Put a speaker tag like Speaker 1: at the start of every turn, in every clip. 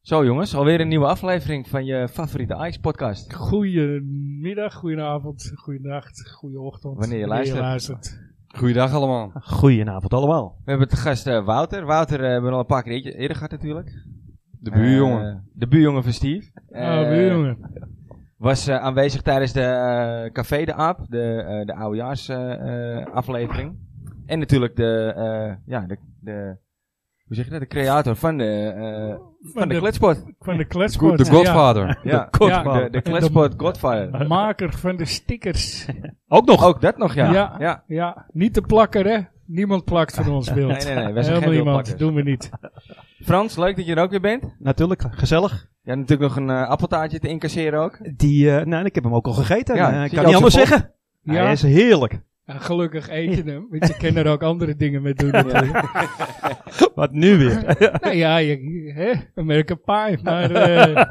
Speaker 1: Zo jongens, alweer een nieuwe aflevering van je favoriete Ajax podcast.
Speaker 2: Goedemiddag, goedenavond, goedenacht, goedeochtend.
Speaker 1: Wanneer je luistert.
Speaker 2: luistert.
Speaker 1: Goeiedag allemaal.
Speaker 3: Goedenavond allemaal.
Speaker 1: We hebben te gast eh, Wouter. Wouter eh, hebben we al een paar keer eer- eerder gehad natuurlijk.
Speaker 3: De buurjongen.
Speaker 1: Eh, de buurjongen van Steve.
Speaker 2: Oh,
Speaker 1: Eh,
Speaker 2: weer jongen.
Speaker 1: Was eh, aanwezig tijdens de eh, Café de Aap, de, eh de oudejaars eh, eh, aflevering. En natuurlijk de, eh, ja, de, de, hoe zeg je dat, de creator van de, eh, van de,
Speaker 2: de-
Speaker 1: kletspot.
Speaker 2: Van de
Speaker 3: Goed,
Speaker 2: kletspot.
Speaker 3: de Godfather.
Speaker 1: Ja,
Speaker 3: Eh, De
Speaker 2: Ja,
Speaker 1: de,
Speaker 3: Godfather.
Speaker 1: de kletspot Godfire.
Speaker 2: Ja, maker van de stickers.
Speaker 3: Ook nog.
Speaker 1: Ook dat nog, ja.
Speaker 2: Ja.
Speaker 1: ja.
Speaker 2: Ja, niet te plakker hè. Niemand plakt van ons beeld.
Speaker 1: Nee, nee, nee, wij zijn geen
Speaker 2: Helemaal niemand,
Speaker 1: beeldplakkers.
Speaker 2: doen we niet.
Speaker 1: Frans, leuk dat je er ook weer bent.
Speaker 3: Natuurlijk, gezellig.
Speaker 1: Je hebt natuurlijk nog een eh, appeltaartje te incasseren ook.
Speaker 3: Die, eh, nou, ik heb hem ook al gegeten.
Speaker 1: Ja,
Speaker 3: Eh,
Speaker 1: zie
Speaker 3: ik
Speaker 1: je
Speaker 3: kan
Speaker 1: ook
Speaker 3: niet anders
Speaker 1: zo vol?
Speaker 3: zeggen.
Speaker 2: Ja.
Speaker 3: Hij is heerlijk.
Speaker 2: Ja, gelukkig eet je hem, want je kan er ook andere dingen mee doen natuurlijk.
Speaker 3: Wat nu weer?
Speaker 2: nou ja, je, hè, American Pie, maar... eh,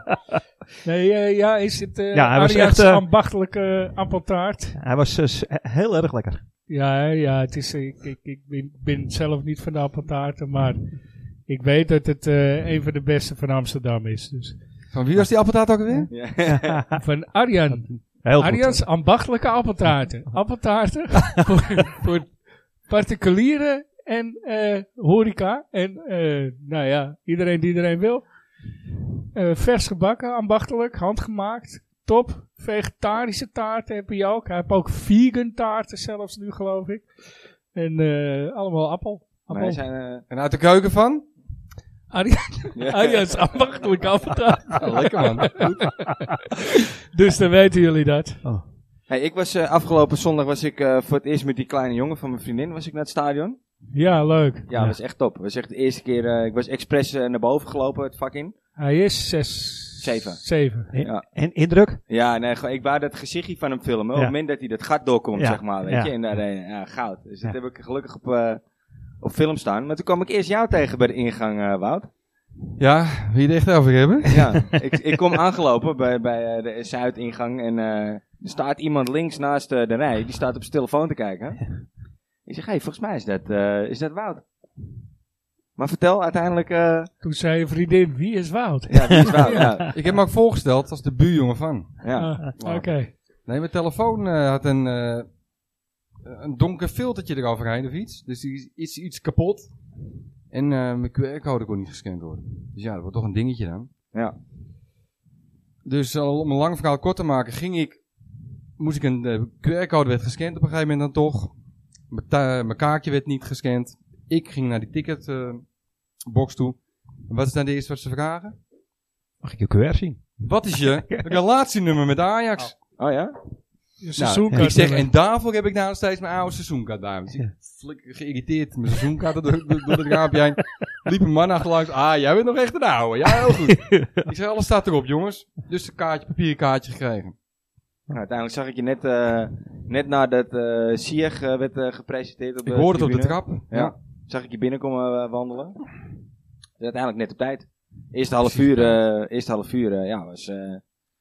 Speaker 2: nee, eh, ja, is het eh
Speaker 3: Ja, hij was
Speaker 2: Ariaans
Speaker 3: echt, eh,
Speaker 2: ambachtelijke appeltaart?
Speaker 3: Hij was eh, s- heel erg lekker.
Speaker 2: Ja, ja het is, ik, ik, ik ben, ben zelf niet van de appeltaarten, maar ik weet dat het eh, een van de beste van Amsterdam is. Dus.
Speaker 1: Van wie was die appeltaart ook weer? Ja.
Speaker 2: Van Arjan.
Speaker 3: Heel goed.
Speaker 2: Arjans ambachtelijke appeltaarten. Appeltaarten voor, voor particulieren en eh, horeca. En eh, nou ja, iedereen die iedereen wil. Eh, vers gebakken, ambachtelijk, handgemaakt. Top. Vegetarische taarten heb je ook. Hij heeft ook vegan taarten zelfs nu, geloof ik. En eh, allemaal appel. appel.
Speaker 1: Wij zijn, eh, en uit de keuken van?
Speaker 2: Arjan, Arjans ambachtelijke appeltaart.
Speaker 1: Ah, lekker man.
Speaker 2: Dus dan weten jullie dat.
Speaker 3: Oh.
Speaker 1: Hey, ik was, eh, afgelopen zondag was ik eh, voor het eerst met die kleine jongen van mijn vriendin was ik naar het stadion.
Speaker 2: Ja, leuk.
Speaker 1: Ja, dat was echt top. was echt de eerste keer, eh, ik was expres eh, naar boven gelopen, het vak in.
Speaker 2: Hij is zes.
Speaker 1: Zeven.
Speaker 2: Zeven.
Speaker 3: En,
Speaker 1: Ja.
Speaker 3: en indruk?
Speaker 1: Ja, nee, gewoon, ik wou dat gezichtje van hem filmen. Op
Speaker 3: Ja.
Speaker 1: het moment dat hij dat gat doorkomt,
Speaker 3: Ja,
Speaker 1: zeg maar, weet
Speaker 3: ja.
Speaker 1: je. En daar, eh, ja, goud. Dus dat
Speaker 3: Ja.
Speaker 1: heb ik gelukkig op, eh, op film staan. Maar toen kwam ik eerst jou tegen bij de ingang, eh, Wout.
Speaker 4: Ja, wie je het echt over hebben?
Speaker 1: Ja, ik, ik kom aangelopen bij, bij eh, de Zuidingang en eh, er staat iemand links naast eh, de rij, die staat op zijn telefoon te kijken. Ik zeg, hé, hey, volgens mij is dat, eh, is dat Wout. Maar vertel uiteindelijk, eh,
Speaker 2: Toen zei je vriendin, wie is Wout?
Speaker 1: ja, wie is Wout? Ja,
Speaker 4: Ik heb me ook voorgesteld als de buurjongen van.
Speaker 1: ja.
Speaker 2: Ah, Oké.
Speaker 4: Nee, mijn telefoon eh, had een, eh, een donker filtertje eroverheen of iets. Dus die is iets, iets kapot. En eh, mijn QR-code kon niet gescand worden. Dus ja, dat wordt toch een dingetje dan.
Speaker 1: Ja.
Speaker 4: Dus eh, om een lang verhaal kort te maken, ging ik... Moest ik een eh, QR-code werd gescand op een gegeven moment dan toch. Mijn ta- Mijn kaartje werd niet gescand. Ik ging naar die ticketbox toe. En wat is dan de eerste wat ze vragen?
Speaker 3: Mag ik je QR zien?
Speaker 4: Wat is je relatienummer met Ajax?
Speaker 1: Oh ja?
Speaker 2: Je
Speaker 4: Nou,
Speaker 2: seizoenkaart
Speaker 4: ik zeg,
Speaker 2: erbij.
Speaker 4: en daarvoor heb ik nou nog steeds mijn oude seizoenkaart bij me. Dus ik flikker geïrriteerd mijn seizoenkaart door, door, door het raampje heen. Liep een man achterlangs. Ah, jij bent nog echt een oude. Ja, heel goed. ik zeg, alles staat erop, jongens. Dus een kaartje, papieren kaartje gekregen.
Speaker 1: Nou, uiteindelijk zag ik je net, eh, net nadat eh Sieg eh, werd eh, gepresenteerd op de
Speaker 4: Ik hoorde het op de
Speaker 1: tribune.
Speaker 4: trap.
Speaker 1: Ja. Zag ik je binnenkomen eh, wandelen. Dus uiteindelijk net op tijd. Eerste half uur, eh, eerste half uur eh, ja, was eh,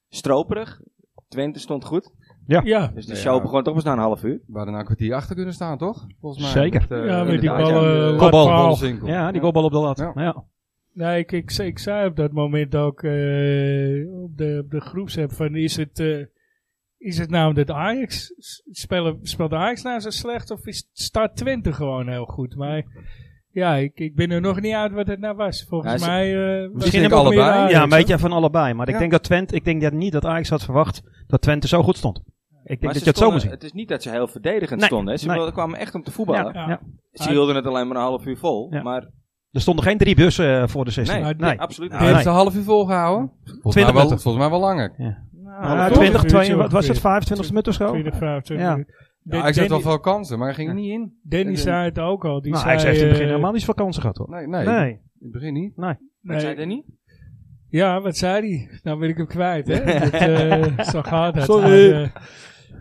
Speaker 1: stroperig. Twente stond goed.
Speaker 2: Ja,
Speaker 1: Dus de
Speaker 4: Ja,
Speaker 1: show
Speaker 4: ja.
Speaker 1: begon toch pas na een half uur.
Speaker 4: We hadden nou een kwartier achter kunnen staan, toch? Volgens mij.
Speaker 3: Zeker.
Speaker 4: eh,
Speaker 2: Ja, met die
Speaker 4: inderdaad,
Speaker 2: ballen,
Speaker 4: ja,
Speaker 2: eh,
Speaker 4: Kopbal,
Speaker 2: latpaal.
Speaker 4: ballenzinkel.
Speaker 3: Ja, die kopbal op de lat.
Speaker 4: Ja.
Speaker 3: Ja.
Speaker 2: nee, ik, ik, ik zei op dat moment ook eh, op, de, op de groepsapp van is het, eh, is het nou dat Ajax, s- spelen, speelt Ajax nou zo slecht of is start Twente gewoon heel goed? Maar ja, ik, ik ben er nog niet uit wat het nou was.
Speaker 1: Ja,
Speaker 2: Volgens
Speaker 1: ze-
Speaker 2: mij eh, was
Speaker 4: Misschien
Speaker 2: het
Speaker 4: hebben
Speaker 2: nog meer
Speaker 4: allebei.
Speaker 2: Ajax,
Speaker 3: ja, een
Speaker 2: hè?
Speaker 3: beetje van allebei. Maar
Speaker 4: Ja.
Speaker 3: ik denk dat Twente, ik denk dat niet dat Ajax had verwacht dat Twente zo goed stond. Ik denk
Speaker 1: Maar
Speaker 3: dat
Speaker 1: ze
Speaker 3: je het zo
Speaker 1: stonden-
Speaker 3: moet zien.
Speaker 1: Het is niet dat ze heel verdedigend
Speaker 3: Nee,
Speaker 1: stonden. Hè. Ze
Speaker 3: nee.
Speaker 1: wilden- kwamen echt om te voetballen.
Speaker 2: Ja.
Speaker 3: Ja.
Speaker 1: Ze hielden het alleen maar een half uur vol.
Speaker 3: Ja.
Speaker 1: Maar
Speaker 3: Er stonden geen drie bussen eh, voor de 16.
Speaker 1: nee,
Speaker 3: Nee,
Speaker 2: Maar dit-
Speaker 1: absoluut
Speaker 3: Nou,
Speaker 4: Heeft
Speaker 1: niet.
Speaker 3: nee.
Speaker 4: ze een half uur volgehouden? Volgens, mij
Speaker 3: 20
Speaker 4: wel,
Speaker 3: minuten.
Speaker 4: volgens mij wel langer.
Speaker 1: Nou,
Speaker 3: Ja,
Speaker 2: half uur.
Speaker 3: 20, 22,
Speaker 2: Uurtje
Speaker 3: wat was het?
Speaker 2: ongeveer.
Speaker 3: 25 minuten of zo?
Speaker 2: 20, 25
Speaker 3: Ja.
Speaker 2: minuten.
Speaker 4: Ja, ik zat wel veel kansen, maar hij ging er niet in.
Speaker 2: Danny
Speaker 4: Eh,
Speaker 2: zei het ook al. Die
Speaker 3: Nou,
Speaker 2: zei,
Speaker 3: Ajax heeft in het begin
Speaker 2: eh,
Speaker 3: helemaal niet veel kansen gehad hoor.
Speaker 4: Nee, nee,
Speaker 3: nee.
Speaker 4: in het begin niet.
Speaker 1: Wat zei
Speaker 2: nee.
Speaker 1: Danny?
Speaker 2: Ja, wat zei hij? Nou ben ik hem kwijt. Hè? Dat, eh, zo gaat dat.
Speaker 3: Sorry.
Speaker 2: Maar, eh,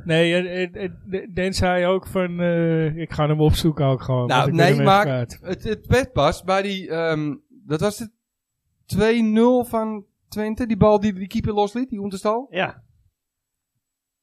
Speaker 2: nee, eh, eh, eh, de- Dan zei ook van... eh, ik ga hem opzoeken ook gewoon.
Speaker 4: Nou,
Speaker 2: want ik ben
Speaker 4: nee,
Speaker 2: hem even
Speaker 4: maar-
Speaker 2: kwijt.
Speaker 4: Het, het werd pas bij die, ehm, dat was het 2-0 van Twente, die bal die die keeper losliet, die Onderstal.
Speaker 3: Ja.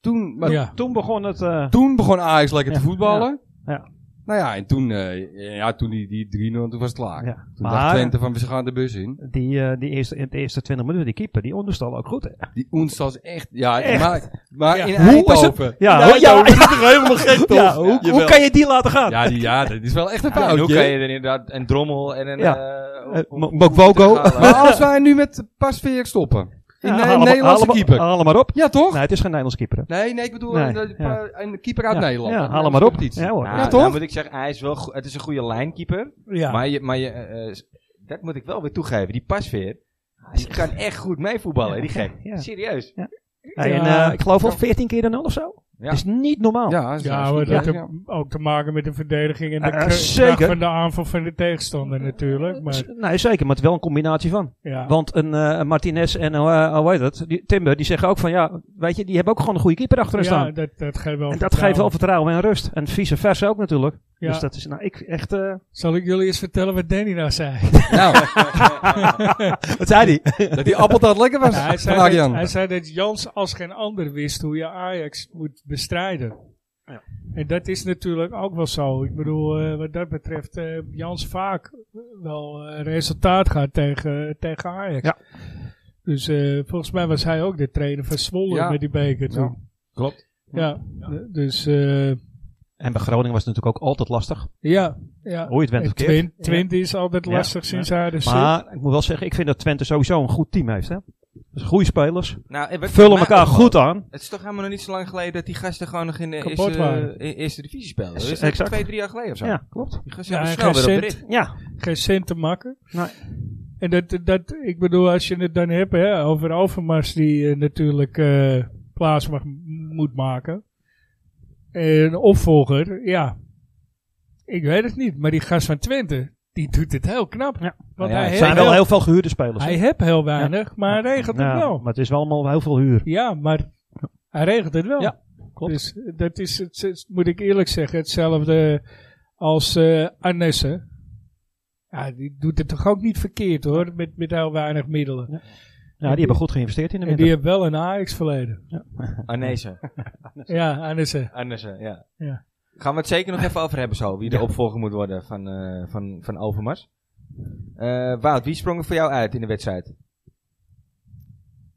Speaker 4: Toen, maar
Speaker 2: ja.
Speaker 3: Toen begon het. eh,
Speaker 4: toen begon Ajax lekker te
Speaker 3: Ja,
Speaker 4: voetballen.
Speaker 3: ja, ja.
Speaker 4: Nou ja, en toen, eh, ja, toen die, die 3-0, toen was het klaar.
Speaker 3: Ja.
Speaker 4: Toen dacht
Speaker 3: Maar
Speaker 4: Twente van, we gaan de bus in.
Speaker 3: die, eh, die eerste, in de eerste 20 minuten, die keeper, die onderstal ook goed. hè?
Speaker 4: Die Oenstal is echt... Ja,
Speaker 3: Echt?
Speaker 4: maar, maar
Speaker 3: Ja.
Speaker 4: in
Speaker 3: Hoe was
Speaker 4: Eindhoven...
Speaker 3: Ja,
Speaker 5: Ja,
Speaker 3: ho- ja,
Speaker 5: dat is toch helemaal gek, toch?
Speaker 3: ja, hoe, hoe
Speaker 5: Jawel.
Speaker 3: kan je die laten gaan?
Speaker 4: Ja, die, ja, dat is wel echt een
Speaker 1: Ja, en hoe
Speaker 4: foutje.
Speaker 1: kan je er inderdaad een drommel en een...
Speaker 3: Ja.
Speaker 1: eh,
Speaker 3: Eh,
Speaker 1: hoe-
Speaker 3: Mo-
Speaker 1: hoe-
Speaker 3: Mokboko.
Speaker 1: hoe te gaan,
Speaker 4: Maar
Speaker 1: eh,
Speaker 4: als wij nu met Pasveer stoppen... In
Speaker 3: Ja,
Speaker 4: een
Speaker 3: haal hem- haal
Speaker 4: Nederlandse
Speaker 3: hem-
Speaker 4: keeper.
Speaker 3: Haal hem maar op.
Speaker 4: ja, toch?
Speaker 3: Nee, het is geen Nederlands keeper.
Speaker 4: Nee, nee, ik bedoel
Speaker 3: Nee,
Speaker 4: een, een
Speaker 3: ja.
Speaker 4: paar- een keeper uit
Speaker 3: Ja,
Speaker 4: Nederland.
Speaker 3: ja,
Speaker 4: Dan-
Speaker 3: haal hem
Speaker 4: dan
Speaker 3: maar op.
Speaker 4: stopt Iets.
Speaker 3: Ja, hoor.
Speaker 1: Nou,
Speaker 4: Ja,
Speaker 1: nou
Speaker 4: toch?
Speaker 1: moet ik zeggen, hij is wel, go- het is een goede lijnkeeper.
Speaker 2: Ja.
Speaker 1: Maar, je, maar je, eh, eh, s- dat moet ik wel weer toegeven. Die pasveer, die kan echt goed meevoetballen, die gek.
Speaker 3: Ja.
Speaker 1: Serieus.
Speaker 3: Hey, en,
Speaker 2: Ja.
Speaker 3: eh, ik geloof wel 14 keer de nul of zo.
Speaker 1: Ja.
Speaker 3: Dat is niet normaal.
Speaker 4: Ja, zo is
Speaker 2: Ja, maar
Speaker 4: goed,
Speaker 2: dat
Speaker 4: hè?
Speaker 2: heeft ook te maken met de verdediging en de
Speaker 3: Eh, eh,
Speaker 2: kra-
Speaker 3: zeker.
Speaker 2: kracht van de aanval van de tegenstander natuurlijk. Maar
Speaker 3: S- Dus, Nee, zeker, maar het is wel een combinatie van.
Speaker 2: ja,
Speaker 3: Want een eh, een Martinez en eh, hoe heet dat, die, Timber, die zeggen ook van ja, weet je, die hebben ook gewoon een goede keeper achter hen
Speaker 2: ja
Speaker 3: staan.
Speaker 2: dat, dat geeft wel
Speaker 3: En dat geeft
Speaker 2: vertrouwen.
Speaker 3: wel vertrouwen en rust. En vice versa ook natuurlijk.
Speaker 2: Ja.
Speaker 3: Dus dat is nou ik echt. eh
Speaker 2: Zal ik jullie eens vertellen wat Danny nou zei?
Speaker 4: Nou,
Speaker 3: Wat zei hij?
Speaker 4: dat die appeltaart lekker was.
Speaker 2: Ja, hij,
Speaker 4: van
Speaker 2: zei dat,
Speaker 4: Arjan.
Speaker 2: hij zei dat Jans als geen ander wist hoe je Ajax moet bestrijden. En dat is natuurlijk ook wel zo. Ik bedoel, eh, wat dat betreft, eh Jans vaak wel eh, resultaat gaat tegen, tegen Ajax.
Speaker 3: Ja.
Speaker 2: Dus eh, volgens mij was hij ook de trainer van Zwolle
Speaker 4: Ja.
Speaker 2: met die beker
Speaker 4: Ja.
Speaker 2: toen.
Speaker 4: Klopt.
Speaker 2: Ja, d- dus eh,
Speaker 3: En bij Groningen was het natuurlijk ook altijd lastig.
Speaker 2: ja, ja.
Speaker 3: Hoe Oh, je het went
Speaker 2: En
Speaker 3: of keert.
Speaker 2: Twin- Twente is altijd
Speaker 3: Ja.
Speaker 2: lastig sinds hij er zit.
Speaker 3: Maar ik moet wel zeggen, ik vind dat Twente sowieso een goed team heeft. Hè? Dus goede spelers.
Speaker 1: Nou, en wat
Speaker 3: Vullen
Speaker 1: mij
Speaker 3: elkaar
Speaker 1: opvalt,
Speaker 3: goed aan.
Speaker 1: Het is toch helemaal nog niet zo lang geleden dat die gasten gewoon nog in de
Speaker 2: Kapot
Speaker 1: eerste,
Speaker 2: waren.
Speaker 1: eh, eerste divisie speelden.
Speaker 3: Is-
Speaker 1: Dus dat
Speaker 3: exact.
Speaker 1: twee, drie jaar geleden of zo.
Speaker 3: Ja, klopt.
Speaker 1: Die gasten
Speaker 2: Ja,
Speaker 1: hebben
Speaker 2: en
Speaker 1: snel weer op de
Speaker 2: geen
Speaker 1: rit.
Speaker 3: Ja,
Speaker 2: geen cent te maken.
Speaker 3: Nee.
Speaker 2: En dat, dat, ik bedoel, als je het dan hebt hè, over Overmars die eh, natuurlijk eh, plaats mag, moet maken. En opvolger, ja. Ik weet het niet, maar die gast van Twente, die doet het heel knap.
Speaker 3: Nou Ja.
Speaker 2: Want
Speaker 1: Ja, het
Speaker 2: hij,
Speaker 3: er
Speaker 2: heeft
Speaker 3: zijn wel
Speaker 2: heel,
Speaker 3: heel veel gehuurde spelers.
Speaker 2: hij
Speaker 3: hè?
Speaker 2: heeft heel weinig, maar hij regelt
Speaker 3: Ja,
Speaker 2: het wel.
Speaker 3: Maar het is wel allemaal heel veel huur.
Speaker 2: Ja, maar hij regelt het wel.
Speaker 3: Ja, klopt.
Speaker 2: Dus dat is, het, het- moet ik eerlijk zeggen, hetzelfde als eh Arnesse. Ja, die doet het toch ook niet verkeerd hoor, met, met heel weinig middelen.
Speaker 3: Ja, die hebben goed geïnvesteerd in de
Speaker 2: En
Speaker 3: winter.
Speaker 2: die heeft wel een Ajax-verleden.
Speaker 1: Arnezen.
Speaker 2: Ja, Arnesse.
Speaker 1: Arnezen, ah, ja.
Speaker 2: Ja.
Speaker 1: Gaan we het zeker nog even over hebben zo. Wie de opvolger moet worden van, eh, van, van Overmars. Eh Wout, wie sprong er voor jou uit in de wedstrijd?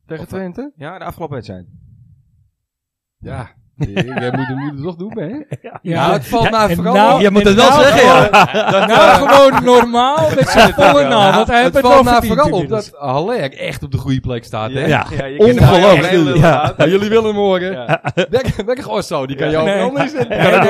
Speaker 4: Tegen Twente?
Speaker 1: Ja, de afgelopen wedstrijd.
Speaker 4: Ja. Jij moet, moet het toch doen, hè?
Speaker 2: Ja,
Speaker 4: Nou, het valt mij
Speaker 2: en
Speaker 4: vooral
Speaker 2: nou-
Speaker 4: op.
Speaker 2: en nou gewoon- Nou, gewoon normaal met zijn volle naam, want hij heeft
Speaker 4: het
Speaker 2: nou, het
Speaker 4: valt
Speaker 2: wel
Speaker 4: mij
Speaker 2: verdiend
Speaker 4: vooral op
Speaker 2: inmiddels.
Speaker 4: dat Halek echt op de goede plek staat, hè?
Speaker 3: Ja.
Speaker 1: je kent hem wel,
Speaker 3: Ongelooflijk.
Speaker 1: heel lullig,
Speaker 3: Ja.
Speaker 1: Wout.
Speaker 4: jullie willen hem horen.
Speaker 1: Ja.
Speaker 4: Berg- Berg Osso, die kan jou
Speaker 2: Nee.
Speaker 4: jou anders
Speaker 2: Nee, nee, nee, nee,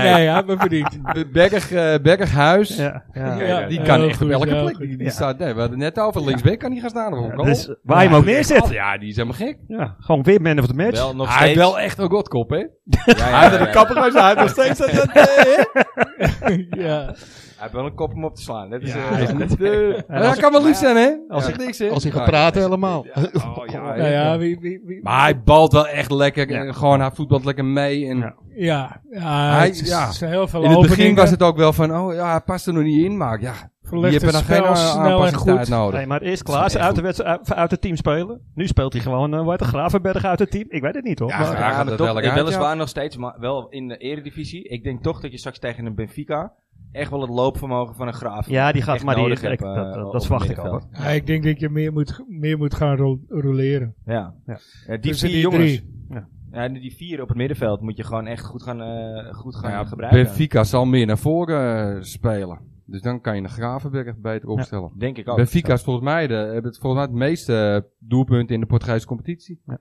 Speaker 2: hij heeft het verdiend.
Speaker 4: Berg, eh, Berghuis,
Speaker 3: Ja, ja.
Speaker 1: Ja,
Speaker 2: Ja,
Speaker 4: die kan
Speaker 2: heel
Speaker 4: echt
Speaker 2: goed,
Speaker 4: op elke
Speaker 2: heel
Speaker 4: plek.
Speaker 2: goed.
Speaker 4: Die, die
Speaker 3: Ja.
Speaker 4: staat, nee, we hadden het net over, linksback kan die gaan staan. Of op goal.
Speaker 3: Dus waar je hem ook neerzet.
Speaker 4: Oh, ja, die is helemaal gek.
Speaker 3: Ja, gewoon weer man of the match.
Speaker 1: Wel nog
Speaker 4: hij heeft
Speaker 1: steeds.
Speaker 4: wel echt een godkop, hè?
Speaker 1: Ja, ja,
Speaker 4: Hij heeft
Speaker 1: ja,
Speaker 4: er
Speaker 1: ja.
Speaker 4: de kapper bij zijn, hij heeft nog steeds dat... dat, eh,
Speaker 2: Ja.
Speaker 1: Hij heeft wel een kop om op te slaan. Dat is,
Speaker 4: Ja,
Speaker 1: eh,
Speaker 4: hij is niet, eh, dat kan wel lief zijn, hè? Als ik niks zeg.
Speaker 5: Als hij gaat praten helemaal.
Speaker 1: Oh, ja,
Speaker 2: Nou ja, wie, wie, wie-
Speaker 4: Maar hij balt wel echt lekker.
Speaker 3: Ja.
Speaker 4: En gewoon, hij voetbalt lekker mee. En
Speaker 3: Ja.
Speaker 2: ja, ja,
Speaker 4: Hij-
Speaker 2: het is
Speaker 4: ja.
Speaker 2: heel veel
Speaker 4: In het begin
Speaker 2: openingen.
Speaker 4: was het ook wel van, oh ja, hij past er nog niet in. Maar ja, die
Speaker 2: Verlegt
Speaker 4: hebben
Speaker 2: het
Speaker 4: dan geen
Speaker 2: spel
Speaker 4: eh,
Speaker 2: snel en
Speaker 4: aanpassingstijd
Speaker 2: goed.
Speaker 4: nodig.
Speaker 3: Nee, maar eerst
Speaker 4: Oh, Dat is
Speaker 3: Klaas
Speaker 4: wel
Speaker 3: uit, de wedstrijd- uit het team spelen. Nu speelt hij gewoon uh, de Gravenberg uit het team. Ik weet het niet hoor.
Speaker 4: Ja,
Speaker 3: maar,
Speaker 4: graag.
Speaker 1: Ja,
Speaker 4: gaat
Speaker 1: maar
Speaker 4: het
Speaker 1: toch,
Speaker 4: wel
Speaker 1: eh,
Speaker 4: uit,
Speaker 1: weliswaar nog steeds, maar wel in de eredivisie. Ik denk toch dat je straks tegen een Benfica echt wel het loopvermogen van een graaf
Speaker 3: ja, die gaat
Speaker 1: echt
Speaker 3: maar die.
Speaker 1: nodig
Speaker 3: ik-
Speaker 1: hebt, eh,
Speaker 3: dat dat,
Speaker 1: op
Speaker 3: dat
Speaker 1: het
Speaker 3: verwacht ik al.
Speaker 1: middenveld.
Speaker 3: hoor.
Speaker 2: Ja, ik denk dat je meer moet, meer moet gaan rol- roleren.
Speaker 1: Ja.
Speaker 3: Ja.
Speaker 1: Ja, die
Speaker 2: Tussen
Speaker 1: vier
Speaker 2: die
Speaker 1: jongens.
Speaker 2: drie.
Speaker 1: Ja, die die vier op het middenveld moet je gewoon echt goed gaan, eh, goed gaan
Speaker 4: Nou ja,
Speaker 1: gebruiken.
Speaker 4: Benfica zal meer naar voren eh, spelen. Dus dan kan je de Gravenberg beter opstellen.
Speaker 1: Denk ik ook.
Speaker 4: Benfica is volgens mij, de, hebben het, volgens mij het meeste eh, doelpunten in de Portugese competitie.
Speaker 3: Ja.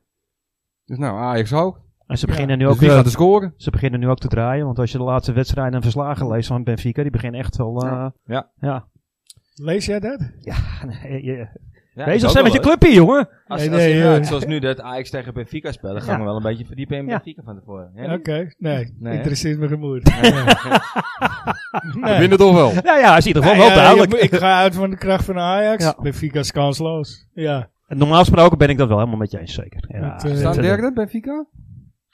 Speaker 4: Dus nou, Ajax ook.
Speaker 3: En ze beginnen, nu
Speaker 4: Dus
Speaker 3: ook,
Speaker 4: die
Speaker 3: eh,
Speaker 4: gaat er scoren.
Speaker 3: ze beginnen nu ook te draaien. Want als je de laatste wedstrijden en verslagen leest van Benfica, die beginnen echt wel... eh,
Speaker 1: Ja.
Speaker 3: ja.
Speaker 2: Lees jij dat?
Speaker 3: Nee, je-
Speaker 1: Ja, ik
Speaker 3: Bezig
Speaker 1: ook
Speaker 3: zijn
Speaker 1: wel,
Speaker 3: met je
Speaker 1: hoor.
Speaker 3: club hier, jongen.
Speaker 1: Als,
Speaker 2: Nee,
Speaker 1: als
Speaker 2: nee,
Speaker 1: inderdaad,
Speaker 2: eh.
Speaker 1: zoals nu dat Ajax tegen Benfica spelen, gaan
Speaker 3: Ja.
Speaker 1: we wel een beetje verdiepen in
Speaker 3: Ja.
Speaker 1: Benfica van tevoren. Ja,
Speaker 2: Oké, nee.
Speaker 1: Nee, hè?
Speaker 2: Interesseert me gemoed.
Speaker 4: We winnen toch wel.
Speaker 3: Nou ja, is in ieder geval wel
Speaker 2: Ja, ja,
Speaker 3: duidelijk.
Speaker 2: je moet- Ik ga uit van de kracht van Ajax.
Speaker 3: Ja.
Speaker 2: Benfica is kansloos. Ja.
Speaker 3: Normaal gesproken ben ik dat wel helemaal met je eens, zeker. Ja,
Speaker 2: Met, eh,
Speaker 3: dat-
Speaker 4: Staan
Speaker 3: dat-
Speaker 4: derde Benfica?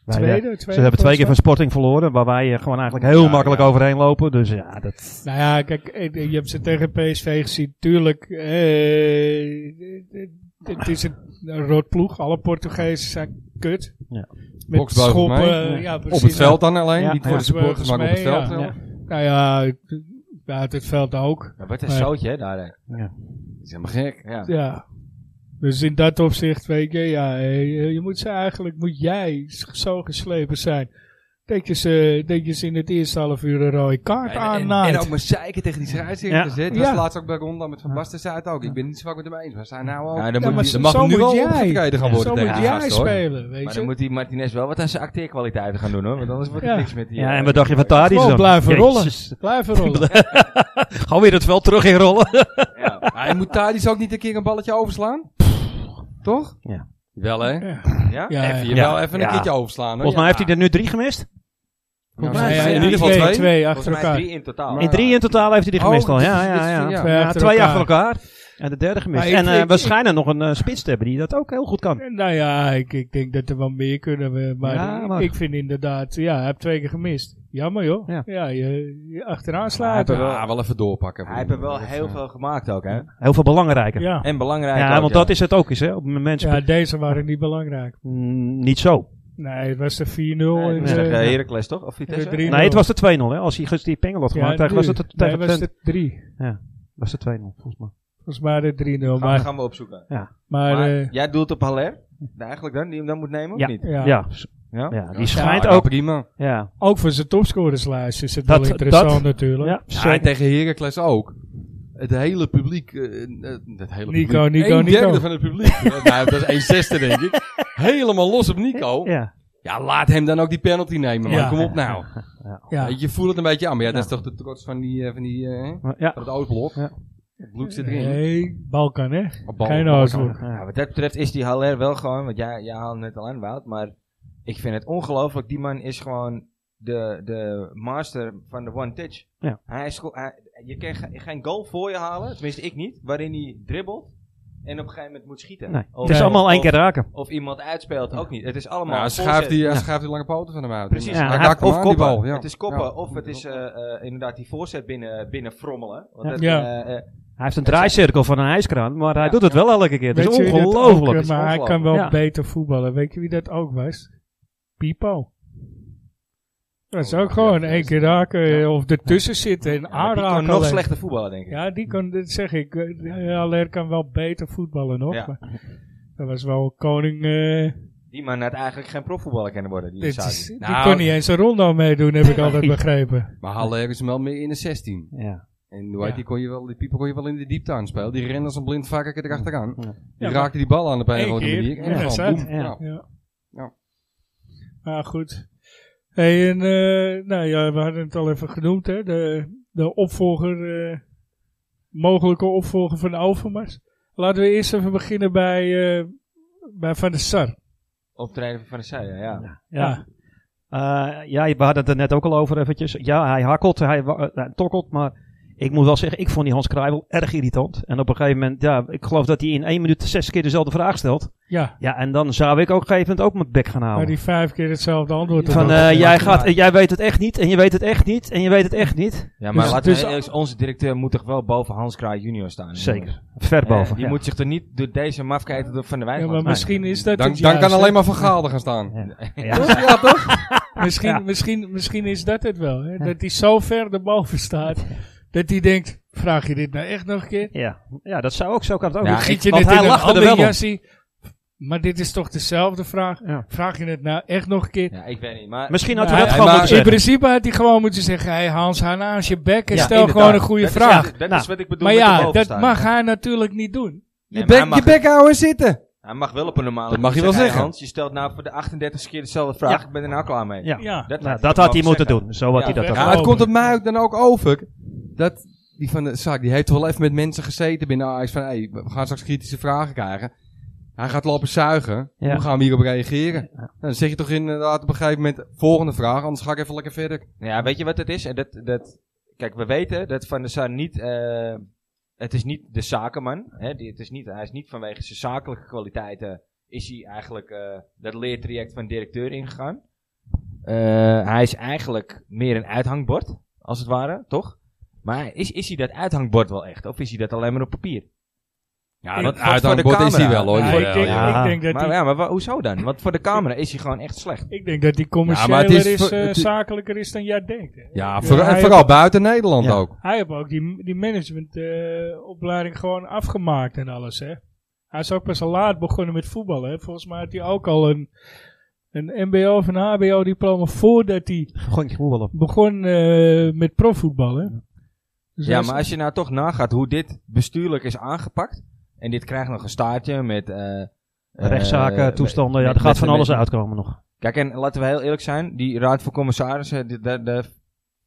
Speaker 3: wij, eh,
Speaker 2: tweede, tweede.
Speaker 3: Ze hebben twee keer van
Speaker 2: volgens
Speaker 3: Sporting verloren, waar wij eh, gewoon eigenlijk heel
Speaker 4: Ja,
Speaker 3: makkelijk
Speaker 4: ja.
Speaker 3: overheen lopen. Dus ja, dat...
Speaker 2: mij. Nou ja, kijk, eh, je hebt ze tegen PSV gezien. Tuurlijk, eh, eh, het is een een rotploeg. Alle Portugezen zijn kut.
Speaker 3: Ja.
Speaker 2: Met
Speaker 4: Boksbouw voor mij.
Speaker 2: schoppen. Ja,
Speaker 4: Op
Speaker 2: precies.
Speaker 4: het veld dan alleen.
Speaker 3: Ja,
Speaker 4: Niet voor
Speaker 3: ja.
Speaker 4: de supporters, maar op het
Speaker 2: Volgens mij,
Speaker 4: veld.
Speaker 2: ja.
Speaker 4: wel.
Speaker 3: Ja.
Speaker 2: Nou ja, ik- ja, het veld ook.
Speaker 1: Ja, wat een
Speaker 2: Maar-
Speaker 1: zootje, hè, daar. hè.
Speaker 3: Ja.
Speaker 1: Dat is helemaal gek, ja.
Speaker 2: Ja. Dus in dat opzicht, weet je, ja, eh, je moet ze eigenlijk, moet jij zo geslepen zijn. Dat je ze, dat je ze in het eerste half uur een rode kaart
Speaker 4: En, en,
Speaker 2: aannaait.
Speaker 4: en ook maar zeiken tegen die scheidsrechters.
Speaker 3: Ja.
Speaker 4: hè. Dat was
Speaker 2: Ja.
Speaker 4: laatst ook bij Ronda met Van Basten zei het ook. Ik ben niet zo vaak met hem eens. Maar zij nou ook.
Speaker 1: Ja, dan
Speaker 4: Ja,
Speaker 1: moet
Speaker 4: maar
Speaker 1: je-
Speaker 4: ze
Speaker 2: dan
Speaker 4: mag
Speaker 2: zo
Speaker 4: nu
Speaker 2: moet
Speaker 4: wel
Speaker 2: jij.
Speaker 4: opgetreden gaan
Speaker 3: Ja,
Speaker 4: worden
Speaker 2: zo
Speaker 4: tegen
Speaker 2: moet
Speaker 1: die
Speaker 2: jij
Speaker 1: gasten, hoor.
Speaker 2: spelen, weet
Speaker 1: Maar
Speaker 2: je.
Speaker 1: dan moet die Martinez wel wat aan zijn acteerkwaliteiten gaan doen, hoor. Want anders wordt het
Speaker 2: Ja.
Speaker 1: niks met die...
Speaker 3: Ja,
Speaker 1: eh,
Speaker 3: en wat dacht je van Tadic
Speaker 2: Gewoon
Speaker 3: dan?
Speaker 2: blijven
Speaker 3: Jezus.
Speaker 2: Blijven rollen.
Speaker 3: Gewoon weer het veld terug in rollen.
Speaker 1: Ja.
Speaker 4: Hij moet Tadis ook niet een keer een balletje overslaan? Toch?
Speaker 3: Ja.
Speaker 4: Wel hè?
Speaker 2: Ja.
Speaker 1: Ja?
Speaker 2: Ja,
Speaker 4: Even,
Speaker 2: ja.
Speaker 4: je wel even een
Speaker 3: Ja.
Speaker 4: keertje overslaan. Hoor.
Speaker 3: Volgens mij heeft hij er nu drie gemist.
Speaker 4: Volgens
Speaker 2: Ja,
Speaker 4: mij
Speaker 2: ja,
Speaker 4: in
Speaker 2: ja,
Speaker 4: ieder geval
Speaker 2: twee,
Speaker 4: twee.
Speaker 2: twee achter
Speaker 1: Volgens mij
Speaker 2: elkaar.
Speaker 1: drie in totaal.
Speaker 3: In drie in totaal heeft hij die
Speaker 4: Oh,
Speaker 3: gemist al.
Speaker 4: dat
Speaker 3: Ja,
Speaker 4: is- dat
Speaker 3: ja,
Speaker 4: is-
Speaker 3: ja.
Speaker 4: ja.
Speaker 3: ja.
Speaker 2: Twee achter
Speaker 3: twee
Speaker 2: elkaar.
Speaker 3: achter elkaar. En de derde gemist.
Speaker 2: Maar ik-
Speaker 3: En eh,
Speaker 2: ik-
Speaker 3: waarschijnlijk nog een eh, spits te hebben die dat ook heel goed kan.
Speaker 2: Nou ja, ik, ik denk dat er wel meer kunnen. we- Maar,
Speaker 3: Ja,
Speaker 2: ik-
Speaker 3: maar-
Speaker 2: ik vind inderdaad, ja, hij heeft twee keer gemist. Jammer joh. Ja,
Speaker 3: Ja.
Speaker 2: je, je achteraan
Speaker 1: Hij heeft
Speaker 2: sluiten.
Speaker 1: er wel-
Speaker 4: Ja, wel even doorpakken.
Speaker 1: Hij heeft er wel
Speaker 4: Even-
Speaker 2: eh,
Speaker 1: heel veel gemaakt ook, hè.
Speaker 3: Heel veel belangrijker. Ja,
Speaker 2: Ja.
Speaker 1: En belangrijk ook,
Speaker 3: want
Speaker 1: ja.
Speaker 3: dat is het ook eens. Hè. Op het moment
Speaker 2: ja, deze waren niet belangrijk.
Speaker 3: Mm, niet zo.
Speaker 2: Nee, het was de 4-0.
Speaker 1: Nee,
Speaker 2: en,
Speaker 1: dat is
Speaker 2: eh,
Speaker 1: toch, eh, Heracles, toch? Of Vitesse?
Speaker 2: drie-
Speaker 3: Nee, het was de 2-0. Hè. Als hij Gusti Pengel had
Speaker 2: ja,
Speaker 3: gemaakt, tegen-
Speaker 2: nu.
Speaker 3: was het de-
Speaker 2: Nee,
Speaker 3: tegen
Speaker 2: was
Speaker 3: Twente.
Speaker 2: het 3.
Speaker 3: Was het 2-0 volgens mij.
Speaker 2: Volgens mij de 3-0.
Speaker 1: Gaan, we-
Speaker 2: Maar,
Speaker 1: gaan we opzoeken.
Speaker 2: maar,
Speaker 1: Maar
Speaker 2: eh,
Speaker 1: jij doelt op Haller? Eigenlijk dan, die hem dan moet nemen,
Speaker 3: Ja.
Speaker 1: of niet?
Speaker 2: ja.
Speaker 3: Ja. s-
Speaker 1: Ja?
Speaker 3: Ja. die schijnt
Speaker 4: Ja,
Speaker 3: ook.
Speaker 4: prima.
Speaker 3: Ja,
Speaker 2: ook voor zijn topscorerslijst is het
Speaker 3: Dat-
Speaker 2: wel interessant
Speaker 3: dat-
Speaker 2: natuurlijk.
Speaker 3: ja,
Speaker 4: Ja,
Speaker 3: zeker.
Speaker 4: en tegen Heracles ook. Het hele publiek. eh, eh, het hele
Speaker 2: Nico,
Speaker 4: publiek.
Speaker 2: Nico,
Speaker 4: Een
Speaker 2: Nico.
Speaker 4: derde van het publiek. nou, dat is 1 zesde denk ik. Helemaal los op Nico.
Speaker 3: ja.
Speaker 4: Ja, laat hem dan ook die penalty nemen. Man.
Speaker 2: Ja.
Speaker 4: Kom op nou.
Speaker 2: Ja.
Speaker 4: Je voelt het een beetje aan. Maar ja, dat is toch de trots van, die, eh, van, die, eh,
Speaker 3: Maar ja.
Speaker 4: van het oudblok.
Speaker 3: Ja.
Speaker 4: Het bloed zit erin.
Speaker 2: Nee, Balkan hè.
Speaker 4: Op bal,
Speaker 2: Geen
Speaker 4: op bal.
Speaker 2: Oostbroek.
Speaker 1: Ja, Nou, wat dat betreft is die Haller wel gewoon, want jij, jij haalde net al aan, Wout, maar ik vind het ongelooflijk. Die man is gewoon de, de master van de one touch.
Speaker 3: Ja.
Speaker 1: Hij is, go- hij, je kan ge- geen goal voor je halen, tenminste ik niet, waarin hij dribbelt en op een gegeven moment moet schieten.
Speaker 3: Nee.
Speaker 1: Of-
Speaker 3: Het is allemaal één
Speaker 1: of-
Speaker 3: keer raken.
Speaker 1: Of iemand uitspeelt, ook niet. Het is allemaal
Speaker 4: Maar hij
Speaker 1: voorzet.
Speaker 4: schuift die, hij
Speaker 3: Ja.
Speaker 4: schuift die lange poten van hem uit.
Speaker 1: Precies.
Speaker 3: Ja,
Speaker 4: hij
Speaker 3: hij-
Speaker 4: raakt hem
Speaker 1: Of
Speaker 4: aan, die
Speaker 1: koppen.
Speaker 4: bal. Ja.
Speaker 1: Het is koppen,
Speaker 4: Ja.
Speaker 1: of het is eh, eh, inderdaad die voorzet binnen, binnen frommelen. Want dat,
Speaker 2: Ja.
Speaker 1: eh, eh,
Speaker 3: Hij heeft een draaicirkel van een ijskraan, maar hij
Speaker 1: Ja.
Speaker 3: doet het wel elke keer. Het is
Speaker 2: Weet je wie dat ook, eh,
Speaker 3: ongelooflijk.
Speaker 2: Maar hij
Speaker 1: ongelooflijk.
Speaker 2: kan wel
Speaker 3: Ja.
Speaker 2: beter voetballen. Weet je wie dat ook was? Pipo. Dat is
Speaker 4: Oh,
Speaker 2: ook
Speaker 4: ja,
Speaker 2: gewoon
Speaker 4: ja,
Speaker 2: één
Speaker 4: ja.
Speaker 2: keer raken eh, of ertussen zitten en
Speaker 1: maar die kan
Speaker 2: aanraken.
Speaker 1: nog
Speaker 2: alleen.
Speaker 1: slechter voetballen, denk ik.
Speaker 2: Ja, die kan, dat zeg ik. eh, Aller kan wel beter voetballen nog.
Speaker 1: Ja.
Speaker 2: Maar dat was wel koning. eh,
Speaker 1: Die man had eigenlijk geen profvoetballer kunnen worden. Die
Speaker 2: dit
Speaker 1: Saudi.
Speaker 2: is- die
Speaker 4: Nou.
Speaker 2: kon niet eens een rondo meedoen, heb ik altijd begrepen.
Speaker 4: Maar Haller is hem wel meer in de 16.
Speaker 3: Ja.
Speaker 4: En hoe heet
Speaker 2: Ja.
Speaker 4: die kon je wel, die pieper kon je wel in de diepte aanspelen. Die rende als een blind vaker erachteraan.
Speaker 3: Ja.
Speaker 4: Die
Speaker 2: Ja,
Speaker 4: raakte die bal aan op een
Speaker 2: Eén
Speaker 4: of andere
Speaker 2: keer.
Speaker 4: manier. En
Speaker 2: Ja,
Speaker 4: gewoon
Speaker 2: zat.
Speaker 4: boem.
Speaker 3: Ja.
Speaker 4: Ja.
Speaker 2: Ja.
Speaker 4: Ja.
Speaker 2: Maar goed. Hey, en, eh, nou ja, we hadden het al even genoemd, hè. De, de opvolger, eh, mogelijke opvolger van Overmars. Laten we eerst even beginnen bij, eh, bij Van der Sar.
Speaker 1: Optreden van Van der Sar, ja. ja.
Speaker 3: Ja. Eh, ja, we hadden het er net ook al over eventjes. Ja, hij hakkelt, hij wa- eh, tokkelt, maar ik moet wel zeggen, ik vond die Hans Kruijvel erg irritant. En op een gegeven moment, ja, ik geloof dat hij in één minuut zes keer dezelfde vraag stelt.
Speaker 2: Ja,
Speaker 3: Ja, en dan zou ik ook op een gegeven moment ook mijn bek gaan
Speaker 2: maar
Speaker 3: houden.
Speaker 2: die vijf keer hetzelfde antwoord.
Speaker 3: Van,
Speaker 2: erop.
Speaker 3: eh, jij,
Speaker 1: maar-
Speaker 3: gaat, jij weet het echt niet, en je weet het echt niet, en je weet het echt niet.
Speaker 1: Ja, maar
Speaker 2: Dus-
Speaker 1: laten we
Speaker 2: dus-
Speaker 1: heel eerlijk zijn, onze directeur moet toch wel boven Hans Kraai junior staan?
Speaker 3: Zeker. Ver
Speaker 1: Eh,
Speaker 3: boven.
Speaker 1: die
Speaker 3: ja.
Speaker 1: moet zich toch niet door deze mafketen door van de wijk
Speaker 2: ja, maar
Speaker 1: laten
Speaker 2: misschien is dat
Speaker 4: Dan,
Speaker 2: het
Speaker 4: dan kan
Speaker 2: juist, hè.
Speaker 4: alleen maar Van Gaal er gaan staan.
Speaker 3: Ja.
Speaker 2: Misschien,
Speaker 3: Ja.
Speaker 2: misschien, misschien is dat het wel. Hè? Dat hij zo ver erboven staat, dat hij denkt, vraag je dit nou echt nog een keer?
Speaker 3: Ja. ja, dat zou ook zo kan het ook.
Speaker 1: Ja,
Speaker 3: nog.
Speaker 1: ik-
Speaker 2: Giet je
Speaker 3: want
Speaker 2: dit
Speaker 3: hij
Speaker 2: in een
Speaker 3: lachte er
Speaker 2: ander
Speaker 3: wel om.
Speaker 2: jassie? Maar dit is toch dezelfde vraag?
Speaker 3: Ja.
Speaker 2: Vraag je het nou echt nog een keer?
Speaker 1: Ja, ik weet niet, maar...
Speaker 3: Misschien had
Speaker 2: Nou,
Speaker 3: hij dat
Speaker 2: hij-
Speaker 3: gewoon
Speaker 4: maar-
Speaker 3: moeten
Speaker 2: in
Speaker 3: zeggen.
Speaker 2: principe had hij gewoon moeten zeggen, hey Hans, haal nou eens je bek en
Speaker 1: Ja,
Speaker 2: stel
Speaker 1: inderdaad.
Speaker 2: gewoon een goede
Speaker 1: Dat is-
Speaker 2: vraag.
Speaker 1: dat
Speaker 3: Nou.
Speaker 1: is wat ik bedoel
Speaker 2: maar
Speaker 1: met
Speaker 2: ja,
Speaker 1: erboven
Speaker 2: dat
Speaker 1: staan.
Speaker 2: mag hij natuurlijk niet doen.
Speaker 1: Nee,
Speaker 4: Je,
Speaker 1: maar
Speaker 4: bek,
Speaker 1: hij, mag,
Speaker 4: je bek houden zitten.
Speaker 1: hij mag wel op een normale
Speaker 4: Dat mag je wel
Speaker 1: Zeg, hey,
Speaker 4: zeggen.
Speaker 1: Hans, je stelt nou voor de 38 keer dezelfde vraag. Ik ben er nou klaar mee.
Speaker 3: Ja.
Speaker 2: Ja,
Speaker 1: Dat,
Speaker 3: Nou, dat had hij moeten doen. Zo had
Speaker 1: Ja,
Speaker 3: hij dat
Speaker 2: weg.
Speaker 3: ook.
Speaker 4: Ja,
Speaker 2: Waarom?
Speaker 4: het komt op mij ook dan ook over. Dat die van de zaak, die heeft wel even met mensen gezeten binnen Ajax. Van, hey, we gaan straks kritische vragen krijgen. Hij gaat lopen zuigen.
Speaker 3: Ja.
Speaker 4: Hoe gaan we hierop reageren? Nou, dan zeg je toch inderdaad op een gegeven moment, volgende vraag. Anders ga ik even lekker verder.
Speaker 1: doen. Ja, weet je wat het is? En dat, dat, kijk, we weten dat Van der Sar niet... eh, het is niet de zakenman. Hè? Die, het is niet, hij is niet vanwege zijn zakelijke kwaliteiten... is hij eigenlijk eh, dat leertraject van directeur ingegaan. Eh, hij is eigenlijk meer een uithangbord, als het ware, toch? Maar is, is hij dat uithangbord wel echt? Of is hij dat alleen maar op papier? Ja,
Speaker 4: dat uithangbord is hij wel, hoor.
Speaker 2: Ja, ik, denk,
Speaker 3: Ja.
Speaker 2: ik denk dat
Speaker 1: Maar,
Speaker 2: die,
Speaker 1: ja, maar wa- hoezo dan? Want voor de camera is hij gewoon echt slecht.
Speaker 2: ik denk dat die commerciëler
Speaker 4: Ja, maar het
Speaker 2: is,
Speaker 4: is voor-
Speaker 2: eh,
Speaker 4: het-
Speaker 2: zakelijker is dan jij denkt. hè.
Speaker 4: Ja,
Speaker 2: Ik, eh,
Speaker 4: voor- en
Speaker 2: hij
Speaker 4: vooral
Speaker 2: heeft-
Speaker 4: buiten Nederland
Speaker 3: Ja.
Speaker 4: ook.
Speaker 2: Hij heeft ook die, die managementopleiding gewoon afgemaakt en alles, hè. Hij is ook pas al laat begonnen met voetballen, hè. Volgens mij had hij ook al een, een mbo of een hbo-diploma voordat hij
Speaker 3: Gewoon voetbal op.
Speaker 2: begon eh, met profvoetballen. Dus
Speaker 1: Ja,
Speaker 2: hij is-
Speaker 1: maar als je nou toch nagaat hoe dit bestuurlijk is aangepakt. En dit krijgt nog een staartje met... eh, eh,
Speaker 3: Rechtszaken,
Speaker 1: met-
Speaker 3: toestanden, ja,
Speaker 1: met-
Speaker 3: er gaat
Speaker 1: met-
Speaker 3: van
Speaker 1: met-
Speaker 3: alles uitkomen nog.
Speaker 1: Kijk, en laten we heel eerlijk zijn. Die raad van commissarissen, die- daar daar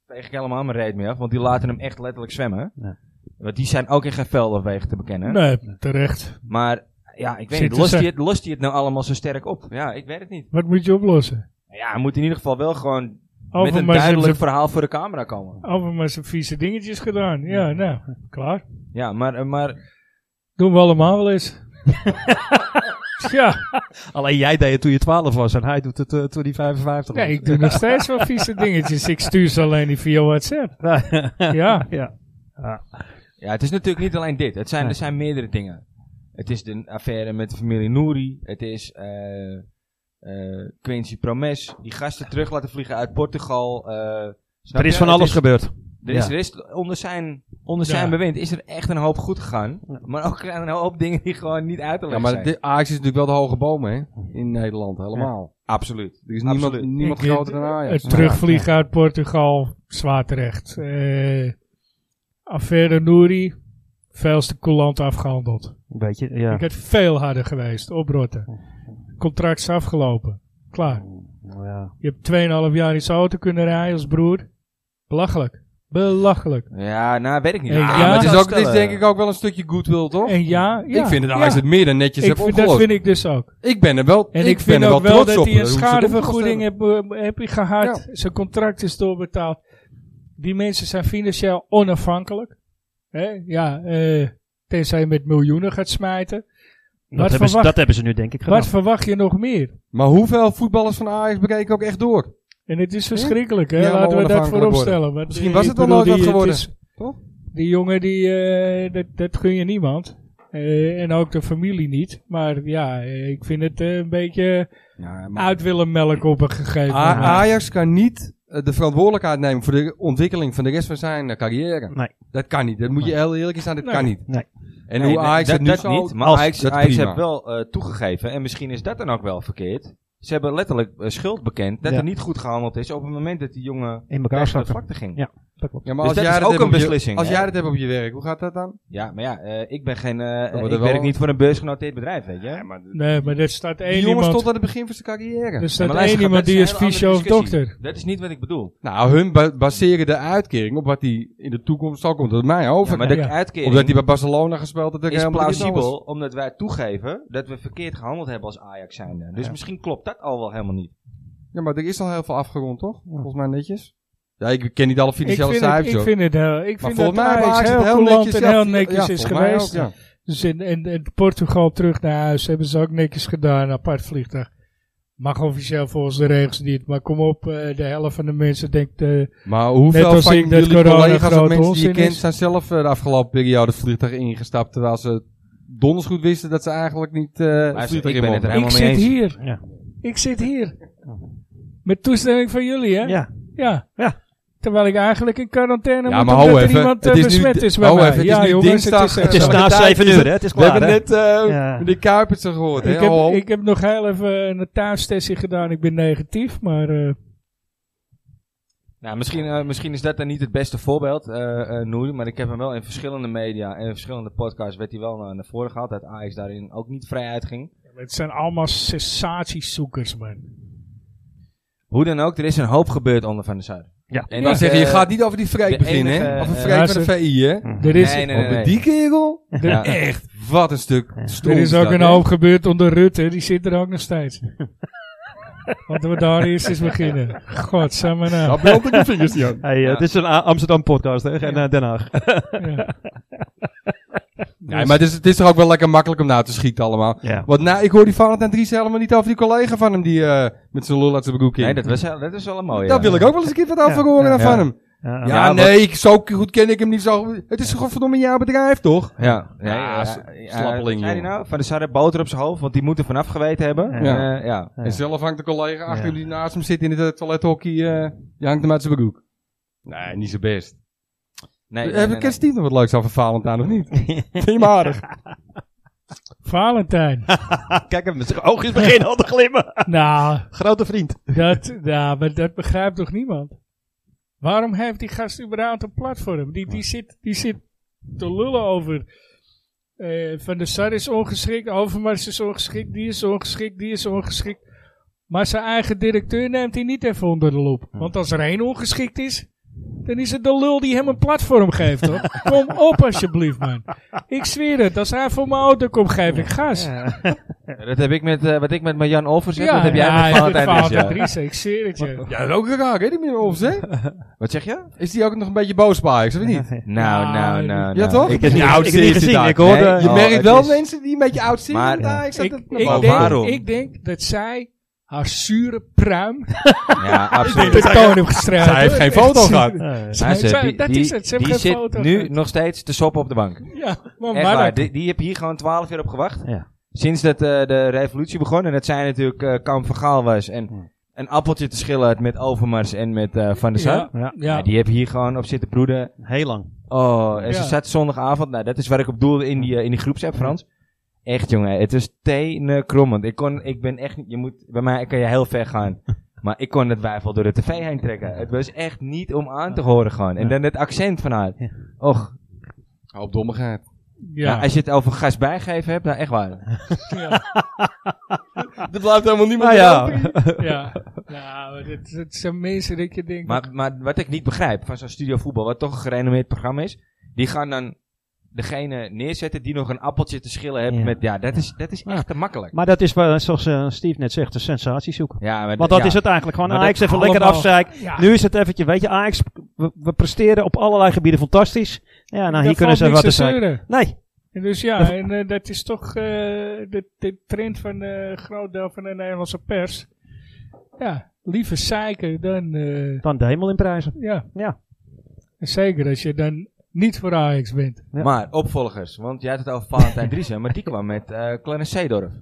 Speaker 1: veeg ik helemaal mijn reet mee af. Want die laten hem echt letterlijk zwemmen.
Speaker 3: Ja.
Speaker 1: Want die zijn ook in geen veld of wegen te bekennen.
Speaker 2: Nee, terecht.
Speaker 1: Maar ja, ik weet
Speaker 2: Zit
Speaker 1: niet.
Speaker 2: er
Speaker 1: Lost
Speaker 2: ze-
Speaker 1: hij, het, lost hij het nou allemaal zo sterk op? Ja, ik weet het niet.
Speaker 2: Wat moet je oplossen?
Speaker 1: Ja, hij moet in ieder geval wel gewoon met een
Speaker 2: Overmars heeft
Speaker 1: duidelijk
Speaker 2: zijn-
Speaker 1: verhaal voor de camera komen.
Speaker 2: Overmars heeft vieze dingetjes gedaan. Ja, nou, klaar.
Speaker 1: Ja, maar, eh, maar
Speaker 2: Doen we allemaal wel eens. ja,
Speaker 3: Alleen jij deed het toen je 12 was en hij doet het eh, toen hij 55 was.
Speaker 2: nee, ik doe nog steeds wel vieze dingetjes. Ik stuur ze alleen niet via WhatsApp. Ja.
Speaker 3: ja.
Speaker 1: ja, het is natuurlijk niet alleen dit. Het zijn, Er zijn meerdere dingen. Het is de affaire met de familie Nouri. Het is eh, eh, Quincy Promes. Die gasten terug laten vliegen uit Portugal. eh, snap
Speaker 3: Er is
Speaker 1: je?
Speaker 3: van
Speaker 1: Het
Speaker 3: alles gebeurd.
Speaker 1: Er is,
Speaker 3: Ja.
Speaker 1: er is onder zijn, onder
Speaker 2: Ja.
Speaker 1: zijn bewind is er echt een hoop goed gegaan. Maar ook een hoop dingen die gewoon niet uit te
Speaker 4: Ja,
Speaker 1: leggen
Speaker 4: maar
Speaker 1: zijn.
Speaker 4: dit- Ajax is natuurlijk wel de hoge boom, hè? In Nederland, helemaal.
Speaker 1: Absoluut.
Speaker 4: Er is
Speaker 1: Absoluut.
Speaker 4: niemand, niemand
Speaker 2: Ik vind
Speaker 4: groter dan Ajax.
Speaker 2: Het terugvliegen uit Portugal, zwaar terecht. Eh, affaire Nouri, veel te coulant afgehandeld.
Speaker 3: Een beetje, ja.
Speaker 2: Ik had veel harder geweest, oprotten. Contract is afgelopen. Klaar.
Speaker 3: ja.
Speaker 2: Je hebt 2,5 jaar in zijn auto kunnen rijden als broer. Belachelijk. Belachelijk.
Speaker 1: Ja, nou weet ik niet.
Speaker 2: Hey, Ja,
Speaker 4: Ja, maar het is,
Speaker 1: dat
Speaker 4: ook, het is denk ik ook wel een stukje goodwill, toch?
Speaker 2: En ja, ja
Speaker 4: ik vind dat
Speaker 2: ja.
Speaker 4: Ajax het nou meer dan netjes
Speaker 2: ik
Speaker 4: heeft
Speaker 2: vind, Dat
Speaker 4: opgelost.
Speaker 2: vind ik dus ook.
Speaker 4: Ik ben er wel,
Speaker 2: En ik,
Speaker 4: ik ben
Speaker 2: vind
Speaker 4: er
Speaker 2: ook wel
Speaker 4: trots
Speaker 2: dat
Speaker 4: op,
Speaker 2: hij een
Speaker 4: hoe ze het
Speaker 2: schadevergoeding
Speaker 4: opgelost
Speaker 2: heeft, eh, heb hij gehad. Zijn contract is doorbetaald. Die mensen zijn financieel onafhankelijk. Hè? Ja, eh, tenzij je met miljoenen gaat smijten.
Speaker 3: Dat, hebben ze,
Speaker 2: verwacht-
Speaker 3: dat hebben ze nu denk ik gedaan.
Speaker 2: Wat verwacht je nog meer?
Speaker 4: hebben. Maar hoeveel voetballers van Ajax bekeken ook echt door?
Speaker 2: En het is verschrikkelijk, hè?
Speaker 4: Ja, maar
Speaker 2: Laten we dat
Speaker 4: onafhankelijk
Speaker 2: voorop
Speaker 4: worden.
Speaker 2: stellen. Want,
Speaker 4: Misschien
Speaker 2: eh,
Speaker 4: was
Speaker 2: ik
Speaker 4: het wel
Speaker 2: bedoel,
Speaker 4: nooit wat
Speaker 2: die- het
Speaker 4: geworden,
Speaker 2: is-
Speaker 4: toch?
Speaker 2: Die jongen, die, eh, dat, dat gun je niemand. Eh, en ook de familie niet. Maar ja, eh, ik vind het eh, een beetje uit willen melken op een gegeven
Speaker 4: A-
Speaker 2: moment.
Speaker 4: Ajax kan niet eh, de verantwoordelijkheid nemen voor de ontwikkeling van de rest van zijn eh, carrière.
Speaker 3: Nee.
Speaker 4: Dat kan niet. Dat moet je heel eerlijk in zijn. Dat
Speaker 2: Nee.
Speaker 4: kan niet.
Speaker 3: Nee.
Speaker 4: En
Speaker 1: Nee,
Speaker 4: hoe
Speaker 1: nee,
Speaker 4: Ajax
Speaker 1: dat,
Speaker 4: het nu
Speaker 1: dat
Speaker 4: zo...
Speaker 1: niet, maar
Speaker 4: als-
Speaker 1: Ajax,
Speaker 4: dat
Speaker 1: Ajax
Speaker 4: prima.
Speaker 1: heeft wel eh, toegegeven, en misschien is dat dan ook wel verkeerd. Ze hebben letterlijk eh, schuld bekend dat
Speaker 3: Ja.
Speaker 1: er niet goed gehandeld is op het moment dat die jongen
Speaker 3: In
Speaker 1: naar
Speaker 3: elkaar
Speaker 1: het
Speaker 3: zakken.
Speaker 1: vlakte ging.
Speaker 3: Ja.
Speaker 1: Ja,
Speaker 3: Dat klopt.
Speaker 4: Ja,
Speaker 1: Dus dat is
Speaker 4: dat
Speaker 1: ook
Speaker 4: hebt
Speaker 1: een
Speaker 4: op je-
Speaker 1: beslissing,
Speaker 4: Als
Speaker 1: hè?
Speaker 4: jij dat hebt op je werk, hoe gaat dat dan?
Speaker 1: maar ja, eh, ik ben geen, eh, eh,
Speaker 4: wordt
Speaker 1: ik
Speaker 4: er wel-
Speaker 1: werk niet voor een beursgenoteerd bedrijf, weet je.
Speaker 2: Nee, maar er staat
Speaker 4: Die
Speaker 2: één
Speaker 4: jongen
Speaker 2: iemand,
Speaker 4: stond aan het begin van zijn carrière.
Speaker 2: er staat
Speaker 1: Maar
Speaker 2: één
Speaker 1: luister,
Speaker 2: iemand
Speaker 1: dat
Speaker 2: die is
Speaker 1: een hele
Speaker 2: fysio of
Speaker 1: andere discussie.
Speaker 2: dokter.
Speaker 1: Dat is niet wat ik bedoel.
Speaker 4: Nou, hun ba- baseren de uitkering op wat hij in de toekomst zal komen. Dat mij over.
Speaker 1: Ja, maar
Speaker 2: ja.
Speaker 1: de
Speaker 2: Ja.
Speaker 1: uitkering
Speaker 4: Omdat hij bij Barcelona gespeeld had. dat
Speaker 1: is
Speaker 4: helemaal niet
Speaker 1: plausibel,
Speaker 4: alles.
Speaker 1: omdat wij toegeven dat we verkeerd gehandeld hebben als Ajax zijnde. Dus misschien klopt dat al wel helemaal niet.
Speaker 4: Ja, maar er is al heel veel afgerond, toch? Volgens mij netjes. Ja, ik ken niet alle financiële
Speaker 2: ik vind het,
Speaker 4: cijfers.
Speaker 2: ik
Speaker 4: hoor.
Speaker 2: vind het heel, ik
Speaker 4: maar
Speaker 2: vind dat
Speaker 4: volgens mij heeft
Speaker 2: Ajax
Speaker 4: Ajax
Speaker 2: heel,
Speaker 4: het heel
Speaker 2: coulant
Speaker 4: netjes,
Speaker 2: en
Speaker 4: ja,
Speaker 2: heel
Speaker 4: ja,
Speaker 2: netjes is
Speaker 4: volgens mij
Speaker 2: geweest.
Speaker 4: ook, ja.
Speaker 2: Dus in, in, in Portugal terug naar huis hebben ze ook niks gedaan, een apart vliegtuig. Mag officieel volgens de regels niet, maar kom op, eh, de helft van de mensen denkt, eh,
Speaker 4: Maar hoeveel
Speaker 2: als
Speaker 4: van
Speaker 2: ik
Speaker 4: jullie
Speaker 2: dat corona
Speaker 4: collega's of
Speaker 2: grote
Speaker 4: mensen die je
Speaker 2: onzin
Speaker 4: kent
Speaker 2: is.
Speaker 4: zijn zelf eh, de afgelopen periode het vliegtuig ingestapt. Terwijl ze donders goed wisten dat ze eigenlijk niet eh, het
Speaker 1: ik
Speaker 4: vliegtuig in
Speaker 1: ben het er
Speaker 4: mochten.
Speaker 1: helemaal
Speaker 2: ik zit
Speaker 1: mee eens.
Speaker 2: hier,
Speaker 3: Ja.
Speaker 2: ik zit hier. Met toestemming van jullie, hè?
Speaker 3: Ja.
Speaker 2: Ja.
Speaker 3: Ja.
Speaker 2: Terwijl ik eigenlijk in quarantaine
Speaker 4: Ja,
Speaker 2: moet omdat
Speaker 4: maar hou
Speaker 2: er
Speaker 4: even,
Speaker 2: iemand eh,
Speaker 4: het is nu-
Speaker 2: besmet is bij
Speaker 4: hou
Speaker 2: mij.
Speaker 4: even, het is
Speaker 2: ja,
Speaker 4: nu
Speaker 2: jongens,
Speaker 4: dinsdag,
Speaker 2: het
Speaker 4: eh,
Speaker 3: Het
Speaker 2: is
Speaker 3: is
Speaker 2: echt-
Speaker 4: welke
Speaker 3: na
Speaker 4: tijd
Speaker 3: 7
Speaker 4: is
Speaker 3: uur,
Speaker 4: het?
Speaker 3: hè? Het is
Speaker 4: We
Speaker 3: klaar,
Speaker 4: hebben
Speaker 3: hè?
Speaker 4: net eh,
Speaker 3: Ja.
Speaker 4: meneer Kuipers gehoord. hè?
Speaker 2: ik, heb,
Speaker 4: Ho, ho.
Speaker 2: ik heb nog heel even een thuistestje gedaan. Ik ben negatief, maar eh,
Speaker 1: Nou, misschien, eh, misschien is dat dan niet het beste voorbeeld, eh eh Noei. Maar ik heb hem wel in verschillende media en in verschillende podcasts werd hij wel naar, naar voren gehaald. Dat Ajax daarin ook niet vrij uitging.
Speaker 2: het zijn allemaal sensatiezoekers, man.
Speaker 1: Hoe dan ook, er is een hoop gebeurd onder Van der Sar.
Speaker 3: Ja.
Speaker 1: En
Speaker 4: Dan
Speaker 1: dat,
Speaker 4: zeg je, je
Speaker 1: eh,
Speaker 4: gaat niet over die vreek
Speaker 1: de
Speaker 4: beginnen, hè?
Speaker 1: enige,
Speaker 4: Over
Speaker 1: eh,
Speaker 4: vreek van de VI, hè?
Speaker 3: Hm.
Speaker 2: Er is,
Speaker 1: Nee, nee,
Speaker 4: Want
Speaker 1: nee.
Speaker 4: met die kerel?
Speaker 2: Er,
Speaker 1: Ja.
Speaker 4: Echt, wat een stuk stom
Speaker 2: er is ook
Speaker 4: dat,
Speaker 2: een
Speaker 4: hè?
Speaker 2: hoop gebeurd onder Rutte. Die zit er ook nog steeds. Laten we daar eerst eens beginnen. God, zeg maar nou.
Speaker 5: Dat brandt in de vingers, Jan.
Speaker 3: Hey, eh,
Speaker 1: Ja.
Speaker 3: Dit is een A- Amsterdam podcast, hè? En eh, Den Haag.
Speaker 2: Ja.
Speaker 4: Nee, maar het is, het is toch ook wel lekker makkelijk om na te schieten allemaal.
Speaker 3: Ja.
Speaker 4: Want nou, ik hoor die Valentijn Dries helemaal niet over die collega van hem die eh, met zijn lul uit zijn broek in.
Speaker 1: nee, dat, was, heel- dat is wel een mooie. eh,
Speaker 4: Daar wil ik ook wel eens een keer wat over horen
Speaker 3: Ja.
Speaker 4: dan van hem.
Speaker 3: Eh,
Speaker 4: Ja,
Speaker 1: Ja,
Speaker 4: nee, ik- zo goed ken ik hem niet zo. Het is gewoon verdomme een jaar bedrijf, toch?
Speaker 1: Ja, nee,
Speaker 4: Ja,
Speaker 1: ja,
Speaker 4: s-
Speaker 1: ja, ja,
Speaker 4: slappeling,
Speaker 1: wat zei die
Speaker 4: jongen.
Speaker 1: nou? Van de sarre boter op zijn hoofd, want die moeten vanaf geweten hebben. En,
Speaker 4: Ja.
Speaker 1: eh, ja.
Speaker 3: Ja.
Speaker 4: En zelf hangt de collega achter
Speaker 3: Ja.
Speaker 4: jullie die naast hem zit in het eh, toilethockey. eh, die hangt hem uit zijn broek. Nee, niet zo best.
Speaker 1: Nee,
Speaker 4: Eh, Heb
Speaker 1: nee, nee,
Speaker 4: ik Ken Steve nog wat leuks over Valentijn of niet? Vind je hem aardig?
Speaker 2: Valentijn.
Speaker 5: Kijk hem, zijn oogjes beginnen al te glimmen.
Speaker 2: nou,
Speaker 5: Grote vriend.
Speaker 2: dat, ja, maar dat begrijpt toch niemand? Waarom heeft die gast überhaupt een platform? Die, die, zit, die zit te lullen over... eh, van de Sar is ongeschikt, Overmars is ongeschikt, die is ongeschikt, die is ongeschikt. Maar zijn eigen directeur neemt hij niet even onder de loep. Want als er één ongeschikt is, dan is het de lul die hem een platform geeft, hoor. Kom op, alsjeblieft, man. Ik zweer het, als hij voor mijn auto komt, geef ik gas.
Speaker 1: nee. Dat heb ik met, eh, wat ik met mijn Jan Offers heb,
Speaker 2: Ja,
Speaker 1: dat heb jij
Speaker 2: ja,
Speaker 1: met Valentijn Dries, ja.
Speaker 2: Dries, ik zweer het je.
Speaker 4: Ja, dat is ook raar, hè? Die meneer Offers, hè?
Speaker 1: Wat zeg je?
Speaker 4: Is die ook nog een beetje boos bij Ajax, of niet?
Speaker 1: Nou, nou,
Speaker 2: Ah,
Speaker 1: nou. nou.
Speaker 4: Ja, toch?
Speaker 1: Ik,
Speaker 3: heb niet-
Speaker 4: Nou,
Speaker 3: ik heb niet
Speaker 4: zie je
Speaker 3: gezien.
Speaker 4: daar.
Speaker 3: Ik hoorde...
Speaker 1: Nee,
Speaker 4: Je
Speaker 1: Oh,
Speaker 4: merkt
Speaker 1: het
Speaker 4: wel
Speaker 1: is-
Speaker 4: mensen die een beetje oud zien.
Speaker 1: Maar-
Speaker 4: Maar, eh, Ajax
Speaker 2: Ik,
Speaker 4: dat
Speaker 2: ik
Speaker 1: Maar
Speaker 2: denk,
Speaker 1: waarom?
Speaker 2: ik denk dat zij haar zure pruim
Speaker 1: ja,
Speaker 2: op
Speaker 1: absoluut.
Speaker 2: de toon heeft gestreld.
Speaker 4: Zij heeft geen foto gehad.
Speaker 3: eh,
Speaker 2: Zij-
Speaker 1: Maar ze-
Speaker 2: zij-
Speaker 1: die,
Speaker 2: dat
Speaker 1: die,
Speaker 2: is het, ze hebben
Speaker 1: die
Speaker 2: geen
Speaker 1: zit
Speaker 2: foto
Speaker 1: nu
Speaker 2: gehad.
Speaker 1: nog steeds te soppen op de bank.
Speaker 2: Ja, maar
Speaker 1: Echt
Speaker 2: maar
Speaker 1: waar,
Speaker 2: dat-
Speaker 1: die, die heb hier gewoon 12 jaar op gewacht.
Speaker 3: Ja.
Speaker 1: Sinds dat eh, de revolutie begon. En dat zij natuurlijk eh Kamp van Gaal was. En een appeltje te schillen had met Overmars en met eh, Van der Sar.
Speaker 2: Ja,
Speaker 3: Ja.
Speaker 1: Ja, die hebben hier gewoon op zitten broeden.
Speaker 3: heel lang.
Speaker 1: Oh, en ze
Speaker 2: Ja.
Speaker 1: zat zondagavond. Nou, dat is waar ik op doelde in die, eh, in die groepsapp, Frans. Echt, jongen. Het is tenenkrommend. Ik kon, ik ben echt niet, je moet, bij mij kan je heel ver gaan. Maar ik kon het wijfel door de tv heen trekken. Het was echt niet om aan te horen gewoon. En
Speaker 3: Ja.
Speaker 1: dan het accent van haar.
Speaker 3: Ja.
Speaker 1: Och,
Speaker 4: Hou op dommigheid.
Speaker 2: ja.
Speaker 1: nou, als je het over gas bijgeven hebt, nou echt waar.
Speaker 2: ja,
Speaker 4: Er blijft helemaal niemand
Speaker 1: Ah,
Speaker 3: Nou ja,
Speaker 4: over.
Speaker 2: ja. Nou, maar dit- dit zijn mensen dat je denkt...
Speaker 1: Maar, maar wat ik niet begrijp van zo'n studio voetbal, wat toch een gerenommeerd programma is. Die gaan dan degene neerzetten die nog een appeltje te schillen heeft
Speaker 3: Ja.
Speaker 1: met, ja, dat is, dat is echt te makkelijk.
Speaker 3: Maar dat is wel, zoals eh, Steve net zegt, een sensatie zoeken.
Speaker 1: Ja, maar
Speaker 3: Want dat
Speaker 1: ja.
Speaker 3: is het eigenlijk gewoon.
Speaker 1: Maar
Speaker 3: Ajax
Speaker 1: dat-
Speaker 3: even lekker
Speaker 2: allemaal-
Speaker 3: afzeik.
Speaker 2: ja,
Speaker 3: Nu is het eventjes, weet je, Ajax, we, we presteren op allerlei gebieden fantastisch. Ja, nou
Speaker 2: daar
Speaker 3: hier kunnen
Speaker 2: valt
Speaker 3: ze wat te
Speaker 2: niks te
Speaker 3: zeggen.
Speaker 2: zeuren.
Speaker 3: Nee,
Speaker 2: En Dus ja, en eh, dat is toch eh, de, de trend van eh groot deel van de Nederlandse pers. Ja, liever zeiken dan... eh,
Speaker 3: dan de hemel in prijzen.
Speaker 2: ja.
Speaker 3: Ja.
Speaker 2: En Zeker als je dan niet voor Ajax bent.
Speaker 3: Ja.
Speaker 1: Maar opvolgers, want jij had het over Valentijn Driesen, maar die kwam met eh Clarence Seedorf.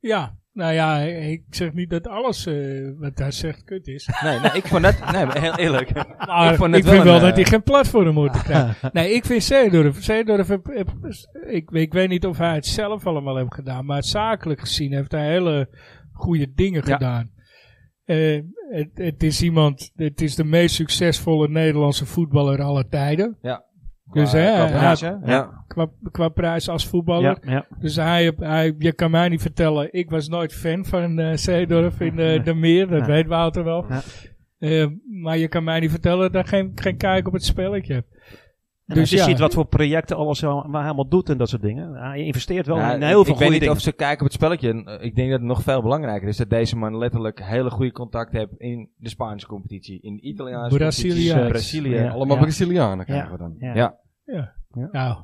Speaker 2: Ja, nou ja, ik zeg niet dat alles eh, wat hij zegt kut is.
Speaker 1: Nee, nee, ik vond dat, nee, maar heel eerlijk.
Speaker 2: Maar ik,
Speaker 1: vond het
Speaker 2: vind
Speaker 1: wel
Speaker 2: wel
Speaker 1: een,
Speaker 2: dat
Speaker 1: eh,
Speaker 2: hij geen platform moet krijgen. nee, ik vind Zeedorf. Zeedorf, heb- heb- ik, ik weet niet of hij het zelf allemaal heeft gedaan, maar zakelijk gezien heeft hij hele goede dingen
Speaker 1: Ja.
Speaker 2: gedaan. Eh, het, het is iemand, het is de meest succesvolle Nederlandse voetballer aller tijden. Dus,
Speaker 3: eh,
Speaker 1: Qua-
Speaker 2: hè,
Speaker 1: qua
Speaker 2: hij-
Speaker 1: prijs, hè? ja.
Speaker 2: Qua, qua prijs als voetballer.
Speaker 3: Ja, ja.
Speaker 2: Dus hij, hij, je kan mij niet vertellen, ik was nooit fan van eh Zeedorf in eh, de meer, dat
Speaker 3: Nee.
Speaker 2: weet Wouter wel.
Speaker 3: Ja.
Speaker 2: Eh, maar je kan mij niet vertellen dat ik geen, geen kijk op het spelletje heb.
Speaker 3: En
Speaker 2: Dus
Speaker 3: als je
Speaker 2: ja.
Speaker 3: ziet wat voor projecten alles al- maar helemaal doet en dat soort dingen. Hij investeert wel
Speaker 1: Ja,
Speaker 3: in
Speaker 1: ik-
Speaker 3: heel veel
Speaker 1: ik weet
Speaker 3: goede
Speaker 1: niet
Speaker 3: dingen.
Speaker 1: of ze kijken op het spelletje. Eh, Ik denk dat het nog veel belangrijker is dat deze man letterlijk hele goede contact heeft in de Spaanse competitie, in de Italiaanse competitie,
Speaker 2: Braziliaans.
Speaker 1: eh, Brazilië.
Speaker 3: Ja.
Speaker 4: Allemaal Brazilianen
Speaker 3: Ja.
Speaker 4: krijgen we dan.
Speaker 3: Ja.
Speaker 1: Ja.
Speaker 2: Nou,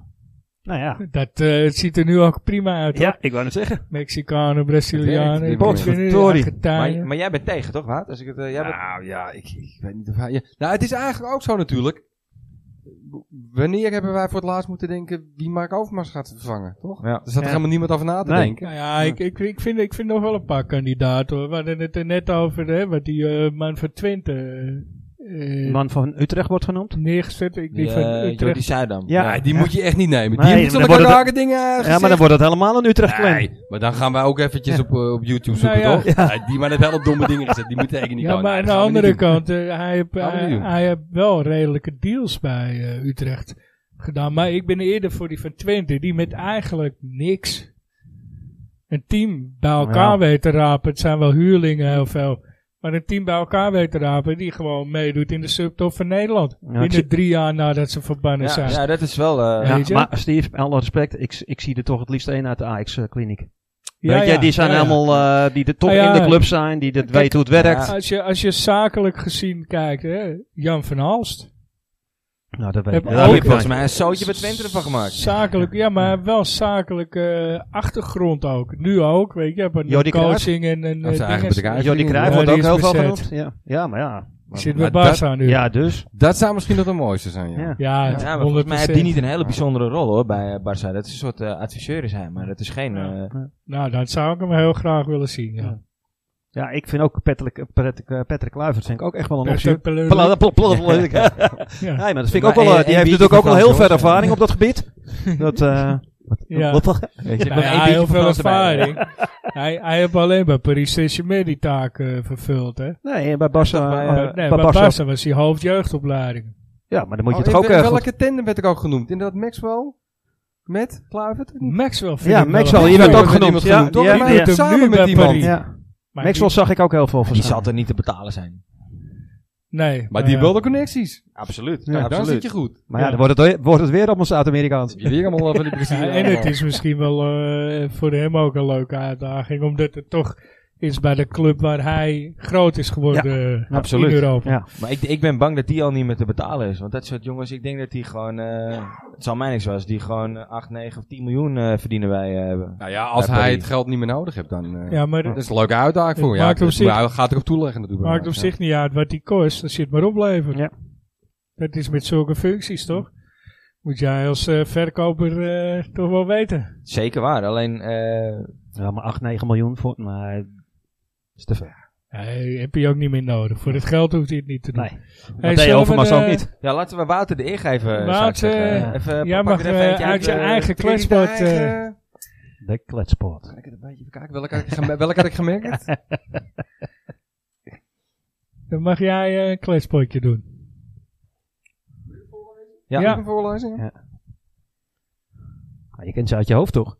Speaker 3: Nou ja.
Speaker 2: dat eh, het ziet er nu ook prima uit. hoor.
Speaker 3: ja, ik wou het zeggen.
Speaker 2: Mexicanen, Brazilianen,
Speaker 1: Het werkt op dit
Speaker 2: Argentinië,
Speaker 3: Potverdorie.
Speaker 1: Maar,
Speaker 2: Argentijnen.
Speaker 1: maar jij bent tegen, toch, Waat? Als ik het, eh, jij bent-
Speaker 4: Nou ja, ik, ik weet niet of hij... ja. Nou, het is eigenlijk ook zo natuurlijk. W- Wanneer hebben wij voor het laatst moeten denken wie Mark Overmars gaat vervangen, toch?
Speaker 1: Ja.
Speaker 4: Er zat
Speaker 3: Ja.
Speaker 4: er helemaal niemand over na te
Speaker 3: Nee.
Speaker 4: denken.
Speaker 2: Nou ja, ik, ik, ik, vind, ik vind nog wel een paar kandidaten hoor. We hadden het er net over, hè, wat die eh, man van Twente eh, eh,
Speaker 3: Man van Utrecht wordt genoemd.
Speaker 2: neergezet. Ik, die
Speaker 1: die,
Speaker 2: van
Speaker 1: eh,
Speaker 2: Utrecht.
Speaker 1: Jordi Zuidam.
Speaker 3: Ja.
Speaker 4: Ja, die moet je echt niet nemen.
Speaker 3: Nee,
Speaker 4: Die heeft
Speaker 3: maar
Speaker 4: zulke
Speaker 3: dan wordt
Speaker 4: rare dingen eh,
Speaker 3: Ja, maar dan
Speaker 4: gezegd.
Speaker 3: wordt het helemaal een Utrecht klem.
Speaker 4: Nee, maar dan gaan wij ook eventjes op, eh, op
Speaker 2: Nou
Speaker 4: YouTube zoeken,
Speaker 2: ja.
Speaker 4: toch? Ja, die man heeft hele domme dingen gezet. Die moet tegen niet
Speaker 2: Ja,
Speaker 4: komen.
Speaker 2: maar aan
Speaker 4: Nee,
Speaker 2: de
Speaker 4: dat gaan we
Speaker 2: andere
Speaker 4: niet doen.
Speaker 2: kant, eh, hij heeft
Speaker 4: Gaan we
Speaker 2: hij-
Speaker 4: niet doen.
Speaker 2: hij heeft wel redelijke deals bij eh, Utrecht gedaan. Maar ik ben eerder voor die van Twente, die met eigenlijk niks een team bij elkaar
Speaker 3: Ja.
Speaker 2: weet te rapen. Het zijn wel huurlingen heel veel. Maar een team bij elkaar weet te rapen die gewoon meedoet in de subtop van Nederland.
Speaker 3: Ja, ik
Speaker 2: Binnen
Speaker 3: zie-
Speaker 2: drie jaar nadat ze verbannen
Speaker 1: Ja,
Speaker 2: zijn.
Speaker 1: ja, dat is wel... eh,
Speaker 3: Ja,
Speaker 2: Weet je?
Speaker 3: maar Steve, met alle respect, ik, ik zie er toch het liefst één uit de Ajax-kliniek.
Speaker 2: Ja,
Speaker 3: weet je,
Speaker 2: ja,
Speaker 3: die zijn
Speaker 2: ja, ja.
Speaker 3: helemaal, eh, die de top
Speaker 2: Ah, ja.
Speaker 3: in de club zijn, die dat
Speaker 2: Kijk,
Speaker 3: weten hoe het werkt.
Speaker 1: ja.
Speaker 2: Als je, als je zakelijk gezien kijkt, hè, Jan van Halst.
Speaker 3: Nou, dat weet
Speaker 2: Heb
Speaker 3: ik.
Speaker 2: ook-
Speaker 1: Daar heb ik
Speaker 2: Oké.
Speaker 1: volgens mij een zootje bij Twente ervan gemaakt.
Speaker 2: Zakelijk, ja, maar wel zakelijke achtergrond ook. Nu ook, weet je. Je hebt een
Speaker 3: Jordi
Speaker 2: coaching en, en
Speaker 4: Dat is
Speaker 2: eh,
Speaker 4: eigen
Speaker 2: dinges.
Speaker 4: bedrijf.
Speaker 3: Jordi Cruijff
Speaker 2: Ja,
Speaker 3: wordt
Speaker 2: die
Speaker 3: ook
Speaker 2: is
Speaker 3: heel veel
Speaker 2: bezet.
Speaker 3: genoemd. Ja. ja, maar ja.
Speaker 4: Maar-
Speaker 2: Zit
Speaker 4: maar
Speaker 2: met
Speaker 4: dat,
Speaker 2: Barca nu.
Speaker 3: Ja, dus.
Speaker 4: dat zou misschien nog het mooiste zijn, ja.
Speaker 3: Ja.
Speaker 2: ja,
Speaker 3: Ja,
Speaker 1: Ja, maar volgens
Speaker 2: 100%.
Speaker 1: mij heeft die niet een hele bijzondere rol hoor bij eh, Barça. Dat is een soort eh, adviseur is hij, maar dat is geen...
Speaker 4: Oh,
Speaker 2: Ja.
Speaker 1: eh,
Speaker 2: Nou, dan zou ik hem heel graag willen zien. Ja.
Speaker 3: Ja, ik vind ook Patrick, Patrick, eh, Patrick Kluivert vind ik ook echt wel een
Speaker 2: Per-
Speaker 3: optie.
Speaker 2: per-
Speaker 3: Pla- pla- pla- pla-
Speaker 2: Ja.
Speaker 3: Nee, maar dat vind ik
Speaker 1: Maar
Speaker 3: ook
Speaker 1: één-
Speaker 3: wel. eh, die
Speaker 1: één
Speaker 3: heeft
Speaker 1: biertje
Speaker 3: natuurlijk ook
Speaker 1: van
Speaker 3: wel heel
Speaker 1: Frans
Speaker 3: veel
Speaker 1: Joost,
Speaker 3: ervaring op dat gebied. Dat, eh wat,
Speaker 2: Ja.
Speaker 3: wat, wat-
Speaker 1: weet je, nog
Speaker 2: Nou ja,
Speaker 1: één biertje
Speaker 2: heel
Speaker 1: van
Speaker 2: veel
Speaker 1: Frans erbij.
Speaker 2: ervaring. hij, hij heeft alleen bij Paris Saint-Germain die taak eh, vervuld. Hè?
Speaker 3: nee, bij Barca.
Speaker 1: bij,
Speaker 3: eh,
Speaker 1: eh,
Speaker 2: nee, bij
Speaker 3: bij Barca-
Speaker 2: Barca was hij hoofdjeugdopleiding.
Speaker 3: Ja, maar dan moet je
Speaker 4: Oh,
Speaker 3: toch
Speaker 4: in
Speaker 3: ook.
Speaker 4: wel-
Speaker 3: eh, goed-
Speaker 4: welke tandem werd ik ook genoemd? Inderdaad Maxwell met Kluivert? of niet?
Speaker 2: Maxwell vind
Speaker 3: Ja,
Speaker 2: ik wel
Speaker 3: Maxwell,
Speaker 2: een
Speaker 3: je bent
Speaker 2: goeie.
Speaker 3: ook
Speaker 4: Met
Speaker 3: genoemd.
Speaker 4: iemand
Speaker 3: Ja,
Speaker 4: genoemd, toch?
Speaker 3: ja,
Speaker 4: Maar
Speaker 3: ja.
Speaker 4: hij doet
Speaker 2: Samen
Speaker 4: samen
Speaker 2: bij
Speaker 4: met iemand.
Speaker 2: Paris.
Speaker 3: Ja.
Speaker 2: Maar
Speaker 3: Maxwell
Speaker 2: die-
Speaker 3: zag ik ook heel veel
Speaker 1: Maar
Speaker 3: van.
Speaker 1: Die
Speaker 3: staan.
Speaker 1: zal er niet te betalen zijn.
Speaker 2: Nee.
Speaker 4: Maar die
Speaker 2: eh,
Speaker 4: heeft wel de connecties.
Speaker 1: Absoluut.
Speaker 4: Ja, dan
Speaker 1: absoluut.
Speaker 4: zit je goed.
Speaker 3: Maar ja,
Speaker 2: Ja.
Speaker 3: dan wordt het, wordt het weer allemaal Zuid-Amerikaans.
Speaker 4: Je weer allemaal van die plezier.
Speaker 2: ja, en het is misschien wel eh, voor hem ook een leuke uitdaging. Omdat het toch is bij de club waar hij groot is geworden eh,
Speaker 3: absoluut.
Speaker 2: in Europa.
Speaker 3: Ja.
Speaker 1: Maar ik, ik ben bang dat die al niet meer te betalen is. Want dat soort jongens, ik denk dat die gewoon... eh, het zal mij niks was. Die gewoon eh, 8, 9 of 10 miljoen eh, verdienen wij eh, hebben.
Speaker 4: Nou ja, als
Speaker 1: Bij
Speaker 4: hij
Speaker 1: Paris.
Speaker 4: het geld niet meer nodig hebt, dan... eh,
Speaker 2: Ja, maar
Speaker 4: Dat is een leuke uitdaging
Speaker 2: Het
Speaker 4: voor hem. Ja,
Speaker 2: maakt op
Speaker 4: dat-
Speaker 2: zich-
Speaker 4: maar hij gaat erop toeleggen natuurlijk.
Speaker 2: Maakt op
Speaker 4: Ja.
Speaker 2: zich niet uit wat die kost, als je het maar oplevert.
Speaker 3: Ja.
Speaker 2: Dat is met zulke functies toch? Moet jij als eh, verkoper eh, toch wel weten.
Speaker 1: Zeker waar. Alleen... eh,
Speaker 3: Ja, maar 8, 9 miljoen voor. Nee, is te veel.
Speaker 2: Nee, heb je ook niet meer nodig. Voor het geld hoeft hij het niet te doen.
Speaker 3: Nee.
Speaker 2: Hey,
Speaker 3: Dat deed
Speaker 2: zullen we eh,
Speaker 3: Overmars
Speaker 2: de-
Speaker 3: ook niet.
Speaker 1: ja, laten we Wouter de eer geven. zou ik
Speaker 2: Wouter,
Speaker 1: zeggen.
Speaker 3: eh,
Speaker 1: even,
Speaker 2: jij
Speaker 1: pak
Speaker 2: mag,
Speaker 1: er even
Speaker 2: eh,
Speaker 1: eentje
Speaker 2: uit je
Speaker 1: eh,
Speaker 2: eigen
Speaker 1: Trinidad.
Speaker 2: kletsbord,
Speaker 4: Eigen-
Speaker 2: eh,
Speaker 3: De kletsport.
Speaker 4: Lekker een beetje bekijken. Welke had ik geme- welke had ik gemerkt?
Speaker 2: Dan mag jij eh, een kletspotje doen.
Speaker 1: Ja.
Speaker 2: Ja.
Speaker 4: Even voorlezen. ja.
Speaker 3: je kent ze uit je hoofd toch?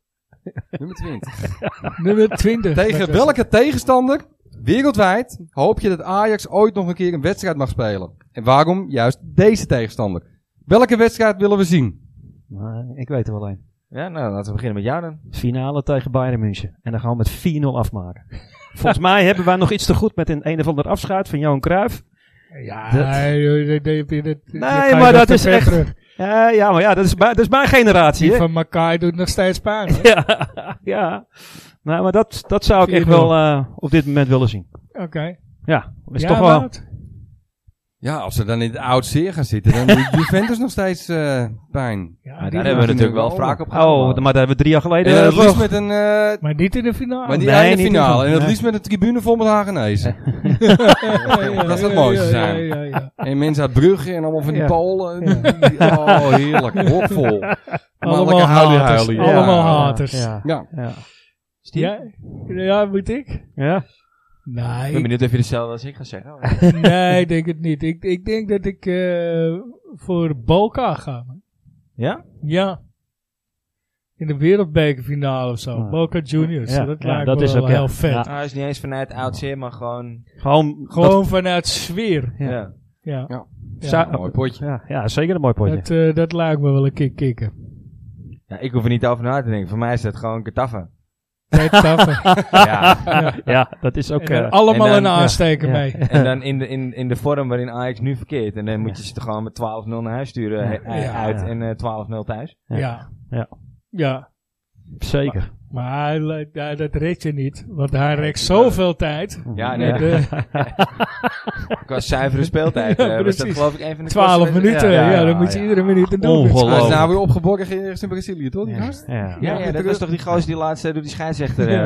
Speaker 4: Nummer 20.
Speaker 2: Nummer 20. Dat
Speaker 4: Tegen
Speaker 2: was-
Speaker 4: welke tegenstander wereldwijd hoop je dat Ajax ooit nog een keer een wedstrijd mag spelen? En waarom juist deze tegenstander? Welke wedstrijd willen we zien?
Speaker 3: Nee, ik weet er wel een.
Speaker 1: Ja, nou, laten we beginnen met jou dan.
Speaker 3: Finale tegen Bayern München. En dan gaan we met 4-0 afmaken. Volgens mij hebben wij nog iets te goed met een een of ander afscheid van Johan Cruijff.
Speaker 2: Ja,
Speaker 3: Dat-
Speaker 2: joh, dat- dat- dat- dat-
Speaker 3: Nee,
Speaker 2: ga je
Speaker 3: maar
Speaker 2: nog
Speaker 3: dat
Speaker 2: te
Speaker 3: is
Speaker 2: ver
Speaker 3: echt-
Speaker 2: terug.
Speaker 3: Eh, ja, maar ja, dat is, bij- dat is mijn generatie.
Speaker 2: Die
Speaker 3: hè?
Speaker 2: van Makai doet nog steeds pijn. hoor.
Speaker 3: Ja, ja. Nou, maar dat, dat zou ik echt
Speaker 2: 4-0.
Speaker 3: wel eh, op dit moment willen zien.
Speaker 2: Oké.
Speaker 3: Ja, is
Speaker 2: Ja,
Speaker 3: toch wel.
Speaker 2: Wout?
Speaker 4: Ja, als ze dan in het oud zeer gaan zitten, dan doet Juventus nog steeds eh, pijn.
Speaker 2: Ja,
Speaker 3: Ah,
Speaker 1: Nou, daar
Speaker 2: die-
Speaker 1: hebben we
Speaker 4: die
Speaker 1: natuurlijk wel
Speaker 4: wel.
Speaker 1: vraag op gehad.
Speaker 3: Oh, maar dat hebben we drie jaar geleden.
Speaker 4: En
Speaker 3: eh,
Speaker 4: het liefst
Speaker 3: nog-
Speaker 4: met een... eh,
Speaker 2: Maar niet in de finale.
Speaker 4: maar die
Speaker 3: Nee,
Speaker 4: einde
Speaker 3: niet
Speaker 4: finale. En
Speaker 3: doen.
Speaker 4: het liefst met een tribune vol met Hagenezen. dat is het mooiste zijn.
Speaker 2: Ja, ja, ja.
Speaker 4: En mensen uit Brugge en allemaal van die
Speaker 3: Ja.
Speaker 4: Polen. Oh, heerlijk. Hopvol.
Speaker 2: Allemaal
Speaker 4: Mannelijke huilie
Speaker 2: haters.
Speaker 4: huilie, ja.
Speaker 2: Allemaal haters.
Speaker 3: Ja.
Speaker 4: Ja.
Speaker 3: Ja.
Speaker 2: Oh, Ja, ja, moet ik?
Speaker 3: ja.
Speaker 1: Ik ben
Speaker 2: Nee,
Speaker 1: benieuwd of je hetzelfde als ik ga zeggen.
Speaker 2: nee, ik denk het niet. Ik, ik denk dat ik eh, voor Boca ga. man.
Speaker 1: Ja?
Speaker 2: Ja. In de wereldbekerfinale of zo.
Speaker 3: Ja.
Speaker 2: Boca Juniors.
Speaker 3: Ja,
Speaker 2: dat
Speaker 3: ja,
Speaker 2: lijkt
Speaker 3: dat
Speaker 2: me
Speaker 3: is
Speaker 2: wel
Speaker 3: ook, ja.
Speaker 2: heel vet.
Speaker 3: Ja.
Speaker 1: Ah, is niet eens vanuit oud maar gewoon...
Speaker 3: Gewoon.
Speaker 2: Gewoon vanuit sfeer.
Speaker 3: Ja.
Speaker 1: Ja.
Speaker 2: Ja.
Speaker 4: Ja.
Speaker 3: dat-
Speaker 2: Ja.
Speaker 3: zou-
Speaker 4: Mooi potje.
Speaker 3: ja, ja, zeker een mooi potje.
Speaker 2: Dat, eh, dat lijkt me wel een keer kicken.
Speaker 1: Ja, ik hoef er niet over na te denken. Voor mij is dat gewoon kataffe.
Speaker 2: Bij taffen.
Speaker 1: Ja.
Speaker 3: ja, dat is ook.
Speaker 2: En dan
Speaker 3: eh,
Speaker 2: allemaal
Speaker 1: en dan-
Speaker 2: een aansteker
Speaker 3: ja.
Speaker 2: mee.
Speaker 1: En dan in de, in, in de vorm waarin Ajax nu verkeert. En dan moet je ze er gewoon met 12-0 naar huis sturen. he- eh,
Speaker 2: Ja.
Speaker 1: uit
Speaker 3: Ja.
Speaker 1: en eh, 12-0 thuis.
Speaker 2: Ja.
Speaker 3: Ja.
Speaker 2: Ja.
Speaker 3: Ja. zeker.
Speaker 2: Maar hij lijkt- ja, dat red je niet. Want hij rekt zoveel tijd. Eh,
Speaker 1: Ja, nee.
Speaker 2: De-
Speaker 1: Qua zuivere speeltijd
Speaker 2: Ja,
Speaker 1: eh, was dat
Speaker 2: precies.
Speaker 1: geloof ik een van de
Speaker 2: 12
Speaker 1: kostwedstrijden.
Speaker 2: minuten. Ja,
Speaker 1: Ja,
Speaker 2: dan moet je
Speaker 3: ja.
Speaker 2: iedere minuut een doelpunt
Speaker 3: Ongelooflijk.
Speaker 4: Hij is
Speaker 2: slaan.
Speaker 4: nou weer opgeborgen ergens in Brazilië, toch? Die gast?
Speaker 3: Ja.
Speaker 1: Ja, ja, dat was toch die gozer die laatst eh, door die scheidsrechter... eh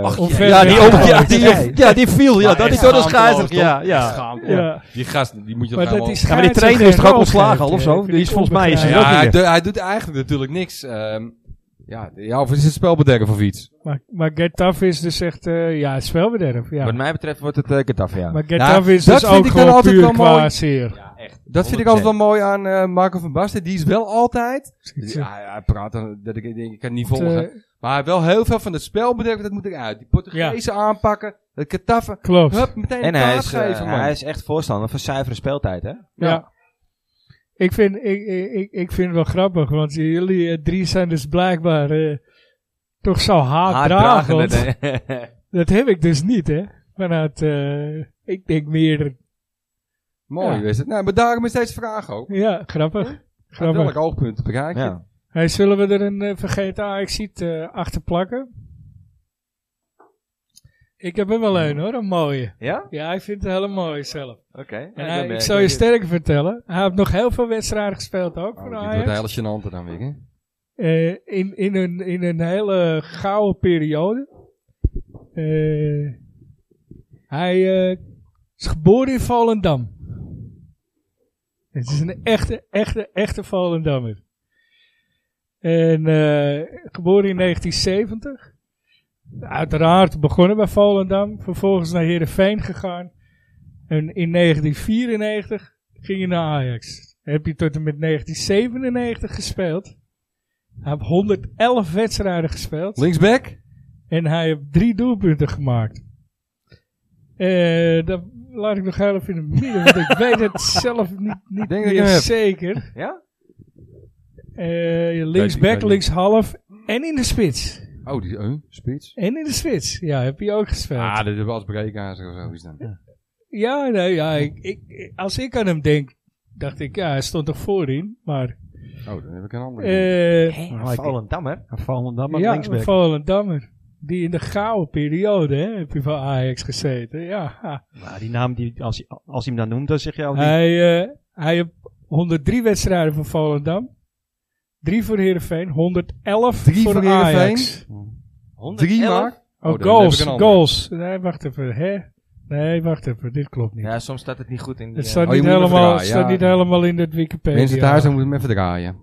Speaker 1: eh,
Speaker 2: Omver-
Speaker 3: Ja, die,
Speaker 2: Ja.
Speaker 3: ook- ja, die, ja, die viel. Ja,
Speaker 4: Maar
Speaker 3: dat
Speaker 4: echt
Speaker 3: is door de
Speaker 4: schaamteloos,
Speaker 3: scheidsrechter.
Speaker 4: toch?
Speaker 3: Ja, ja.
Speaker 4: Schaamte.
Speaker 2: Ja.
Speaker 4: Die gast, die moet je
Speaker 2: Maar
Speaker 4: toch
Speaker 2: dat
Speaker 4: helemaal...
Speaker 2: is
Speaker 3: Ja, maar die trainer is toch ook ontslagen al of zo? Die is volgens mij is
Speaker 4: Ja,
Speaker 3: Ja, dat
Speaker 4: hij,
Speaker 3: niet.
Speaker 4: doet- hij doet eigenlijk natuurlijk niks. ehm, ja, ja, of is het spelbederf of iets?
Speaker 2: Maar, maar Getafe is dus echt, eh, ja, het is wel bederf, Ja.
Speaker 1: Wat mij betreft wordt het eh kataffe, ja.
Speaker 2: maar Getafe is
Speaker 4: dat
Speaker 2: dus
Speaker 4: vind
Speaker 2: ook
Speaker 4: ik dan
Speaker 2: gewoon
Speaker 4: altijd
Speaker 2: puur
Speaker 4: wel
Speaker 2: qua
Speaker 4: mooi.
Speaker 2: zeer.
Speaker 1: Ja, echt.
Speaker 4: Dat vind ik altijd wel mooi aan eh, Marco van Basten. Die is wel altijd...
Speaker 2: Precies,
Speaker 4: Ja, hij praat dan... Dat ik, ik denk, ik kan het niet
Speaker 2: Het, eh,
Speaker 4: volgen. maar wel heel veel van het spelbederf, dat moet ik uit. Die Portugezen aanpakken. Het kataffen.
Speaker 2: klopt.
Speaker 4: Hup, meteen
Speaker 1: En
Speaker 4: een
Speaker 1: hij
Speaker 4: kaart
Speaker 1: is, eh,
Speaker 4: geven, man.
Speaker 1: hij is echt voorstander van zuivere speeltijd, hè?
Speaker 2: ja. Ik, vind, ik, ik, ik- ik vind het wel grappig, want jullie eh, drie zijn dus blijkbaar eh, toch zo haatdragend. dat heb ik dus niet, hè. Vanuit, eh, ik denk meer,
Speaker 4: Mooi
Speaker 2: Ja.
Speaker 4: is het. Nou, maar daarom is deze vraag ook.
Speaker 2: ja, grappig.
Speaker 4: Uit
Speaker 2: Grappig.
Speaker 4: welk oogpunt te bereiken?
Speaker 1: ja.
Speaker 2: Hey, zullen Ah, eh, we er een eh, vergeten ajax ziet achter plakken? Ik heb hem wel een hoor, een mooie.
Speaker 1: Ja?
Speaker 2: Ja, ik vind het hele mooi zelf.
Speaker 1: Oké.
Speaker 2: En
Speaker 1: Nou,
Speaker 2: hij-
Speaker 1: ben-
Speaker 2: ik
Speaker 1: ben-
Speaker 2: zal je sterker vertellen, hij heeft nog heel veel wedstrijden gespeeld ook
Speaker 4: Oh,
Speaker 2: voor
Speaker 4: dit wordt
Speaker 2: Ajax.
Speaker 4: hele gênante dan weer, hè?
Speaker 2: Eh, in, in, een, in een hele gouden periode. Eh, hij eh, is geboren in Volendam. Het is een echte, echte, echte Volendammer. En eh, geboren in 1970. Uiteraard begonnen bij Volendam. Vervolgens naar Heerenveen gegaan. En in 1994 ging hij naar Ajax. Heb je tot en met 1997 gespeeld. Hij heeft 111 wedstrijden gespeeld.
Speaker 4: Linksback?
Speaker 2: En hij heeft drie doelpunten gemaakt. Eh dat laat ik nog heel even in het midden. Want ik weet het zelf niet, niet
Speaker 4: Denk dat ik
Speaker 2: meer
Speaker 4: hem heb.
Speaker 2: zeker.
Speaker 1: Ja?
Speaker 2: Eh
Speaker 4: weet
Speaker 2: linksback,
Speaker 4: niet.
Speaker 2: linkshalf en in de spits.
Speaker 4: Oh, die eh, spits.
Speaker 2: En in de spits. Ja, heb je ook gespeeld.
Speaker 4: Ah, dat hebben we als breekijzer of zoiets dan.
Speaker 2: Ja, nee, ja. Ik, ik, als ik aan hem denk, dacht ik, ja, hij stond er voorin. Maar,
Speaker 4: Oh, dan heb ik een andere.
Speaker 2: eh
Speaker 3: Maar Oh, ik-
Speaker 1: Volendammer?
Speaker 3: Volendam maar
Speaker 2: ja,
Speaker 3: linksback.
Speaker 2: een Volendammer. Die in de gouden periode, hè, heb je van Ajax gezeten. Ja, ha.
Speaker 3: Maar die naam, die, als, hij- als hij hem dan noemt, dan zeg je al... die-
Speaker 2: hij, eh, hij heeft 103 wedstrijden voor Volendam. 3 voor Heerenveen, 111
Speaker 4: Drie
Speaker 2: voor,
Speaker 4: voor Heerenveen.
Speaker 2: Ajax.
Speaker 4: Drie maar.
Speaker 2: Oh,
Speaker 4: Oh, dan heb
Speaker 2: goals,
Speaker 4: ik een ander.
Speaker 2: goals. Nee, wacht even, hè? Nee, wacht even, dit klopt niet.
Speaker 1: Ja, soms staat het niet goed in die... eh,
Speaker 2: het staat,
Speaker 4: Oh, je
Speaker 2: niet,
Speaker 4: moet hem
Speaker 2: helemaal,
Speaker 4: verdraaien,
Speaker 2: staat
Speaker 4: ja.
Speaker 2: niet helemaal in het Wikipedia.
Speaker 4: Mensen thuis, dan moeten we hem even draaien.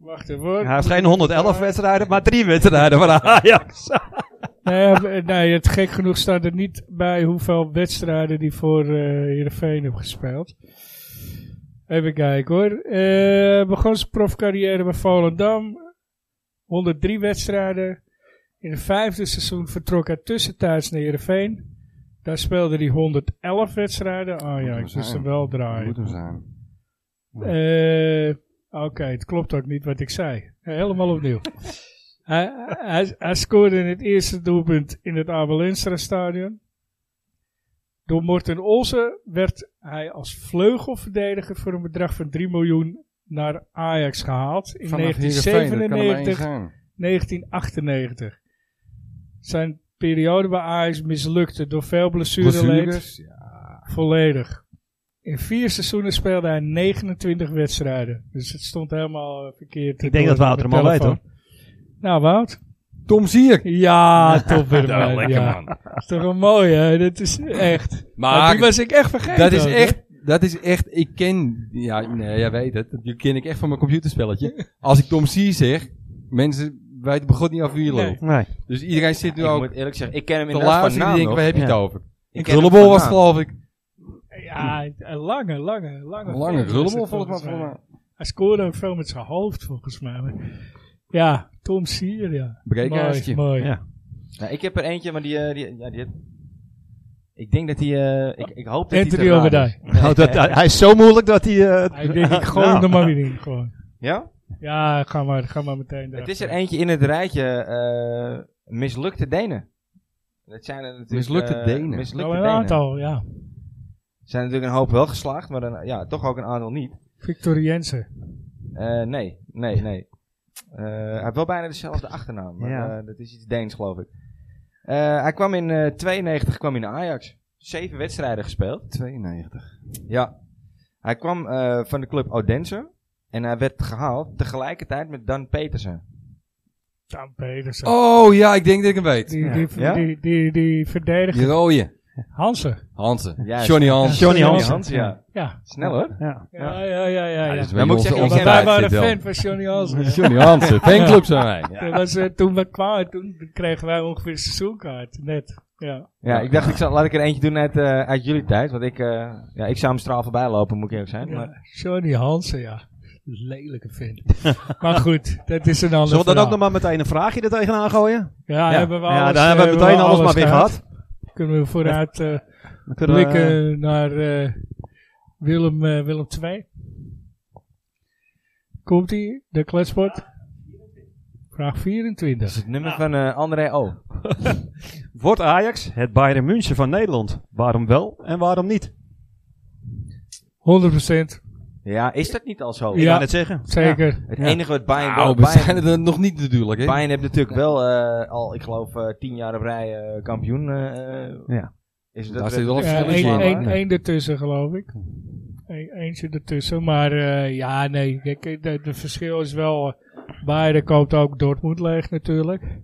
Speaker 2: Wacht even hoor.
Speaker 3: Hij heeft geen 111 wedstrijden, maar drie wedstrijden van Ajax.
Speaker 2: Nee, eh, nee, het gek genoeg staat er niet bij hoeveel wedstrijden die voor eh Heerenveen heeft gespeeld. Even kijken hoor. Eh, begon zijn profcarrière bij Volendam. 103 wedstrijden. In het vijfde seizoen vertrok hij tussentijds naar Heerenveen. Daar speelde hij 111 wedstrijden. Ah ja,
Speaker 4: hem
Speaker 2: ik moest
Speaker 4: zijn.
Speaker 2: hem wel draaien.
Speaker 4: Moet hem zijn.
Speaker 2: Eh, Oké, het klopt ook niet wat ik zei. Helemaal opnieuw. hij, hij, hij scoorde in het eerste doelpunt in het Abel Enstra stadion. Door Morten Olsen werd hij als vleugelverdediger voor een bedrag van 3 miljoen naar Ajax gehaald in
Speaker 4: Vanaf Heerenveen, dat kan er maar één
Speaker 2: 1997
Speaker 4: zijn.
Speaker 2: 1998. Zijn periode bij Ajax mislukte door veel blessureleed.
Speaker 4: Blessures. Ja.
Speaker 2: Volledig. In vier seizoenen speelde hij 29 wedstrijden. Dus het stond helemaal eh, verkeerd.
Speaker 3: Ik denk dat Wouter hem al weet,
Speaker 2: Nou, Wout.
Speaker 4: Tom Zier.
Speaker 2: Ja, top weer.
Speaker 4: Ja,
Speaker 2: man.
Speaker 4: lekker
Speaker 2: ja.
Speaker 4: man.
Speaker 2: Dat is toch een mooie, hè? Dat is echt. Maar die
Speaker 4: Maar
Speaker 2: was ik echt vergeten.
Speaker 4: Ah, dat is
Speaker 2: ook, hè.
Speaker 4: echt, dat is echt, ik ken, ja, nee, jij weet het, die ken ik echt van mijn computerspelletje. Als ik Tom Zier zeg, mensen weten begot niet af wie je
Speaker 2: Nee.
Speaker 4: loopt.
Speaker 3: Nee.
Speaker 4: Dus iedereen zit nu
Speaker 1: Ik
Speaker 4: ook
Speaker 1: moet eerlijk zeggen, ik ken hem
Speaker 4: te
Speaker 1: inderdaad
Speaker 4: luisteren
Speaker 1: van
Speaker 4: en
Speaker 1: naam
Speaker 4: die denken,
Speaker 1: nog.
Speaker 4: waar heb je
Speaker 3: Ja.
Speaker 4: het over?
Speaker 1: Ik ken hem
Speaker 4: Krullenbol
Speaker 1: van
Speaker 4: was
Speaker 1: naam.
Speaker 4: geloof ik.
Speaker 2: Ja, een lange, lange, lange.
Speaker 4: Lange
Speaker 2: vent was het
Speaker 4: krullenbol volgens mij.
Speaker 2: Hij scoorde ook veel met zijn hoofd, volgens mij. Maar Ja, Tom Sier, ja. Mooi,
Speaker 4: Breekhuisje.
Speaker 2: mooi.
Speaker 3: Ja.
Speaker 1: Ja, ik heb er eentje, maar die... eh, die, ja, die heeft- ik denk dat hij... eh, ik, ik hoop dat hij te
Speaker 2: Anthony
Speaker 1: raar
Speaker 2: Obadai.
Speaker 1: is.
Speaker 3: Nou, dat, hij hij is zo moeilijk dat hij... eh,
Speaker 2: Ik denk, ik gooi hem
Speaker 3: Nou.
Speaker 2: er maar weer in, gewoon.
Speaker 1: Ja?
Speaker 2: Ja, ga maar, ga maar meteen daar.
Speaker 1: Het is er eentje in het rijtje eh, mislukte Denen. Dat zijn er natuurlijk...
Speaker 4: Mislukte
Speaker 1: eh,
Speaker 4: Denen.
Speaker 1: Mislukte
Speaker 2: Nou, Wel een
Speaker 1: Denen.
Speaker 2: aantal, ja.
Speaker 1: Er zijn natuurlijk een hoop wel geslaagd, maar dan, ja, toch ook een aantal niet.
Speaker 2: Victor Jensen.
Speaker 1: Eh, nee, nee, nee. Eh, hij heeft wel bijna dezelfde achternaam. Maar,
Speaker 3: Ja.
Speaker 1: eh, dat is iets Deens, geloof ik. Eh, hij kwam in eh 92 kwam hij naar Ajax. Zeven wedstrijden gespeeld.
Speaker 4: 92.
Speaker 1: Ja. Hij kwam eh, van de club Odense. En hij werd gehaald tegelijkertijd met Dan Petersen.
Speaker 2: Dan Petersen.
Speaker 4: Oh ja, ik denk dat ik hem weet.
Speaker 2: Die, die,
Speaker 1: Ja?
Speaker 2: die, die, die verdedigt
Speaker 4: Die rode.
Speaker 2: Hansen.
Speaker 4: Hansen.
Speaker 1: Juist.
Speaker 4: Johnny Hansen.
Speaker 3: Johnny
Speaker 1: Johnny
Speaker 3: Hansen.
Speaker 1: Hansen, ja.
Speaker 2: Ja.
Speaker 1: Snel hoor.
Speaker 3: Ja.
Speaker 2: Ja, ja, ja, ja. ja.
Speaker 1: Ja, moet ik zeggen, ik
Speaker 2: Want
Speaker 1: ken tijd
Speaker 2: wij waren fan van Johnny Hansen. hè.
Speaker 4: Johnny Hansen. Fanclub zijn wij.
Speaker 2: Dat was, eh, toen we kwamen, toen kregen wij ongeveer een seizoenkaart. Net. Ja.
Speaker 1: Ja, ik dacht, ik zal, laat ik er eentje doen uit, eh, uit jullie tijd. Want ik, eh, ja, ik zou hem straal voorbij lopen, moet ik eerlijk zijn. Maar
Speaker 2: ja. Johnny Hansen, ja. Lelijke vent. maar goed, dat is een ander
Speaker 3: Zullen we dan
Speaker 2: verhaal.
Speaker 3: ook nog maar meteen een vraagje er tegenaan gooien?
Speaker 2: Ja, hebben we alles,
Speaker 3: dan hebben we
Speaker 2: eh,
Speaker 3: meteen alles, maar weer
Speaker 2: gehad.
Speaker 3: gehad.
Speaker 2: Kunnen we vooruit... eh,
Speaker 3: Dan kunnen we-
Speaker 2: blikken naar eh, Willem, eh, Willem 2. Komt ie, de kletsport. Vraag 24.
Speaker 1: het nummer van eh, André O.
Speaker 3: Wordt Ajax het Bayern München van Nederland? Waarom wel en waarom niet?
Speaker 2: 100%.
Speaker 1: Ja, is dat niet al zo?
Speaker 2: Ja.
Speaker 3: Ik wou net zeggen.
Speaker 2: Zeker.
Speaker 1: Het
Speaker 3: Ja.
Speaker 1: enige wat Bayern...
Speaker 4: Nou, we
Speaker 1: Bayern,
Speaker 4: zijn er nog niet natuurlijk. Hè?
Speaker 1: Bayern heeft natuurlijk wel eh, al, ik geloof, eh, tien jaar op rij eh, kampioen. eh, eh,
Speaker 3: Ja.
Speaker 1: Is
Speaker 4: Daar zit wel een
Speaker 1: Ja,
Speaker 4: verschil
Speaker 1: één-
Speaker 4: in. maar-
Speaker 1: één-
Speaker 2: Eén één ertussen, geloof ik. Eén- Eentje ertussen. Maar eh, ja, nee. Kijk, eh, de, de verschil is wel... eh, Bayern koopt ook Dortmund leeg natuurlijk.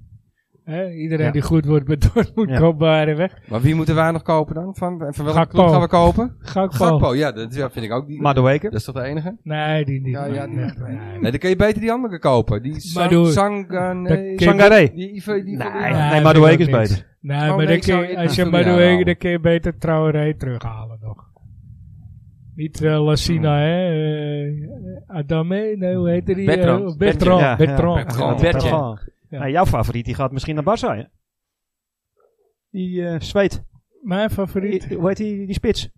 Speaker 2: Hè, iedereen
Speaker 3: Ja.
Speaker 2: die goed wordt bij Dortmund
Speaker 3: Ja.
Speaker 2: koopt Bayern weg.
Speaker 4: Maar wie moeten wij nog kopen dan? Van, van welke
Speaker 2: Gakpo.
Speaker 4: club gaan we kopen?
Speaker 2: Gakpo.
Speaker 4: Gakpo, ja, dat is- ja, vind ik ook. Die,
Speaker 3: Madueke.
Speaker 4: dat is toch de enige?
Speaker 2: Nee, die niet.
Speaker 4: Ja, ja, die-
Speaker 2: Nee, nee.
Speaker 4: Nee, dan kun je beter die andere kopen. Die
Speaker 2: doe- dat
Speaker 4: Sangane.
Speaker 2: kun je-
Speaker 3: Sangaré.
Speaker 4: Die Ivo, die
Speaker 3: Nee,
Speaker 2: Ja,
Speaker 3: nee
Speaker 2: vind
Speaker 3: Madueke
Speaker 2: ik
Speaker 3: is
Speaker 2: ook niks.
Speaker 3: beter.
Speaker 2: Nee,
Speaker 4: Oh,
Speaker 2: maar
Speaker 4: nee,
Speaker 2: dan
Speaker 4: ik zou
Speaker 2: kun je-
Speaker 4: Edwin
Speaker 2: als je
Speaker 4: Zullen
Speaker 2: Madueke,
Speaker 4: halen.
Speaker 2: dan kun je beter Traoré terughalen nog. Niet eh, Lassina,
Speaker 3: Hmm.
Speaker 2: hè. eh, Adame, nee, hoe heet die? eh,
Speaker 1: Bertrand.
Speaker 2: Bertrand.
Speaker 3: Ja, ja,
Speaker 2: Bertrand.
Speaker 4: Bertrand.
Speaker 2: Ja.
Speaker 1: Bertje.
Speaker 3: Bertje.
Speaker 2: Ja.
Speaker 3: Nou, jouw favoriet die gaat misschien naar Barça, hè? Die eh Zweed.
Speaker 2: Mijn favoriet.
Speaker 3: Die- Hoe heet die, die spits?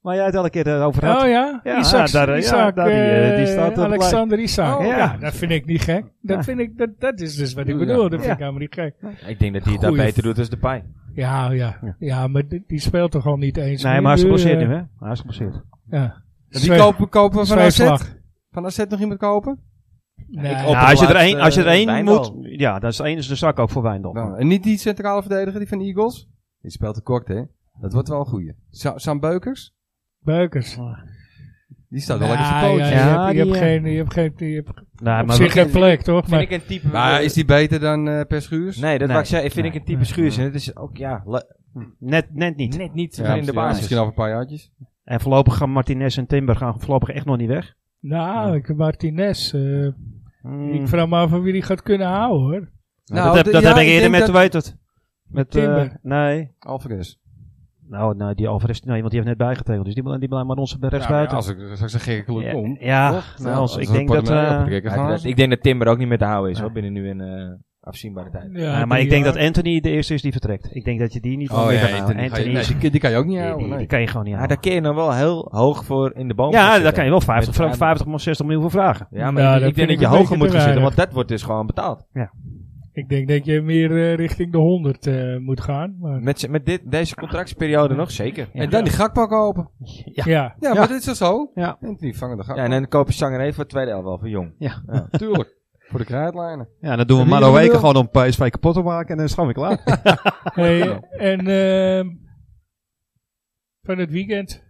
Speaker 3: Waar jij het elke keer eh, over had.
Speaker 2: Oh ja,
Speaker 3: Ja,
Speaker 2: Isaac,
Speaker 3: daar, ja,
Speaker 2: Isaac,
Speaker 3: daar, die, eh, die
Speaker 2: eh,
Speaker 3: staat op de
Speaker 2: Alexander Isaac.
Speaker 3: Oh,
Speaker 2: ja.
Speaker 3: ja.
Speaker 2: dat vind ik niet gek. Dat,
Speaker 3: Ja.
Speaker 2: vind ik, dat, dat is dus wat ik
Speaker 4: Ja.
Speaker 2: bedoel. Dat vind
Speaker 3: Ja.
Speaker 2: ik helemaal niet gek.
Speaker 1: Ik denk dat hij het daar
Speaker 2: Goeie-
Speaker 1: beter doet als Depay.
Speaker 2: Ja, oh ja.
Speaker 3: Ja.
Speaker 2: Ja, maar die, die speelt toch al niet eens.
Speaker 3: Nee,
Speaker 2: meer
Speaker 3: maar hij is geblesseerd
Speaker 2: eh,
Speaker 3: nu, hè? Hij is geblesseerd.
Speaker 2: Ja.
Speaker 4: Die kopen, kopen we van AZ?
Speaker 2: Zweefslag.
Speaker 4: Van AZ nog iemand kopen?
Speaker 2: Nee,
Speaker 1: Ik
Speaker 2: ik
Speaker 1: op-
Speaker 3: Nou, als, je er
Speaker 1: laatste,
Speaker 3: één, als je er één
Speaker 1: Wijndal.
Speaker 3: moet... Ja, dat is één is de zak ook voor Wijndal.
Speaker 4: Nou, en niet die centrale verdediger, die van de Eagles? Die speelt te kort, hè? Dat wordt wel een goeie. Sa Sam Beukers?
Speaker 2: Beukers.
Speaker 4: Die staat wel
Speaker 2: Nou,
Speaker 4: lekker
Speaker 2: ja,
Speaker 4: zijn pootjes.
Speaker 2: je,
Speaker 3: Ja,
Speaker 2: hebt, je,
Speaker 3: die,
Speaker 2: hebt
Speaker 3: eh,
Speaker 2: geen, je hebt geen, je hebt
Speaker 3: Nee,
Speaker 2: op
Speaker 3: maar
Speaker 2: zich
Speaker 3: we-
Speaker 2: geen plek, toch? Maar,
Speaker 1: Vind ik een type...
Speaker 4: Maar is die beter dan eh Per Schuurs?
Speaker 1: Nee, dat
Speaker 3: Nee.
Speaker 1: wou ik zeggen. Vind ik een type
Speaker 3: Nee.
Speaker 1: schuurs. En het is ook, ja, le-
Speaker 3: hm, net, net niet.
Speaker 1: net niet
Speaker 4: Ja,
Speaker 1: meer in de
Speaker 4: misschien-
Speaker 1: basis.
Speaker 4: Misschien over een paar jaartjes.
Speaker 3: En voorlopig gaan Martinez en Timber gaan voorlopig echt nog niet weg.
Speaker 2: nou, ik, Martinez. eh,
Speaker 3: Mm,
Speaker 2: Ik vraag me af of wie die gaat kunnen houden, hoor.
Speaker 3: nou,
Speaker 4: Nou,
Speaker 3: dat
Speaker 4: de-
Speaker 3: heb, dat
Speaker 4: ja,
Speaker 3: heb ik
Speaker 4: ik
Speaker 3: eerder
Speaker 4: denk
Speaker 3: met,
Speaker 4: dat-
Speaker 3: hoe heet het? Met eh,
Speaker 2: Timber.
Speaker 3: nee.
Speaker 4: Alvarez.
Speaker 3: Nou, nou, die Alvarez, nee, want die heeft net bijgetekend. Dus die, bl- die blijft maar onze bij
Speaker 4: Ja,
Speaker 3: rechts
Speaker 4: maar
Speaker 3: buiten.
Speaker 4: als ik straks een gekke Oh, club
Speaker 3: Ja,
Speaker 4: kom.
Speaker 3: ja,
Speaker 4: toch?
Speaker 3: nou, als-
Speaker 4: als
Speaker 3: ik
Speaker 4: een
Speaker 3: denk dat,
Speaker 4: portemonnee
Speaker 3: eh,
Speaker 4: op de gekke
Speaker 1: Uiteraard.
Speaker 4: glazen.
Speaker 1: Ik denk dat Timber ook niet meer te houden is,
Speaker 3: Nee.
Speaker 1: hoor. Binnen nu een eh, afzienbare tijd.
Speaker 3: Ja, maar
Speaker 2: die,
Speaker 3: ik denk
Speaker 2: eh,
Speaker 3: dat Anthony de eerste is die vertrekt. Ik denk dat je die niet van
Speaker 4: Oh
Speaker 3: weer
Speaker 4: ja,
Speaker 3: gaat
Speaker 4: die,
Speaker 3: halen.
Speaker 4: die ga je-
Speaker 3: Anthony
Speaker 4: nee,
Speaker 3: is-
Speaker 4: die, die kan je ook niet
Speaker 3: die-
Speaker 4: houden.
Speaker 3: die- die
Speaker 4: nee.
Speaker 3: kan je gewoon niet
Speaker 1: Ja,
Speaker 3: halen.
Speaker 1: daar kun je dan wel heel hoog voor in de boom gaan
Speaker 3: Ja, daar
Speaker 1: zitten.
Speaker 3: kan je wel 50,
Speaker 1: Met-
Speaker 3: vra- 50 miljoen, 60 miljoen voor vragen.
Speaker 1: Ja, maar
Speaker 2: Ja,
Speaker 1: ik-
Speaker 2: dat
Speaker 1: ik
Speaker 2: vind
Speaker 1: denk
Speaker 2: ik
Speaker 1: dat je
Speaker 2: een beetje
Speaker 1: hoger moet
Speaker 2: te
Speaker 1: gaan zitten,
Speaker 2: weinig.
Speaker 1: want dat wordt dus gewoon betaald.
Speaker 2: Ik denk dat je meer eh, richting de 100 eh, moet gaan. Maar,
Speaker 1: Met, z'n- met dit, deze contractperiode nog zeker.
Speaker 3: Ja.
Speaker 4: En dan die Gakpo kopen.
Speaker 3: Ja.
Speaker 2: ja.
Speaker 4: Ja, maar dit is toch zo?
Speaker 3: Ja.
Speaker 4: En die vangen de
Speaker 1: Ja, en
Speaker 4: Gakpo.
Speaker 1: dan kopen Sangeré voor het tweede elftal van Jong.
Speaker 4: Tuurlijk. Voor de kruidlijnen.
Speaker 5: Ja, dan doen we
Speaker 4: Wie
Speaker 5: Mano
Speaker 4: is er
Speaker 5: Weken
Speaker 4: wel?
Speaker 5: gewoon om PSV kapot te maken en dan is het gewoon weer klaar.
Speaker 2: Hey, en ehm, van het weekend?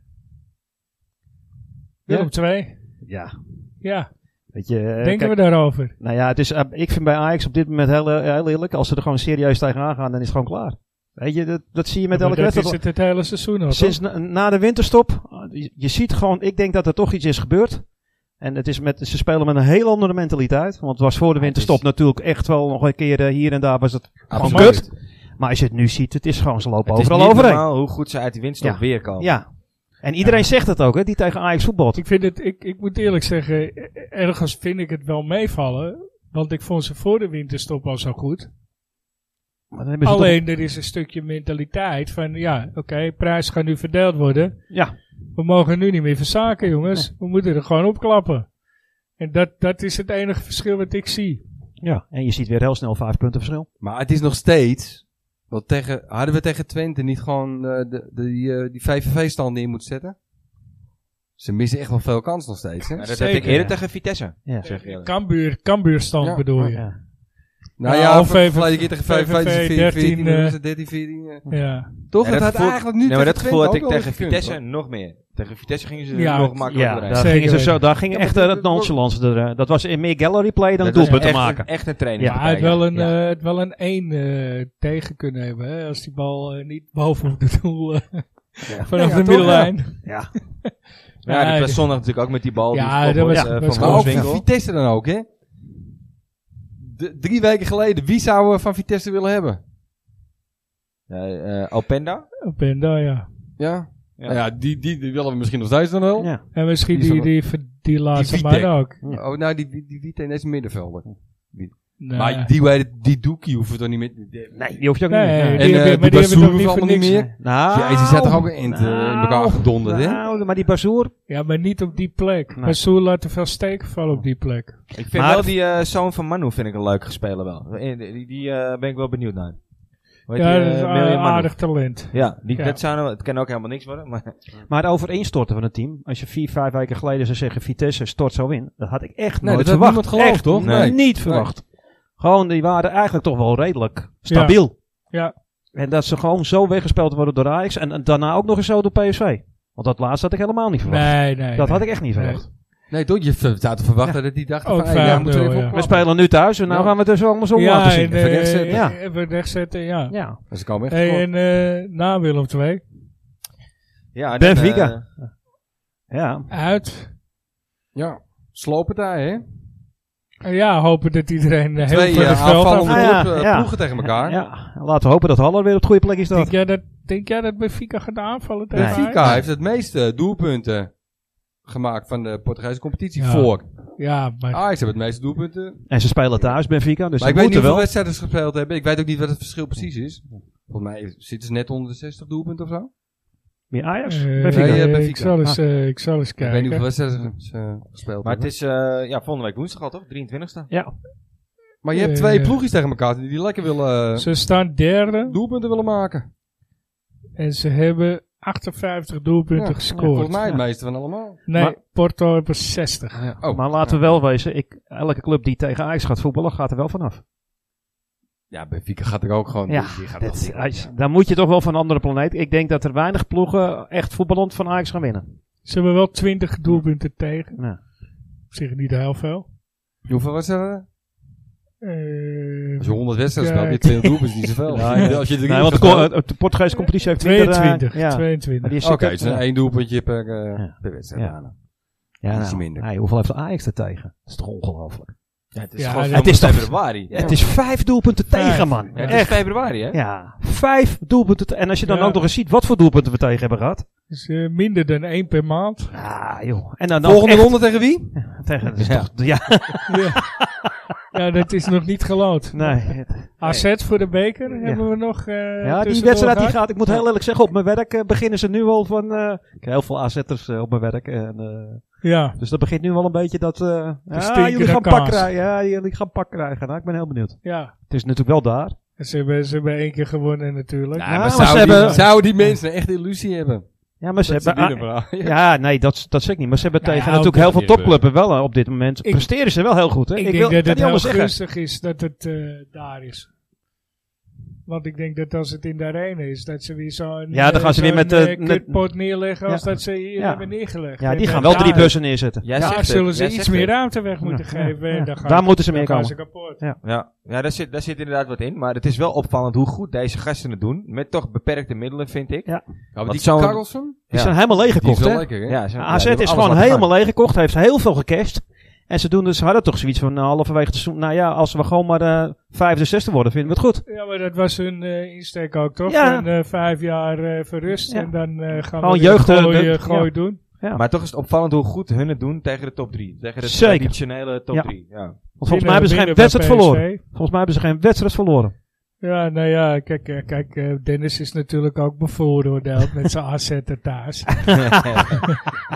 Speaker 2: Willem 2?
Speaker 3: Ja,
Speaker 2: Ja,
Speaker 3: weet je. eh,
Speaker 2: denken
Speaker 3: kijk,
Speaker 2: we daarover?
Speaker 3: Nou ja, het is, eh, ik vind bij Ajax op dit moment heel, eh, heel eerlijk. Als ze er gewoon serieus tegenaan gaan, dan is het gewoon klaar. Weet je, dat, dat zie je met
Speaker 2: Ja, maar
Speaker 3: elke
Speaker 2: dat
Speaker 3: wedstrijd.
Speaker 2: is het het hele seizoen al,
Speaker 3: Sinds na, na de winterstop, eh, je, je ziet gewoon, ik denk dat er toch iets is gebeurd. En het is met, ze spelen met een heel andere mentaliteit. Want het was voor de winterstop natuurlijk echt wel nog een keer eh, hier en daar was het gewoon kut. Maar als je het nu ziet, het is gewoon, ze lopen
Speaker 1: Het is
Speaker 3: overal
Speaker 1: niet
Speaker 3: overheen.
Speaker 1: normaal hoe goed ze uit die winst
Speaker 3: Ja.
Speaker 1: nog weer komen.
Speaker 3: Ja. En iedereen zegt het ook, hè, die tegen Ajax voetbalt.
Speaker 2: Ik, vind het, ik, ik moet eerlijk zeggen, eh, ergens vind ik het wel meevallen. Want ik vond ze voor de winterstop al zo goed.
Speaker 3: Maar dan hebben ze
Speaker 2: Alleen er is een stukje mentaliteit van, ja, oké, prijs gaat nu verdeeld worden.
Speaker 3: toch- ja.
Speaker 2: We mogen nu niet meer verzaken, jongens. We moeten er gewoon opklappen. En dat, dat is het enige verschil wat ik zie.
Speaker 3: ja. En je ziet weer heel snel vijf punten verschil.
Speaker 4: Maar het is nog steeds... Want tegen, hadden we tegen Twente niet gewoon eh, de, de, die, eh, die VVV-stand neer moeten zetten? Ze missen echt wel veel kans nog steeds. Hè?
Speaker 1: Maar dat heb
Speaker 2: Zeker,
Speaker 1: ik eerder
Speaker 3: ja.
Speaker 1: tegen Vitesse.
Speaker 3: Ja.
Speaker 1: Zeg je eerlijk.
Speaker 2: Kambuur, Kambuurstand
Speaker 4: Ja,
Speaker 2: bedoel je. Ja.
Speaker 3: Ja.
Speaker 4: Nou
Speaker 2: Ja,
Speaker 4: ja,
Speaker 2: of
Speaker 4: ver-
Speaker 2: VVV
Speaker 4: verleden keer tegen VVV is
Speaker 2: 13,
Speaker 4: het 14,
Speaker 2: eh,
Speaker 4: dan is het 13, 14. eh.
Speaker 2: Ja.
Speaker 4: Toch?
Speaker 1: Ja,
Speaker 4: het had
Speaker 1: gevoel-
Speaker 4: eigenlijk nu
Speaker 1: nee, maar
Speaker 4: tegen
Speaker 1: dat gevoel had
Speaker 4: Twente
Speaker 1: ik
Speaker 4: ook wel
Speaker 1: tegen
Speaker 4: gekund,
Speaker 1: Vitesse nog meer. Tegen Vitesse gingen ze
Speaker 2: Ja,
Speaker 1: nog makkelijker
Speaker 3: Ja,
Speaker 1: doorheen.
Speaker 3: daar
Speaker 2: Zeker
Speaker 3: gingen ze
Speaker 2: weten.
Speaker 3: zo, daar ging
Speaker 4: Ja,
Speaker 3: echt
Speaker 4: maar
Speaker 3: eh,
Speaker 4: dit-
Speaker 3: het
Speaker 4: dit-
Speaker 3: nonchalance er, eh, dat was eh, meer gallery play dan
Speaker 1: Dat was
Speaker 3: doelpunten
Speaker 1: echt-
Speaker 3: maken.
Speaker 1: Echt een
Speaker 3: Ja.
Speaker 1: training.
Speaker 2: Maar hij had wel een, eh, het wel een 1 eh, tegen kunnen hebben. Hè, als die bal eh, niet boven het doel eh, vanaf
Speaker 4: Ja,
Speaker 2: de
Speaker 4: toch,
Speaker 2: middenlijn.
Speaker 3: Ja.
Speaker 1: Ja, dat
Speaker 2: Nee,
Speaker 1: was zondag natuurlijk ook met die bal.
Speaker 2: Ja,
Speaker 1: die
Speaker 2: dat was-
Speaker 1: was
Speaker 2: dat was
Speaker 1: van
Speaker 4: Maar ook van
Speaker 1: Wolfswinkel.
Speaker 4: Vitesse dan ook, hè? De- drie weken geleden, wie zouden we van Vitesse willen hebben?
Speaker 1: Ja, eh, Openda.
Speaker 2: Op en daar, ja.
Speaker 4: Ja?
Speaker 1: Ja.
Speaker 4: Nou ja, die, die, die willen we misschien nog steeds dan wel.
Speaker 3: Ja.
Speaker 2: En misschien
Speaker 4: Die is
Speaker 2: die,
Speaker 4: ook-
Speaker 2: die, die, laatste
Speaker 4: Die
Speaker 2: man
Speaker 4: Vitek.
Speaker 2: ook.
Speaker 4: Oh, nou, die, die, die Vitesse is middenvelder.
Speaker 2: Nee.
Speaker 4: Maar die, die, die Doekie hoeven we toch niet meer...
Speaker 3: Nee, die hoef je ook
Speaker 2: Nee,
Speaker 3: niet meer.
Speaker 2: die
Speaker 3: Nee.
Speaker 4: En, eh,
Speaker 2: hebben-
Speaker 4: de
Speaker 2: maar die hebben
Speaker 4: Bassoer
Speaker 2: toch niet
Speaker 4: hoeft
Speaker 2: voor
Speaker 4: allemaal
Speaker 2: niks.
Speaker 4: niet
Speaker 2: hè?
Speaker 3: Nou,
Speaker 4: Ja, die zijn toch ook in, te- in elkaar gedonderd, hè?
Speaker 3: Nou, maar die Bazoer.
Speaker 2: Ja, maar niet op die plek.
Speaker 3: Nee.
Speaker 2: Maar Soel laat te veel steek vallen op die plek.
Speaker 1: Ik vind
Speaker 3: Maar-
Speaker 1: wel die eh, zoon van Manu vind ik een leuk speler wel. Eh, Die, die eh, ben ik wel benieuwd naar. Hoe heet
Speaker 2: Ja,
Speaker 1: die,
Speaker 2: dat is
Speaker 1: eh,
Speaker 2: een
Speaker 1: Merlin Manu?
Speaker 2: aardig talent.
Speaker 1: Ja, die,
Speaker 2: Ja.
Speaker 1: Dat zou, nou- het kan ook helemaal niks worden. Maar
Speaker 3: Maar het overeenstorten van het team. Als je vier, vijf weken geleden zou zeggen Vitesse stort zo in. Dat had ik echt
Speaker 4: Nee,
Speaker 3: nooit
Speaker 4: dat had
Speaker 3: verwacht.
Speaker 4: niemand geloofd,
Speaker 3: Echt
Speaker 4: toch? Nee.
Speaker 3: Niet verwacht. Gewoon, die waren eigenlijk toch wel redelijk stabiel.
Speaker 2: Ja.
Speaker 3: En dat ze gewoon zo weggespeeld worden door Ajax. En, en daarna ook nog eens zo door PSV. Want dat laatste had ik helemaal niet verwacht.
Speaker 2: Nee, nee.
Speaker 3: dat
Speaker 2: nee.
Speaker 3: had ik echt niet
Speaker 2: Nee.
Speaker 3: verwacht.
Speaker 4: Nee, toch? Je v- zou te verwachten dat die dachten
Speaker 2: Ook
Speaker 4: van, hey, nou,
Speaker 2: vijf
Speaker 4: moeten we
Speaker 2: nul,
Speaker 4: even
Speaker 2: ja.
Speaker 3: We
Speaker 4: opknappen.
Speaker 3: spelen nu thuis en nou
Speaker 4: Ja.
Speaker 3: gaan we het er zo andersom
Speaker 2: ja,
Speaker 3: laten zien.
Speaker 2: en,
Speaker 4: Even
Speaker 2: eh,
Speaker 4: rechtzetten.
Speaker 3: Ja.
Speaker 2: Even rechtzetten, ja.
Speaker 3: Ja.
Speaker 4: Dus ik kwam echt
Speaker 2: Hey,
Speaker 4: voor.
Speaker 2: en eh, na Willem II,
Speaker 1: ja, dan,
Speaker 3: Benfica.
Speaker 1: eh,
Speaker 3: ja.
Speaker 2: uit.
Speaker 4: Ja, slopertij, hè?
Speaker 2: Eh, Ja, hopen dat iedereen eh, heel
Speaker 4: Twee
Speaker 2: veel
Speaker 4: eh,
Speaker 2: het veld
Speaker 4: aanvallende
Speaker 3: af.
Speaker 2: af.
Speaker 3: Ah, ja,
Speaker 4: ploeg- eh,
Speaker 3: ja.
Speaker 4: ploegen tegen elkaar.
Speaker 3: Ja, laten we hopen dat Haller weer op de goede plek is. Dan.
Speaker 2: Denk jij dat, denk jij dat Benfica gaat aanvallen tegen
Speaker 4: Benfica
Speaker 2: Ajax?
Speaker 4: heeft het meeste doelpunten gemaakt van de Portugese competitie
Speaker 2: Ja.
Speaker 4: voor.
Speaker 2: Ja, maar
Speaker 4: Ajax heeft het meeste doelpunten.
Speaker 3: En ze spelen thuis, Benfica. Dus
Speaker 4: maar ik
Speaker 3: ze
Speaker 4: weet niet
Speaker 3: moeten
Speaker 4: hoeveel
Speaker 3: wel.
Speaker 4: wedstrijden ze gespeeld hebben. Ik weet ook niet wat het verschil precies is. Volgens mij zitten ze net onder de 60 doelpunten of zo.
Speaker 3: Meer Ajax?
Speaker 2: eh,
Speaker 3: Benfica.
Speaker 4: Nee, eh,
Speaker 2: eh, ik
Speaker 4: Benfica.
Speaker 2: zal eens, eh, ik zal eens
Speaker 4: Ik weet niet
Speaker 2: kijken.
Speaker 4: hoeveel wedstrijden ze eh, gespeeld
Speaker 1: maar het
Speaker 4: hebben.
Speaker 1: is eh, ja, volgende week woensdag al toch? 23e.
Speaker 3: Ja.
Speaker 4: Maar je hebt
Speaker 2: Eh,
Speaker 4: twee ploegjes tegen elkaar die die lekker willen eh,
Speaker 2: Ze staan derde
Speaker 4: doelpunten willen maken.
Speaker 2: en ze hebben 58 doelpunten
Speaker 4: Ja,
Speaker 2: gescoord.
Speaker 4: Volgens mij het meeste van allemaal.
Speaker 2: nee,
Speaker 3: Maar-
Speaker 2: Porto hebben 60.
Speaker 4: Oh,
Speaker 3: maar laten we wel wezen, ik, elke club die tegen Ajax gaat voetballen, gaat er wel vanaf.
Speaker 4: Ja, Benfica gaat er ook gewoon.
Speaker 3: Ja,
Speaker 4: die- die gaat
Speaker 3: Dat,
Speaker 4: er-
Speaker 3: Ajax- dan moet je toch wel van een andere planeet. Ik denk dat er weinig ploegen echt voetballend van Ajax gaan
Speaker 4: Dus
Speaker 3: winnen.
Speaker 2: Ze hebben wel 20 doelpunten tegen.
Speaker 3: Ja.
Speaker 2: Op zich niet heel veel.
Speaker 4: Hoeveel wedstrijden?
Speaker 2: Eh,
Speaker 4: Als je 100 wedstrijden
Speaker 2: Kijk.
Speaker 4: speelt, heb je 2 doelpunten is niet zoveel.
Speaker 3: Ja, ja.
Speaker 4: Als je drie
Speaker 3: Nee, want de,
Speaker 4: gaat
Speaker 3: co-
Speaker 4: spelen-
Speaker 3: eh, de Portugese competitie heeft minder, eh,
Speaker 2: 22.
Speaker 3: ja. Maar
Speaker 2: 22.
Speaker 3: die
Speaker 4: Oké,
Speaker 3: zit er-
Speaker 4: het is een e-
Speaker 3: ja.
Speaker 4: één doelpuntje per, eh,
Speaker 3: Ja.
Speaker 4: per wedstrijd.
Speaker 3: Ja.
Speaker 4: bijna.
Speaker 3: Ja,
Speaker 4: ietsje
Speaker 3: nou,
Speaker 4: minder.
Speaker 3: hey, hoeveel heeft Ajax er tegen? Dat is toch ongelooflijk.
Speaker 1: Ja, het is
Speaker 2: Ja,
Speaker 1: gewoon
Speaker 2: het
Speaker 1: het
Speaker 3: is
Speaker 1: is
Speaker 3: toch-
Speaker 1: februari. Ja,
Speaker 3: Het is vijf doelpunten
Speaker 2: Vijf.
Speaker 3: tegen, man.
Speaker 1: het is
Speaker 3: echt.
Speaker 1: februari, hè?
Speaker 3: Ja, vijf doelpunten. te- En als je dan
Speaker 2: Ja.
Speaker 3: ook nog eens ziet wat voor doelpunten we tegen hebben gehad.
Speaker 2: Dus, eh, minder dan één per maand.
Speaker 3: Ah, joh. En dan
Speaker 4: Volgende
Speaker 3: nog
Speaker 4: ronde tegen wie?
Speaker 3: echt tegen. dat is
Speaker 1: Ja.
Speaker 3: toch- ja,
Speaker 2: ja, dat is nog niet geloond.
Speaker 3: nee.
Speaker 2: Eh, AZ voor de beker
Speaker 3: Ja.
Speaker 2: hebben we nog. eh,
Speaker 3: Ja,
Speaker 2: tussendoor
Speaker 3: die wedstrijd die
Speaker 2: gehad.
Speaker 3: gaat. Ik moet heel eerlijk zeggen, op mijn werk eh, beginnen ze nu al van. eh, ik heb heel veel AZ'ers eh, op mijn werk. En, eh,
Speaker 2: Ja,
Speaker 3: dus dat begint nu al een beetje dat. eh ja,
Speaker 2: stinkende
Speaker 3: jullie gaan pak
Speaker 2: kaas.
Speaker 3: krijgen. Ja, jullie gaan pak krijgen. Nou, ik ben heel benieuwd.
Speaker 2: ja.
Speaker 3: Het is natuurlijk wel daar.
Speaker 2: En Ze hebben, ze hebben één keer gewonnen natuurlijk.
Speaker 4: Ja,
Speaker 3: Nou, maar
Speaker 4: maar
Speaker 3: ze
Speaker 4: zouden die,
Speaker 3: hebben-
Speaker 4: zouden die mensen echt illusie hebben?
Speaker 3: Ja, maar ze
Speaker 4: Dat ze
Speaker 3: hebben.
Speaker 4: winnen, maar-
Speaker 3: ah, ja, nee, dat, dat zeg ik niet. Maar ze hebben
Speaker 2: Nou ja, ook
Speaker 3: tegen natuurlijk heel
Speaker 4: dat
Speaker 3: veel
Speaker 4: niet gebeuren.
Speaker 3: topclubs wel eh, op dit moment.
Speaker 2: Ik-
Speaker 3: presteren ze wel heel goed. Hè?
Speaker 2: ik,
Speaker 3: wil,
Speaker 2: denk dat
Speaker 3: kan
Speaker 2: het
Speaker 3: niet
Speaker 2: heel
Speaker 3: anders zeggen.
Speaker 2: gunstig is dat het eh, daar is. Want ik denk dat als het in de arena is, dat ze weer zo'n
Speaker 3: Ja, dan gaan ze
Speaker 2: eh,
Speaker 3: weer
Speaker 2: zo'n,
Speaker 3: met de-
Speaker 2: eh,
Speaker 3: met-
Speaker 2: kutpot neerleggen als
Speaker 3: Ja.
Speaker 2: dat ze hier
Speaker 3: Ja.
Speaker 2: hebben neergelegd.
Speaker 3: Ja,
Speaker 2: En
Speaker 3: die
Speaker 2: dan
Speaker 3: gaan wel drie
Speaker 2: daar-
Speaker 3: bussen neerzetten.
Speaker 1: Jij zegt
Speaker 2: Daar
Speaker 1: het,
Speaker 2: zullen ze
Speaker 1: jij
Speaker 2: iets
Speaker 1: zegt
Speaker 2: meer
Speaker 1: het.
Speaker 2: ruimte weg moeten
Speaker 3: Ja,
Speaker 2: geven. en
Speaker 3: ja.
Speaker 2: dan gaan
Speaker 3: Daar
Speaker 2: ze-
Speaker 3: moeten ze meer
Speaker 2: dan gaan
Speaker 3: komen.
Speaker 2: ze kapot.
Speaker 1: Ja, ja daar, zit, daar zit inderdaad wat in. Maar het is wel opvallend hoe goed deze gasten het doen. Met toch beperkte middelen, vind ik.
Speaker 3: Ja.
Speaker 4: Ja, maar
Speaker 1: Wat
Speaker 4: die
Speaker 1: zou-
Speaker 4: Karlsson,
Speaker 3: Die
Speaker 1: Ja.
Speaker 3: zijn helemaal
Speaker 4: die is
Speaker 3: leeggekocht,
Speaker 4: wel
Speaker 3: hè?
Speaker 4: lekker, hè?
Speaker 1: Ja, ze- ja,
Speaker 3: AZ
Speaker 1: die hebben
Speaker 3: is
Speaker 1: alles
Speaker 3: gewoon
Speaker 1: laten
Speaker 3: helemaal leeggekocht, heeft heel veel gecashed. En ze doen dus, ze hadden toch zoiets van nou, halverwege te Nou ja, als we gewoon maar eh, vijfde, zesde worden, vinden we het goed.
Speaker 2: Ja, maar dat was hun eh, insteek ook, toch?
Speaker 3: Ja.
Speaker 2: Van, eh, vijf jaar eh, verrust
Speaker 3: Ja.
Speaker 2: en dan eh, gaan
Speaker 3: Gewoon
Speaker 2: we weer
Speaker 3: jeugd, eh,
Speaker 2: gooi,
Speaker 3: de-
Speaker 2: eh, gooi
Speaker 3: ja.
Speaker 2: doen.
Speaker 3: Ja.
Speaker 1: Maar toch is het opvallend hoe goed hun het doen tegen de top 3. Tegen de
Speaker 3: Zeker.
Speaker 1: traditionele top
Speaker 3: Ja.
Speaker 1: 3. Ja.
Speaker 3: Want volgens mij hebben ze geen wedstrijd verloren. Volgens mij hebben ze geen wedstrijd verloren.
Speaker 2: Ja, nou ja, kijk, eh, kijk eh, Dennis is natuurlijk ook bevooroordeeld met zijn assetten thuis.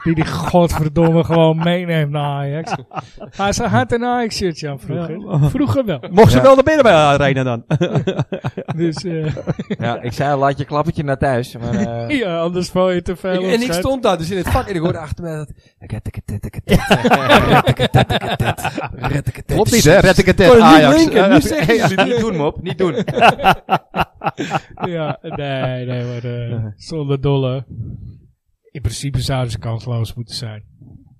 Speaker 2: die die godverdomme gewoon meeneemt naar Ajax. Maar ze had een Ajax-shirtje aan
Speaker 3: Ja.
Speaker 2: vroeger. Vroeger wel.
Speaker 3: Mochten
Speaker 1: Ja.
Speaker 3: ze wel naar binnen bij Arena dan?
Speaker 2: Dus eh,
Speaker 1: ja, ik zei al, laat je klappertje naar thuis. Maar, eh,
Speaker 2: ja, anders val je te veel
Speaker 4: Ik-
Speaker 2: op
Speaker 4: en ik
Speaker 2: schat.
Speaker 4: stond daar dus in het vak en ik hoorde achter mij dat...
Speaker 5: Klopt niet, hè? Red ik het
Speaker 4: Kon je niet
Speaker 5: Ajax.
Speaker 4: linken,
Speaker 5: Eh,
Speaker 4: nu zeg je het.
Speaker 1: niet doen, mop. Niet doen.
Speaker 2: Ja, nee, nee, maar eh, zonder dolle. In principe zouden ze kansloos moeten zijn.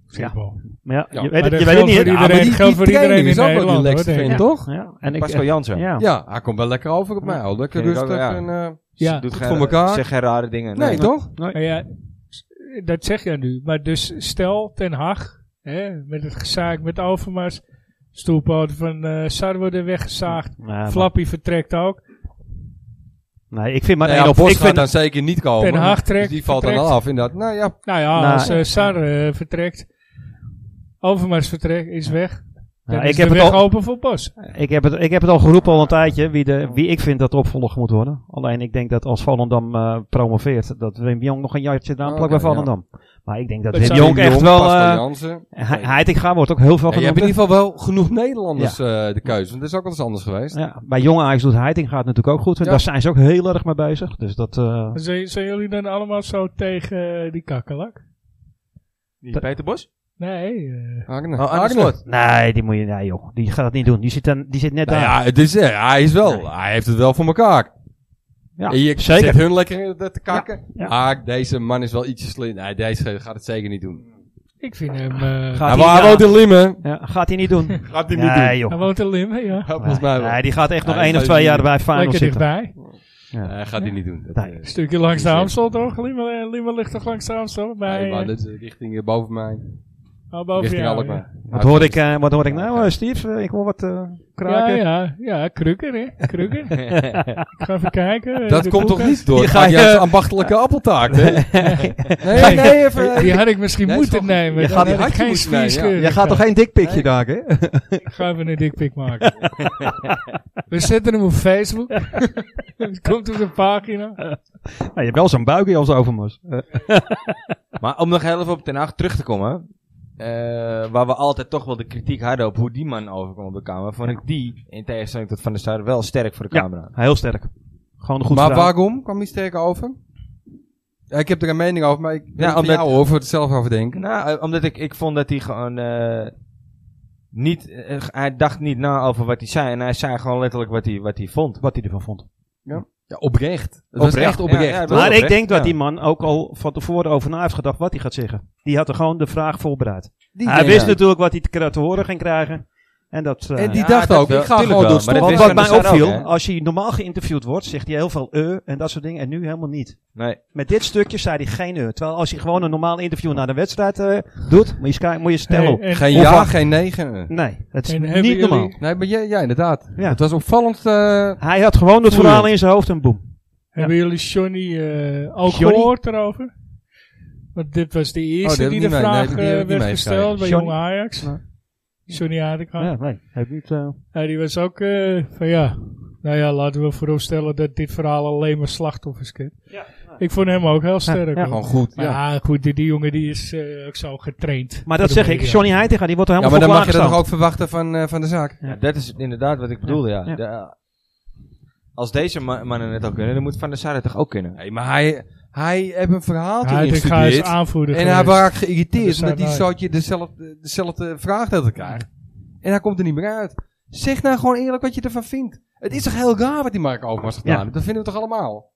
Speaker 2: Simpel.
Speaker 3: Maar ja,
Speaker 4: Ja,
Speaker 3: je weet,
Speaker 2: maar
Speaker 3: het, je
Speaker 2: dat geldt
Speaker 3: weet het
Speaker 2: voor
Speaker 3: niet. hè?
Speaker 2: iedereen-
Speaker 4: maar die-
Speaker 2: geldt
Speaker 4: die
Speaker 2: voor iedereen
Speaker 4: trainer
Speaker 2: in
Speaker 4: is ook wel
Speaker 2: Nederland, hoor,
Speaker 4: relaxed,
Speaker 2: denk ik.
Speaker 4: vind
Speaker 3: Ja,
Speaker 4: ik, toch?
Speaker 3: Ja, en ik,
Speaker 1: Pascal
Speaker 3: eh,
Speaker 1: Jansen.
Speaker 3: ja.
Speaker 4: Ja, hij komt wel lekker over op mij. hoor. Lekker
Speaker 1: Vind ik ook
Speaker 4: rustig
Speaker 1: wel, ja.
Speaker 4: en... eh,
Speaker 2: Ja,
Speaker 1: Doet
Speaker 4: Goed
Speaker 1: geen-
Speaker 4: voor elkaar.
Speaker 1: Zeg geen rare dingen.
Speaker 4: Nee, toch?
Speaker 2: maar ja, s- dat zeg jij nu. Maar dus stel Ten Hag, hè, met het gezaak met Overmars, stoelpoot van eh Sar worden weggezaagd,
Speaker 3: eh, Ja, maar-
Speaker 2: Flappy vertrekt ook.
Speaker 3: Nee, ik vind maar
Speaker 4: Nou
Speaker 3: één
Speaker 4: ja,
Speaker 3: op.
Speaker 4: Bos
Speaker 3: Ik
Speaker 4: gaat
Speaker 3: vind,
Speaker 4: dan zeker niet komen.
Speaker 2: Ten Hag
Speaker 4: Dus
Speaker 2: trekt-
Speaker 4: die valt dan
Speaker 2: trekt.
Speaker 4: al af inderdaad. Nou ja,
Speaker 2: Nou ja,
Speaker 3: Nou,
Speaker 2: als eh, Sar eh, vertrekt, Overmars vertrekt, is weg. Dan
Speaker 3: Nou,
Speaker 2: is
Speaker 3: ik
Speaker 2: ik
Speaker 3: heb
Speaker 2: de
Speaker 3: het
Speaker 2: weg
Speaker 3: al-
Speaker 2: open voor Bos.
Speaker 3: ik, heb het, ik heb het al geroepen al een tijdje wie, de, wie ik vind dat de opvolger moet worden. Alleen ik denk dat als Volendam eh, promoveert, dat Wim Jong nog een jaartje eraan
Speaker 4: Oké,
Speaker 3: plakt bij
Speaker 4: ja.
Speaker 3: Volendam. Maar ik denk dat
Speaker 2: Dat
Speaker 3: Wim
Speaker 2: zou-
Speaker 3: Jonk echt wel...
Speaker 4: Pascal
Speaker 3: eh,
Speaker 4: Jansen.
Speaker 3: hij, hij ik ga wordt ook heel veel
Speaker 4: Ja, je hebt
Speaker 3: genoemd.
Speaker 4: in ieder geval wel genoeg Nederlanders eh, de keuze. Want dat is ook wel eens anders geweest.
Speaker 3: Ja, bij jonge Ajax doet Heiting gaat natuurlijk ook goed. En
Speaker 4: Ja.
Speaker 3: daar zijn ze ook heel erg mee bezig. Dus dat... eh,
Speaker 2: Zijn, zijn jullie dan allemaal zo tegen eh, die kakkelak?
Speaker 1: Die Peter Bos?
Speaker 2: Nee. eh,
Speaker 4: Arne.
Speaker 1: Oh, Arne
Speaker 4: Arne.
Speaker 1: Slot.
Speaker 3: nee, die moet je... Nee joh, die gaat dat niet doen. Die zit, dan, die zit net
Speaker 4: Nou
Speaker 3: daar.
Speaker 4: ja, het is, eh, hij is wel. Hij heeft het wel voor elkaar.
Speaker 3: Ja,
Speaker 4: En je
Speaker 3: zeker.
Speaker 4: zet hun lekker in de- te kakken.
Speaker 3: Ja,
Speaker 4: Ah, deze man is wel ietsje slinder. Nee, deze gaat het zeker niet doen.
Speaker 2: ik vind hem... eh,
Speaker 3: Gaat
Speaker 4: Hij,
Speaker 3: hij,
Speaker 4: wa- hij
Speaker 3: ja,
Speaker 4: woont in Limmen.
Speaker 3: ja, gaat hij niet doen.
Speaker 4: Gaat hij niet
Speaker 3: nee
Speaker 2: hij
Speaker 3: joh.
Speaker 2: woont in Limmen, ja.
Speaker 4: doen.
Speaker 3: Nee,
Speaker 4: Volgens mij wel.
Speaker 3: nee, die gaat echt nog
Speaker 4: Nee,
Speaker 3: één of
Speaker 4: gaat
Speaker 3: twee
Speaker 4: hij
Speaker 3: jaar
Speaker 4: niet
Speaker 3: bij Final
Speaker 2: Lekker
Speaker 3: zitten.
Speaker 2: dichtbij.
Speaker 4: Nee, gaat hij niet doen. Dat,
Speaker 3: Nee.
Speaker 4: eh,
Speaker 2: Een stukje langs de
Speaker 4: Nee.
Speaker 2: Amstel toch? Limmen, eh, Limmen ligt toch langs de Amstel? Bij,
Speaker 4: nee, maar
Speaker 2: eh,
Speaker 4: dat is richting eh, boven mij.
Speaker 2: oh, boven
Speaker 4: richting
Speaker 2: jou,
Speaker 4: Alkmaar.
Speaker 3: Wat hoor ik, eh, wat hoor ik nou, eh, Steve? Eh, Ik hoor wat eh,
Speaker 2: Ja,
Speaker 3: kraken.
Speaker 2: ja, ja, krukker hè. Krukker. ik ga even kijken. eh,
Speaker 4: Dat
Speaker 2: de
Speaker 4: komt toch
Speaker 2: koelkast.
Speaker 4: niet door
Speaker 3: Die
Speaker 4: het
Speaker 3: ga je-
Speaker 4: Adjaanse ambachtelijke appeltaart, hè? Nee, nee, even...
Speaker 2: Die- Die had ik misschien
Speaker 4: Nee,
Speaker 2: moeten
Speaker 4: is wel goed.
Speaker 2: nemen.
Speaker 4: Je
Speaker 2: dan
Speaker 4: gaat
Speaker 2: had
Speaker 4: die
Speaker 2: ik
Speaker 4: hartje
Speaker 2: geen
Speaker 4: moeten nemen, ja.
Speaker 2: spierscheuring
Speaker 5: Jij gaat toch
Speaker 2: gehad.
Speaker 5: geen dikpikje dagen, hè?
Speaker 2: Ik ga even een dikpik maken. We zetten hem op Facebook. Het komt op de pagina.
Speaker 3: Nou, je hebt wel zo'n buikje als Overmars. Eh,
Speaker 1: Maar om nog heel even op Ten Hag terug te komen. eh, waar we altijd toch wel de kritiek hadden op hoe die man overkwam op de camera. Vond ik die, in tegenstelling tot Van der Sar, wel sterk voor de
Speaker 3: Ja.
Speaker 1: camera.
Speaker 3: heel sterk. Gewoon een goed
Speaker 4: maar
Speaker 3: verhaal.
Speaker 4: waarom kwam hij sterker over? Ja, ik heb er een mening over, maar ik wil
Speaker 1: Ja,
Speaker 4: ja,
Speaker 1: omdat-
Speaker 4: jou over het zelf over denken.
Speaker 1: Nou, eh, omdat ik, ik vond dat hij gewoon eh, niet... eh, hij dacht niet na over wat hij zei. En hij zei gewoon letterlijk wat hij, wat hij vond.
Speaker 3: Wat hij ervan vond.
Speaker 4: Ja, oprecht. Het was
Speaker 1: Oprecht,
Speaker 4: echt oprecht.
Speaker 1: ja, ja, het was-
Speaker 3: Maar ik
Speaker 1: oprecht,
Speaker 3: denk dat
Speaker 1: ja.
Speaker 3: die man ook al van tevoren over na heeft gedacht wat hij gaat zeggen. Die had er gewoon de vraag voorbereid.
Speaker 4: Die
Speaker 3: hij
Speaker 4: denk-
Speaker 3: wist natuurlijk wat hij te kra- te horen ging krijgen. En dat... eh,
Speaker 4: En die
Speaker 1: Ja,
Speaker 4: dacht
Speaker 1: dat
Speaker 4: ook,
Speaker 1: wel,
Speaker 4: ik ga
Speaker 1: tuurlijk
Speaker 4: gewoon
Speaker 1: wel,
Speaker 4: door het
Speaker 1: maar dat
Speaker 3: Want
Speaker 4: stof.
Speaker 1: wist Van
Speaker 3: wat
Speaker 1: der
Speaker 3: mij
Speaker 1: Sar ook,
Speaker 3: opviel,
Speaker 1: hè?
Speaker 3: als hij normaal geïnterviewd wordt, zegt hij heel veel eh en dat soort dingen. En nu helemaal niet.
Speaker 1: Nee.
Speaker 3: Met dit stukje zei hij geen eh. Terwijl als hij gewoon een normaal interview na de wedstrijd eh, doet, moet je, sky- moet je
Speaker 2: Hey,
Speaker 3: stellen.
Speaker 2: en-
Speaker 4: Geen
Speaker 3: Of
Speaker 4: ja,
Speaker 3: wat?
Speaker 4: geen negen.
Speaker 3: Nee, het is
Speaker 2: En
Speaker 3: niet
Speaker 2: hebben jullie-
Speaker 3: normaal.
Speaker 4: Nee, maar ja, ja inderdaad.
Speaker 3: Ja.
Speaker 4: Het was opvallend. eh,
Speaker 3: Hij had gewoon het verhaal in zijn hoofd en boem.
Speaker 2: Hebben jullie Johnny eh ook
Speaker 3: Johnny?
Speaker 2: gehoord erover? Want dit was de
Speaker 4: Oh,
Speaker 2: eerste
Speaker 4: die
Speaker 2: die
Speaker 4: heb
Speaker 2: de
Speaker 4: ik niet mee-
Speaker 2: vraag
Speaker 4: nee, die heb
Speaker 2: eh, werd
Speaker 4: ik niet meegekregen.
Speaker 2: gesteld bij
Speaker 3: Johnny?
Speaker 2: Jong Ajax.
Speaker 3: Nee.
Speaker 2: Johnny Aardekamp.
Speaker 3: Ja, nee. Heb niet, eh,
Speaker 2: Ja, Nou, die was ook eh, van ja. Nou ja, laten we vooropstellen dat dit verhaal alleen maar slachtoffers kent.
Speaker 3: nou.
Speaker 2: Ik vond hem ook heel sterk.
Speaker 3: ja,
Speaker 2: hoor.
Speaker 4: gewoon goed.
Speaker 2: Maar
Speaker 4: Ja.
Speaker 2: ja, goed, die, die jongen die is eh, ook zo getraind.
Speaker 3: Maar
Speaker 2: door
Speaker 3: dat
Speaker 2: de
Speaker 3: zeg ik,
Speaker 2: media.
Speaker 3: Johnny Heitinga, die wordt er
Speaker 4: ja,
Speaker 3: helemaal
Speaker 4: maar dan
Speaker 3: voor
Speaker 4: mag je dat toch
Speaker 3: klaargestaan.
Speaker 4: ook verwachten van, eh, van de zaak.
Speaker 1: Ja, dat is inderdaad wat ik bedoelde, ja.
Speaker 3: Ja.
Speaker 1: De- eh, als deze ma- mannen het al kunnen, dan moet Van der Sar het toch ook kunnen?
Speaker 4: Nee, maar hij, hij heeft een verhaal
Speaker 2: Hij
Speaker 4: erin
Speaker 2: ik ga eens
Speaker 4: gestudeerd.
Speaker 2: aanvoeren.
Speaker 4: En hij
Speaker 2: was
Speaker 4: was geïrriteerd
Speaker 2: Dat
Speaker 4: omdat
Speaker 2: zei
Speaker 4: die
Speaker 2: hij.
Speaker 4: zoutje dezelfde, dezelfde vraag dat ik krijg. En hij komt er niet meer uit. Zeg nou gewoon eerlijk wat je ervan vindt. Het is toch heel raar wat die Mark Overmars gedaan
Speaker 3: Ja.
Speaker 4: heeft? Dat vinden we toch allemaal?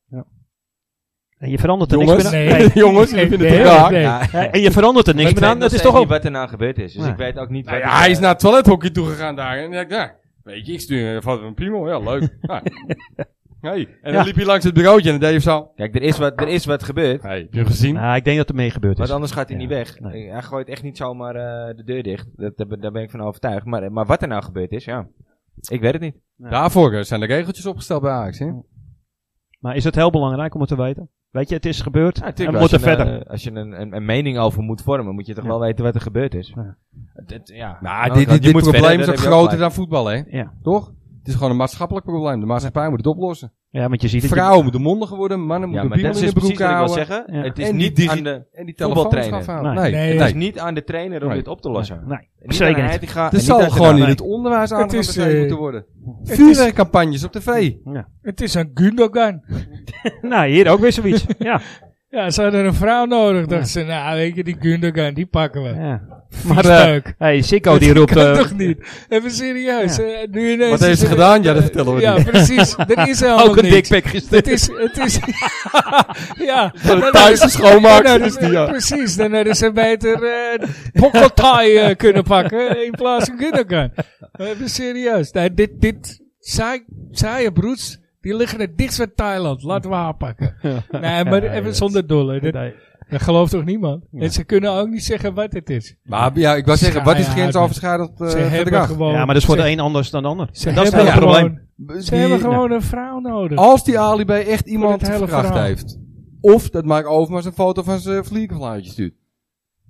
Speaker 3: En je verandert er niks meer
Speaker 4: Jongens,
Speaker 3: aan.
Speaker 2: Nee,
Speaker 3: Nee.
Speaker 4: Jongens, jullie vinden het raar.
Speaker 2: nee.
Speaker 1: Ja,
Speaker 3: Ja, En je verandert er niks
Speaker 1: ik
Speaker 3: meer
Speaker 1: weet
Speaker 3: aan.
Speaker 1: nog
Speaker 3: Dat is
Speaker 1: steeds
Speaker 3: toch
Speaker 1: niet
Speaker 3: ook...
Speaker 1: wat erna gebeurd is. Dus
Speaker 3: Nee.
Speaker 1: ik weet ook niet
Speaker 4: Nou
Speaker 1: wat
Speaker 4: ja,
Speaker 1: er-
Speaker 4: hij is naar het toilethokje toegegaan daar. En ik dacht, nou, weet je, ik stuur een een piemel. Ja, leuk. Nou. Hey. En dan
Speaker 3: Ja.
Speaker 4: liep hij langs het bureautje en dan deed hij zo.
Speaker 1: Kijk, er is wat, er is wat gebeurd.
Speaker 4: Hey, heb je hem gezien?
Speaker 3: Nou, ik denk dat er mee gebeurd
Speaker 1: Want
Speaker 3: is.
Speaker 1: anders gaat hij
Speaker 3: Ja,
Speaker 1: niet weg.
Speaker 3: nee.
Speaker 1: Hij gooit echt niet zomaar eh, de deur dicht. Dat, daar ben- daar ben ik van overtuigd. Maar, maar wat er nou gebeurd is, ja. Ik weet het niet.
Speaker 4: Daarvoor eh, zijn de regeltjes opgesteld bij Ajax.
Speaker 1: Nou,
Speaker 4: Hè?
Speaker 3: Maar is het heel belangrijk om het te weten? Weet je, het is gebeurd.
Speaker 1: Ja,
Speaker 3: en
Speaker 1: natuurlijk,
Speaker 3: we
Speaker 1: als
Speaker 3: moeten
Speaker 1: je een,
Speaker 3: verder.
Speaker 1: eh, als je een, een, een mening over moet vormen, moet je toch
Speaker 3: Ja.
Speaker 1: wel weten wat er gebeurd is.
Speaker 3: Ja.
Speaker 1: Het- het- ja.
Speaker 4: Nou, dit, dit,
Speaker 1: je
Speaker 4: dit
Speaker 1: moet
Speaker 4: probleem
Speaker 1: verder,
Speaker 4: is
Speaker 1: daar
Speaker 4: ook
Speaker 1: heb je ook
Speaker 4: groter
Speaker 1: gelijk.
Speaker 4: dan voetbal, hè?
Speaker 3: Ja.
Speaker 4: Toch? Het is gewoon een maatschappelijk probleem. De maatschappij moet het oplossen.
Speaker 3: ja, want je ziet het.
Speaker 4: Vrouwen moeten mondiger worden, mannen
Speaker 1: Ja,
Speaker 4: moeten
Speaker 1: maar
Speaker 4: piemel
Speaker 1: dat
Speaker 4: in
Speaker 1: is dus precies
Speaker 4: de broek
Speaker 1: wat ik wil
Speaker 4: houden.
Speaker 1: zeggen.
Speaker 3: Ja.
Speaker 1: Het is
Speaker 4: En die
Speaker 1: niet
Speaker 4: digi-
Speaker 1: aan de...
Speaker 4: En die
Speaker 1: Voetbaltrainer.
Speaker 4: telefoons gaan
Speaker 3: Nee.
Speaker 4: Nee, nee,
Speaker 2: Nee,
Speaker 1: Het is
Speaker 4: nee.
Speaker 1: niet aan de trainer om
Speaker 4: Nee.
Speaker 1: dit op te lossen.
Speaker 3: Nee,
Speaker 1: Niet aan
Speaker 3: zeker niet.
Speaker 1: Heitinga en
Speaker 4: Er
Speaker 1: niet
Speaker 4: zal
Speaker 1: aan de
Speaker 4: gewoon in
Speaker 1: trainer.
Speaker 4: het onderwijs aan
Speaker 2: Het is, eh,
Speaker 4: moeten worden.
Speaker 2: het is-
Speaker 4: Vuurwerkcampagnes op tv.
Speaker 2: Het is een Gundogan.
Speaker 3: Nou, hier ook weer zoiets. ja.
Speaker 2: Ja, ze hadden een vrouw nodig. Dachten ze, nou weet je, die Gundogan, die pakken we.
Speaker 3: ja.
Speaker 2: Maar
Speaker 3: Maar eh hey,
Speaker 4: oh,
Speaker 3: Sikko die roept...
Speaker 2: kan
Speaker 3: eh,
Speaker 2: toch niet? Even serieus.
Speaker 3: Ja.
Speaker 2: eh, nu ineens
Speaker 4: Wat heeft
Speaker 2: is
Speaker 4: ze
Speaker 2: er-
Speaker 4: gedaan? Ja, dat
Speaker 2: eh,
Speaker 4: vertellen we
Speaker 2: ja,
Speaker 4: niet.
Speaker 2: precies. Dat is helemaal
Speaker 3: ook een
Speaker 2: niks.
Speaker 3: dikpik
Speaker 2: Het
Speaker 3: gestuurd.
Speaker 2: is, het is, ja.
Speaker 4: de thuis schoonmaakster is die, ja.
Speaker 2: Precies, dan hadden ze beter eh Bokkotai eh, kunnen pakken in plaats van Gundogan. Maar Even serieus. Nee, dit, dit, saai, saaie broeds, die liggen het dichtst bij Thailand. Laten we haar pakken. Nee, maar even zonder dolle. Dat,
Speaker 3: Nee.
Speaker 2: dat gelooft toch niemand? En ze kunnen ook niet zeggen wat het is.
Speaker 4: Maar ja, ik wou zeggen, wat is
Speaker 2: Ja, ja,
Speaker 4: grensoverschrijdend eh,
Speaker 2: Ze hebben
Speaker 4: gedrag?
Speaker 2: gewoon...
Speaker 3: Ja, maar dat is voor
Speaker 2: ze,
Speaker 3: de een anders dan de ander.
Speaker 2: ze
Speaker 3: En dat is
Speaker 2: hebben
Speaker 3: wel een
Speaker 2: gewoon,
Speaker 3: probleem. Oh.
Speaker 2: Ze hebben
Speaker 4: Die-
Speaker 2: gewoon een vrouw nodig.
Speaker 4: Als die alibi echt iemand
Speaker 2: het hele
Speaker 4: verkracht
Speaker 2: verhaal.
Speaker 4: heeft, of dat Mark Overmars een foto van zijn vliegenfluitje stuurt,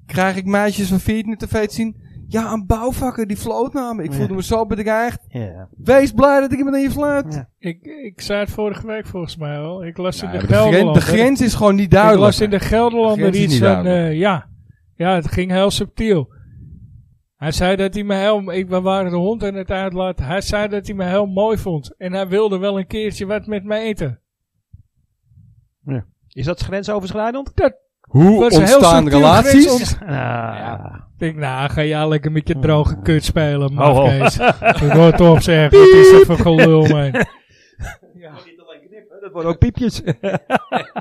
Speaker 4: krijg ik meisjes van 14 op tv te zien, Ja, een bouwvakker die floot naar me. Ik
Speaker 3: Ja.
Speaker 4: voelde me zo bedreigd.
Speaker 3: Ja.
Speaker 4: Wees blij dat ik iemand aan je fluit.
Speaker 3: Ja.
Speaker 2: Ik, ik zei het vorige week volgens mij al. Ik las
Speaker 4: Nou
Speaker 2: in
Speaker 4: ja,
Speaker 2: de
Speaker 4: de, gren-
Speaker 2: Gelderlander.
Speaker 4: de grens is gewoon niet
Speaker 2: ik
Speaker 4: duidelijk.
Speaker 2: las in de Gelderlander
Speaker 4: grens is
Speaker 2: iets
Speaker 4: niet
Speaker 2: van,
Speaker 4: duidelijk.
Speaker 2: eh, ja. ja, het ging heel subtiel. Hij zei dat hij me heel, ik, we waren de hond aan het uitlaten. Hij zei dat hij me heel mooi vond. En hij wilde wel een keertje wat met mij eten.
Speaker 3: Is dat grensoverschrijdend?
Speaker 2: Het
Speaker 4: Hoe
Speaker 2: was een heel
Speaker 4: ontstaan
Speaker 2: subtiel
Speaker 4: relaties?
Speaker 2: grens ont-
Speaker 3: Ah.
Speaker 2: Ik denk, nou, ga jij lekker met je droge kut spelen,
Speaker 3: Ho, ho.
Speaker 2: mafkees. Ik hoor toch zeggen, wat is er voor gelul, man.
Speaker 3: Dat worden ook piepjes.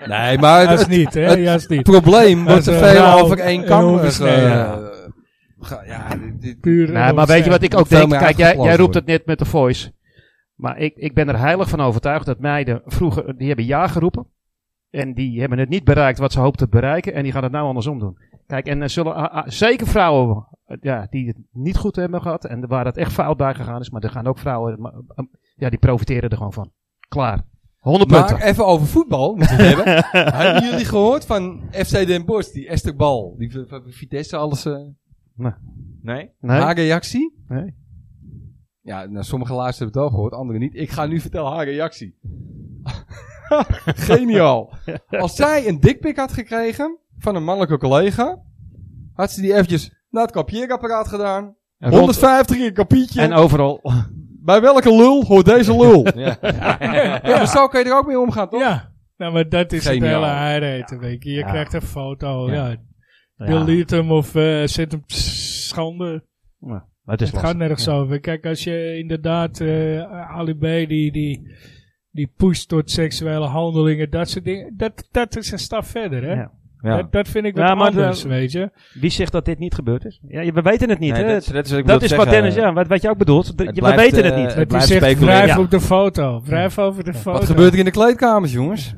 Speaker 4: Nee, maar het,
Speaker 2: Juist niet, hè,
Speaker 4: het-
Speaker 2: juist niet.
Speaker 4: probleem wordt
Speaker 2: Als,
Speaker 4: te
Speaker 2: eh,
Speaker 4: veel
Speaker 2: nou,
Speaker 4: over één
Speaker 2: eh,
Speaker 4: kam.
Speaker 2: hoeven
Speaker 4: eh,
Speaker 2: snijden,
Speaker 4: ge- ge- Ja, dit- dit-
Speaker 2: Puur
Speaker 3: Nee, Nou, maar
Speaker 1: eh,
Speaker 3: weet je wat ik ook
Speaker 4: Veel
Speaker 3: denk?
Speaker 4: meer
Speaker 3: Kijk, jij, jij
Speaker 4: uitgeplozen
Speaker 3: roept het net met de voice. Maar ik, ik ben er heilig van overtuigd dat meiden vroeger, die hebben ja geroepen. En die hebben het niet bereikt wat ze hoopten te bereiken. En die gaan het nou andersom doen. Kijk, en er zullen ah, ah, zeker vrouwen eh, ja, die het niet goed hebben gehad. En waar het echt fout bij gegaan is. Maar er gaan ook vrouwen, maar, eh, ja, die profiteren er gewoon van. Klaar. 100 punten.
Speaker 4: Maar even over voetbal moeten we het hebben. Hebben jullie gehoord van FC Den Bosch, die Esther Bal, die v- v- Vitesse alles eh
Speaker 1: Nee?
Speaker 3: Nee?
Speaker 4: haar reactie?
Speaker 3: Nee.
Speaker 4: Ja, nou, sommige luisteren hebben het wel gehoord, anderen niet. Ik ga nu vertellen haar reactie. Geniaal. Als zij een dikpik had gekregen van een mannelijke collega, had ze die eventjes naar het kopieerapparaat gedaan.
Speaker 3: En rond-
Speaker 4: 150 in een kapietje.
Speaker 3: en overal.
Speaker 4: Bij welke lul hoort deze lul? ja. maar zo kun je er ook mee omgaan, toch?
Speaker 2: Ja, nou, maar dat is
Speaker 4: Geniaal.
Speaker 2: het hele aardeten, weet je. Je
Speaker 3: Ja.
Speaker 2: krijgt een foto, ja.
Speaker 3: Ja.
Speaker 2: Delete hem of eh, zet hem pss, schande.
Speaker 3: Ja, maar het is
Speaker 2: Het gaat
Speaker 3: lastig.
Speaker 2: nergens over. Kijk, als je inderdaad eh Ali B, die, die, die pusht tot seksuele handelingen, dat soort dingen. Dat, dat is een stap verder, hè.
Speaker 3: Ja.
Speaker 1: Ja.
Speaker 2: Dat, dat vind ik wat
Speaker 3: Ja, maar
Speaker 2: anders,
Speaker 3: de-
Speaker 2: weet je.
Speaker 3: Wie zegt dat dit niet gebeurd is? Ja, we weten het niet.
Speaker 1: Nee,
Speaker 3: hè?
Speaker 1: dat, is- dat is wat, ik
Speaker 3: Dat
Speaker 1: bedoel
Speaker 3: is
Speaker 1: te
Speaker 3: wat
Speaker 1: zeggen. eh,
Speaker 3: Dennis, ja, wat, wat je ook bedoelt. Dat-
Speaker 1: Het
Speaker 3: je-
Speaker 1: blijft,
Speaker 3: we weten het
Speaker 1: eh,
Speaker 3: niet.
Speaker 1: het
Speaker 2: Dat hij
Speaker 1: blijft
Speaker 2: zegt,
Speaker 1: speculeren.
Speaker 2: wrijf
Speaker 3: Ja.
Speaker 2: op de foto. Wrijf over de foto.
Speaker 4: Wat gebeurt er in de kleedkamers, jongens?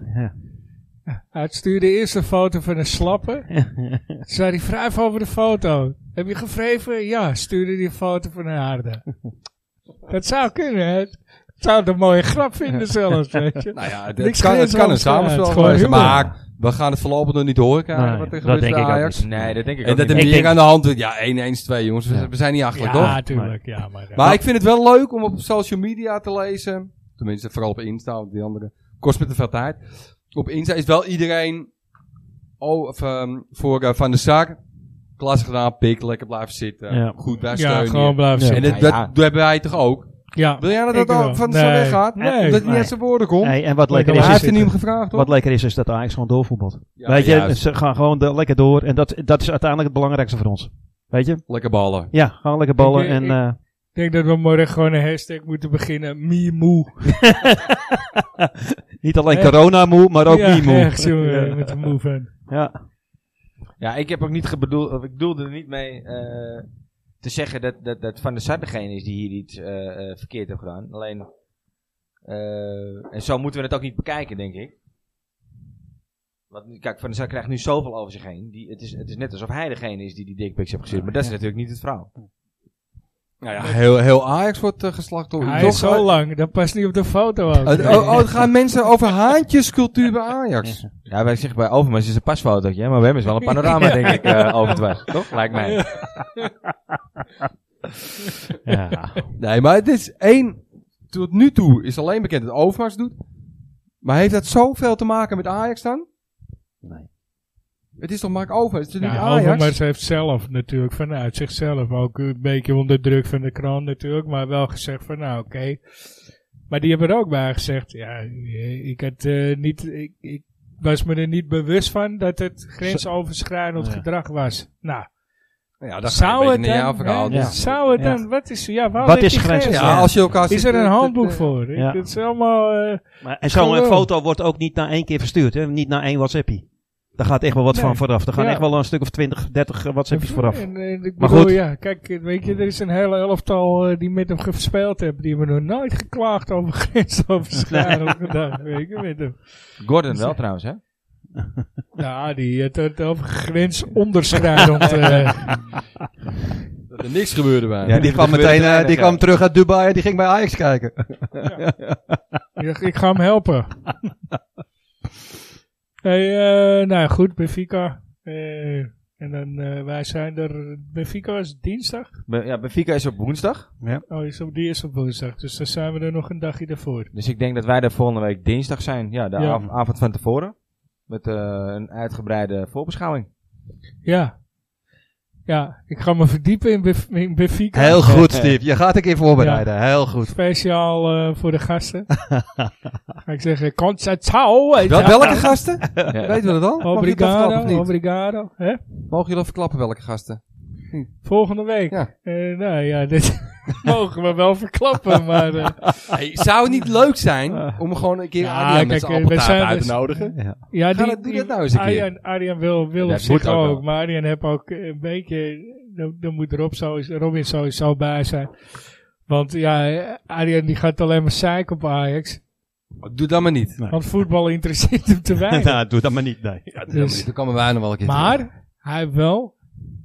Speaker 2: Hij stuurde eerst een foto van een slappe. Toen zei hij, wrijf over de foto. Heb je gevreven? Ja, stuurde die een foto van een aarde. dat zou kunnen, hè? Ik zou het een mooie grap vinden zelfs, weet je.
Speaker 4: Nou ja, het,
Speaker 2: Niks
Speaker 4: kan, het
Speaker 2: grenzen
Speaker 4: kan een
Speaker 2: overschrijden.
Speaker 4: samenspel
Speaker 2: Het is gewoon
Speaker 4: zijn,
Speaker 2: humor.
Speaker 4: maar we gaan het voorlopig nog niet horen krijgen
Speaker 3: Nee,
Speaker 4: wat er
Speaker 3: dat
Speaker 4: gebeurt
Speaker 3: denk
Speaker 4: bij
Speaker 3: ik ook
Speaker 4: Ajax.
Speaker 3: niet.
Speaker 1: Nee, dat denk ik
Speaker 4: En
Speaker 1: ook
Speaker 4: dat er
Speaker 1: niet.
Speaker 3: Ik
Speaker 4: meer
Speaker 3: denk-
Speaker 4: aan de hand is. Ja, 1-1-2 jongens, we, we zijn niet achter
Speaker 2: Ja,
Speaker 4: toch?
Speaker 2: tuurlijk. Ja, maar, eh,
Speaker 4: Maar ik vind het wel leuk om op social media te lezen. Tenminste, vooral op Insta, want die andere kost me te veel tijd. Op Insta is wel iedereen oh, of, ehm, voor eh, Van de Sar. Klasse gedaan, pik, lekker blijven zitten.
Speaker 3: Ja.
Speaker 4: Goed, wij
Speaker 2: ja,
Speaker 4: steunen je.
Speaker 2: gewoon blijven
Speaker 3: Ja.
Speaker 4: En
Speaker 2: zitten.
Speaker 4: dat, dat, dat hebben wij toch ook?
Speaker 2: Ja.
Speaker 4: Wil jij dat
Speaker 2: Ik
Speaker 4: dat al
Speaker 2: wel.
Speaker 4: Van de Sar
Speaker 2: Nee.
Speaker 4: weggaat?
Speaker 2: Nee.
Speaker 4: Omdat hij
Speaker 3: Nee.
Speaker 4: net zijn woorden komt?
Speaker 3: Nee, en wat
Speaker 2: Lekker
Speaker 3: lekker
Speaker 4: Hij
Speaker 3: is,
Speaker 4: heeft
Speaker 3: is,
Speaker 4: er niet om gevraagd, hoor.
Speaker 3: wat lekker is, is dat Ajax gewoon doorvoetbalt.
Speaker 4: Ja,
Speaker 3: Weet je,
Speaker 4: juist.
Speaker 3: ze gaan gewoon de- lekker door. En dat, dat is uiteindelijk het belangrijkste voor ons. Weet je?
Speaker 4: Lekker ballen.
Speaker 3: Ja, gewoon lekker ballen.
Speaker 2: Ik-
Speaker 3: en,
Speaker 2: ik-
Speaker 3: eh,
Speaker 2: Ik denk dat we morgen gewoon een hashtag moeten beginnen. Mimu.
Speaker 3: niet alleen
Speaker 2: Eh.
Speaker 3: corona moe, maar
Speaker 4: Nou,
Speaker 3: ook
Speaker 2: ja,
Speaker 3: niet moe.
Speaker 2: echt, jongen, met een moe van.
Speaker 3: Ja.
Speaker 1: Ja, ik heb ook niet gebedoeld, of ik bedoelde er niet mee eh, te zeggen dat, dat, dat Van der Sar degene is die hier iets eh, eh, verkeerd heeft gedaan. Alleen, eh, en zo moeten we het ook niet bekijken, denk ik. Want nu- kijk, Van der Sar krijgt nu zoveel over zich heen. Die, het, is, het is net alsof hij degene is die die dickpics heeft gezien. Maar dat is natuurlijk niet het verhaal.
Speaker 4: Nou ja, heel, heel Ajax wordt eh, geslacht door.
Speaker 2: Hij
Speaker 4: Toch,
Speaker 2: is zo
Speaker 4: eh,
Speaker 2: lang, dat past niet op de foto ook.
Speaker 4: het- oh, oh, het gaan mensen over haantjescultuur bij Ajax.
Speaker 1: Ja, wij zeggen bij Overmars is een pasfotootje, hè, maar bij hem is wel een panorama, denk ik, eh over het was. Toch? Lijkt mij.
Speaker 3: Ja.
Speaker 4: Nee, maar het is één. Tot nu toe is alleen bekend dat Overmars doet. Maar heeft dat zoveel te maken met Ajax dan?
Speaker 3: Nee.
Speaker 4: Het is toch Mark Overmars? Het is toch
Speaker 2: Ja,
Speaker 4: niet Ajax?
Speaker 2: Overmars heeft zelf natuurlijk vanuit zichzelf ook een beetje onder druk van de krant natuurlijk, maar wel gezegd van nou oké. Maar die hebben er ook bij gezegd, ja, ik, had, eh, niet, ik, ik was me er niet bewust van dat het grensoverschrijdend
Speaker 3: Ja.
Speaker 2: gedrag was. Nou,
Speaker 4: Ja, dat
Speaker 2: zou het dan,
Speaker 4: jouw verhaal.
Speaker 2: hè,
Speaker 4: dus-
Speaker 3: Ja.
Speaker 2: zou het
Speaker 3: Ja.
Speaker 2: dan, wat is, ja, waar
Speaker 3: Wat
Speaker 2: ligt
Speaker 3: is
Speaker 2: die
Speaker 3: grens?
Speaker 2: grens?
Speaker 3: Ja,
Speaker 4: Ja, als je elkaar
Speaker 2: Is
Speaker 4: ziet,
Speaker 2: er een
Speaker 4: eh,
Speaker 2: handboek
Speaker 4: eh,
Speaker 2: voor?
Speaker 3: ja.
Speaker 2: Het is allemaal... eh,
Speaker 3: Maar, en zo'n
Speaker 2: Gewoon, eh,
Speaker 3: foto wordt ook niet na één keer verstuurd. Hè? Niet na één WhatsAppie. Daar gaat echt wel wat
Speaker 2: Nee.
Speaker 3: van vooraf. Er gaan
Speaker 2: Ja.
Speaker 3: echt wel een stuk of 20, 30 WhatsAppjes vooraf.
Speaker 2: Mhm. En, en ik
Speaker 3: Maar
Speaker 2: bedoel,
Speaker 3: goed.
Speaker 2: ja, kijk, eh, weet je, er is een hele elftal eh, die met hem gespeeld hebben. Die hebben nog nooit geklaagd over grensoverschrijdend gedrag, weet je, met hem.
Speaker 1: Gordon wel trouwens, hè?
Speaker 2: Ja, die heeft het over grensonderschrijdend. eh
Speaker 4: Dat er niks gebeurde bij.
Speaker 5: Ja, die kwam meteen eh, die kwam terug uit Dubai en die ging bij Ajax kijken.
Speaker 2: ik, ik ga hem helpen. hey, eh nou ja, goed, Benfica. eh En dan, eh, wij zijn er, Benfica was dinsdag.
Speaker 1: Be- ja, Benfica is op woensdag.
Speaker 2: Oh, is op, die is op woensdag. Dus dan zijn we er nog een dagje daarvoor.
Speaker 1: Dus ik denk dat wij er volgende week dinsdag zijn. Ja, de
Speaker 2: Ja.
Speaker 1: av- avond van tevoren. Met eh, een uitgebreide voorbeschouwing.
Speaker 2: Ja. Ja, ik ga me verdiepen in, Bef- in Benfica.
Speaker 5: Heel goed, Steve. Je gaat een keer voorbereiden. Heel goed.
Speaker 2: Speciaal eh, voor de gasten. ga ik eh, zeggen, concertao.
Speaker 4: Wel, welke gasten? Weten we dat al? Mogen jullie dat verklappen
Speaker 2: Obrigado,
Speaker 4: of niet?
Speaker 2: obrigado. Hè?
Speaker 4: Mogen jullie dat verklappen welke gasten?
Speaker 2: Volgende week.
Speaker 4: Ja.
Speaker 2: Eh, nou ja, dit mogen we wel verklappen, maar... eh,
Speaker 4: Hey, zou het niet leuk zijn om gewoon een keer
Speaker 2: Ja,
Speaker 4: Adriaan met
Speaker 2: kijk,
Speaker 4: zijn
Speaker 2: eh, we
Speaker 4: appeltaart
Speaker 2: zijn
Speaker 4: uit te
Speaker 2: dus-
Speaker 4: nodigen?
Speaker 2: Ja,
Speaker 4: Ga
Speaker 2: die,
Speaker 4: dat- doe dat nou eens een keer.
Speaker 2: Arjan, Arjan wil, wil
Speaker 4: Dat
Speaker 2: op zich
Speaker 4: moet ook
Speaker 2: ook,
Speaker 4: wel.
Speaker 2: maar Arjan heeft ook een beetje, dan, dan moet Rob sowieso, Robin sowieso bij zijn. Want ja, eh, Arjan die gaat alleen maar zeiken op Ajax.
Speaker 4: Doe dat maar niet.
Speaker 2: Want voetbal interesseert hem te weinig.
Speaker 3: nou, doe dat maar niet, nee.
Speaker 4: Ja, dat
Speaker 2: Dus-
Speaker 4: moet- dan komen wij nog wel een keer terug.
Speaker 2: maar hij heeft wel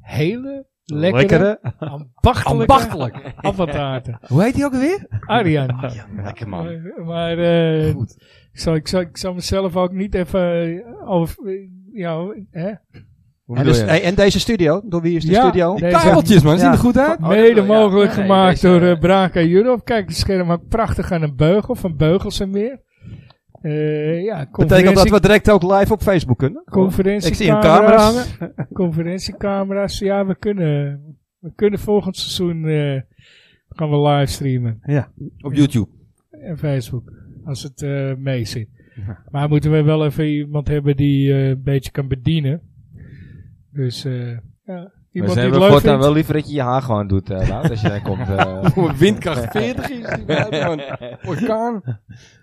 Speaker 2: hele lekkere, ambachtelijke,
Speaker 4: Ambachtelijk.
Speaker 2: appeltaarten.
Speaker 4: Hoe heet hij ook alweer?
Speaker 2: Arjan.
Speaker 4: Ah, Lekker man.
Speaker 2: Maar, maar eh,
Speaker 4: Goed.
Speaker 2: ik, zal, ik, zal, ik zal mezelf ook niet even eh, over... Ja, hè?
Speaker 4: Hoe
Speaker 5: En,
Speaker 4: bedoel
Speaker 5: dus-
Speaker 4: je?
Speaker 5: hey, en deze studio, door wie is de
Speaker 2: Ja,
Speaker 5: studio?
Speaker 2: nee.
Speaker 4: Die
Speaker 2: deze-
Speaker 4: kabeltjes man, zien
Speaker 5: Ja.
Speaker 4: er goed uit.
Speaker 2: Mede mogelijk
Speaker 1: ja, nee,
Speaker 2: gemaakt
Speaker 1: deze-
Speaker 2: door eh, Braca Europe. Kijk, de scherm hangt prachtig aan een beugel, van beugels en meer. Eh ja,
Speaker 5: Betekent dat
Speaker 2: conferentie-
Speaker 5: we direct ook live op Facebook kunnen? Ik zie een camera hangen.
Speaker 2: conferentiecamera's. Conferentiecamera's. Ja, we kunnen, we kunnen volgend seizoen eh, gaan we livestreamen
Speaker 4: Op YouTube.
Speaker 2: en Facebook. Als het eh mee zit. Maar moeten we wel even iemand hebben die eh, een beetje kan bedienen. Dus eh ja,
Speaker 1: Maar ze
Speaker 2: iemand die het
Speaker 1: hebben
Speaker 2: leuk
Speaker 1: voortaan
Speaker 2: vindt.
Speaker 1: wel liever dat je je haar gewoon doet, eh Wout, als je daar komt. eh.
Speaker 4: Voor windkracht 40 is die buiten, man. Orkaan.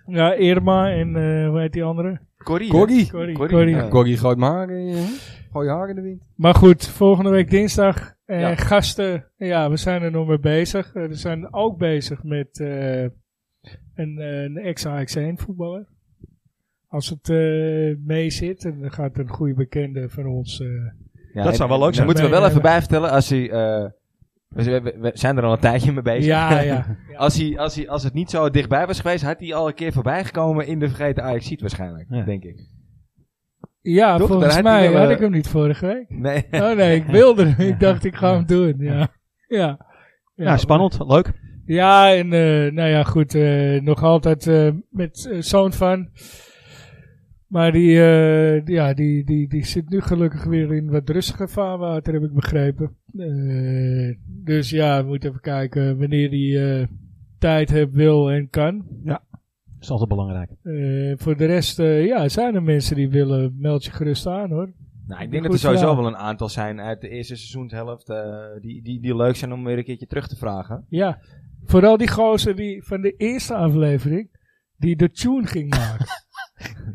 Speaker 2: Ja, Irma en eh, hoe heet die andere?
Speaker 1: Corrie. hè?
Speaker 4: Corrie.
Speaker 2: Corrie.
Speaker 1: Corrie,
Speaker 2: Corrie.
Speaker 1: ja.
Speaker 4: Corrie gooit maar haar in je- gooi je haar in de wind.
Speaker 2: Maar goed, volgende week dinsdag. eh,
Speaker 1: Ja.
Speaker 2: Gasten, ja, we zijn er nog mee bezig. Eh, we zijn ook bezig met eh, een, eh, een ex-AX1 voetballer. Als het eh mee zit, en dan gaat een goede bekende van ons. eh,
Speaker 1: Ja,
Speaker 3: Dat
Speaker 1: en-
Speaker 3: zou wel leuk
Speaker 1: en
Speaker 3: zijn.
Speaker 1: moeten we
Speaker 2: Nee,
Speaker 1: wel
Speaker 2: nee,
Speaker 1: even
Speaker 2: nee.
Speaker 1: bij vertellen, als hij... eh, we, zijn- we- we zijn er al een tijdje mee bezig.
Speaker 2: ja, ja.
Speaker 1: Als, hij, als, hij, als het niet zo dichtbij was geweest, had hij al een keer voorbij gekomen in de vergeten ajax waarschijnlijk,
Speaker 3: Ja.
Speaker 1: denk ik.
Speaker 2: Ja,
Speaker 1: Toch? Daar
Speaker 2: volgens
Speaker 1: had
Speaker 2: mij
Speaker 1: hij wel,
Speaker 2: had
Speaker 1: eh,
Speaker 2: ik hem niet vorige week.
Speaker 1: Nee.
Speaker 2: Oh nee, ik wilde hem. Ik dacht, ik ga hem doen. Ja, ja.
Speaker 1: Nou,
Speaker 3: Ja, spannend. Leuk.
Speaker 2: Ja, en eh, nou ja, goed. eh, nog altijd eh, met eh, zo'n fan. Maar die, eh, die- ja, die, die, die zit nu gelukkig weer in wat rustiger vaarwater, heb ik begrepen. Eh, dus ja, we moeten even kijken wanneer die eh, tijd heeft, wil en kan.
Speaker 3: Dat is altijd belangrijk.
Speaker 2: Eh, voor de rest, eh, ja, zijn er mensen die willen, meld je gerust aan hoor.
Speaker 1: Nou, ik
Speaker 2: Goed
Speaker 1: denk dat er sowieso
Speaker 2: verhaal.
Speaker 1: wel een aantal zijn uit de eerste seizoenshelft eh, die, die, die leuk zijn om weer een keertje terug te vragen.
Speaker 2: Ja, vooral die gozer die van de eerste aflevering, die de tune ging maken.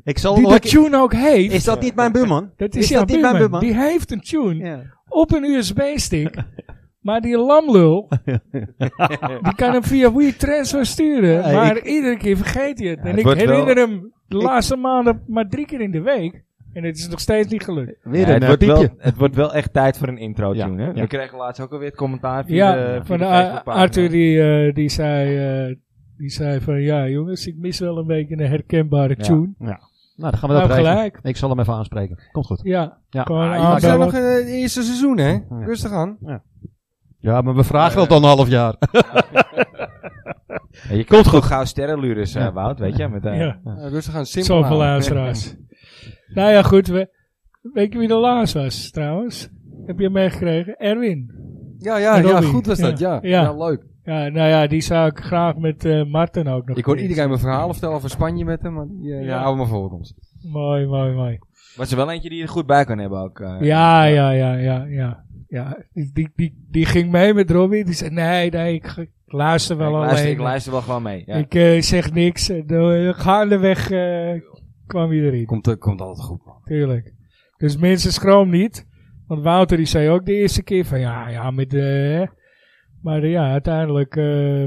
Speaker 3: Ik zal
Speaker 2: die de tune ook heeft.
Speaker 5: Is dat niet mijn buurman?
Speaker 2: Dat is,
Speaker 5: Is
Speaker 2: jouw
Speaker 5: dat niet mijn
Speaker 2: buurman.
Speaker 5: buurman?
Speaker 2: Die heeft een tune
Speaker 5: Ja.
Speaker 2: op een USB-stick. maar die lamlul, die kan hem via WeTransfer sturen.
Speaker 5: Ja,
Speaker 2: maar iedere keer vergeet hij het. en
Speaker 1: het
Speaker 2: ik
Speaker 1: wordt wel-
Speaker 2: herinner hem de laatste maanden maar drie keer in de week. En het is nog steeds niet gelukt.
Speaker 5: Weer
Speaker 1: Ja,
Speaker 5: een
Speaker 1: het,
Speaker 5: eh,
Speaker 1: wordt wel,
Speaker 5: piepje.
Speaker 1: het wordt wel echt tijd voor een intro-tune.
Speaker 3: Ja,
Speaker 1: hè?
Speaker 3: ja.
Speaker 1: We kregen laatst ook alweer het commentaar via de,
Speaker 2: Ja,
Speaker 1: via
Speaker 2: van
Speaker 1: de
Speaker 2: de, A-
Speaker 1: Facebookpagina.
Speaker 2: Arthur die, eh, die, zei, eh, die zei van ja jongens, ik mis wel een beetje een herkenbare
Speaker 1: Ja.
Speaker 2: tune.
Speaker 3: Nou, dan gaan we
Speaker 2: Nou,
Speaker 3: dat regelen.
Speaker 2: gelijk.
Speaker 3: Ik zal hem even aanspreken. Komt goed.
Speaker 2: Ja,
Speaker 3: Ja.
Speaker 2: gewoon
Speaker 4: Ah,
Speaker 2: aanbellen.
Speaker 4: we zijn nog in het eerste seizoen, hè? Rustig aan.
Speaker 3: Ja, maar we vragen dat al een half jaar.
Speaker 1: Ja, je komt goed gauw sterrenlures, eh, Wout, weet je. Met, eh,
Speaker 2: Ja.
Speaker 4: Eh, rustig aan, simpel
Speaker 2: Zoveel
Speaker 4: houden.
Speaker 2: luisteraars. nou ja, goed. We, weet je wie de laas was trouwens? Heb je meegekregen? Erwin.
Speaker 4: Ja, ja,
Speaker 2: En
Speaker 4: ja,
Speaker 2: Robbie.
Speaker 4: goed was dat,
Speaker 2: Ja.
Speaker 4: ja.
Speaker 2: Ja.
Speaker 4: Ja, leuk.
Speaker 2: Ja, nou ja, die zou ik graag met eh Marten ook nog.
Speaker 4: Ik hoor
Speaker 2: eens.
Speaker 4: iedereen mijn verhalen vertellen over Spanje met hem, maar die eh, die
Speaker 2: Ja.
Speaker 4: houden me voor ons.
Speaker 2: Mooi, mooi, mooi.
Speaker 1: Was er wel eentje die je er goed bij kan hebben ook. eh.
Speaker 2: Ja, ja, ja, ja, ja. ja. Die, die, die, die ging mee met Robbie. Die zei, nee, nee, ik, ga- ik luister wel
Speaker 1: ik,
Speaker 2: alleen.
Speaker 1: luister, ik luister wel gewoon mee. Ja.
Speaker 2: Ik, eh, zeg niks. En, eh, gaandeweg eh, kwam hij erin.
Speaker 4: Komt, eh, komt altijd goed, man.
Speaker 2: Tuurlijk. Dus mensen schroom niet. Want Wouter die zei ook de eerste keer van ja, ja, met de... Maar eh, ja, uiteindelijk eh,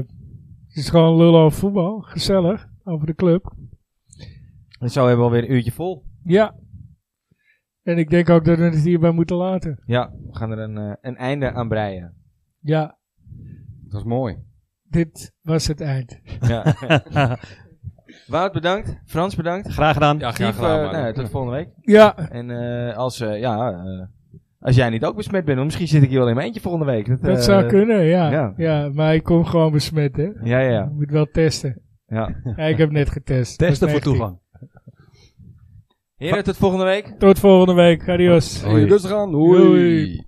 Speaker 2: het is gewoon lullen over voetbal. Gezellig. Over de club.
Speaker 1: En zo hebben we alweer een uurtje vol.
Speaker 2: Ja. En ik denk ook dat we het hierbij moeten laten.
Speaker 1: Ja, we gaan er een, eh, een einde aan breien.
Speaker 2: Ja,
Speaker 4: Dat is mooi.
Speaker 2: dit was het eind.
Speaker 1: Ja. Wout, bedankt. Frans, bedankt.
Speaker 3: Graag gedaan.
Speaker 4: Ja, graag
Speaker 1: Steve,
Speaker 4: gedaan,
Speaker 1: eh,
Speaker 4: man.
Speaker 1: nou ja, tot volgende week.
Speaker 2: Ja,
Speaker 1: En eh, als, eh, ja, eh, Als jij niet ook besmet bent, dan misschien zit ik hier wel in mijn eentje volgende week. Dat,
Speaker 2: Dat
Speaker 1: eh,
Speaker 2: zou kunnen, ja.
Speaker 1: ja.
Speaker 2: ja. maar ik kom gewoon besmet, hè.
Speaker 1: Ja, ja, ja.
Speaker 2: Je moet wel testen.
Speaker 1: ja.
Speaker 2: Ja, ik heb net getest.
Speaker 5: Testen
Speaker 2: Dat
Speaker 5: voor
Speaker 2: is
Speaker 5: toegang.
Speaker 2: negatief.
Speaker 1: Heren, tot volgende week.
Speaker 2: Tot volgende week. Adios.
Speaker 4: Hey, rustig aan. Doei.
Speaker 2: Doei.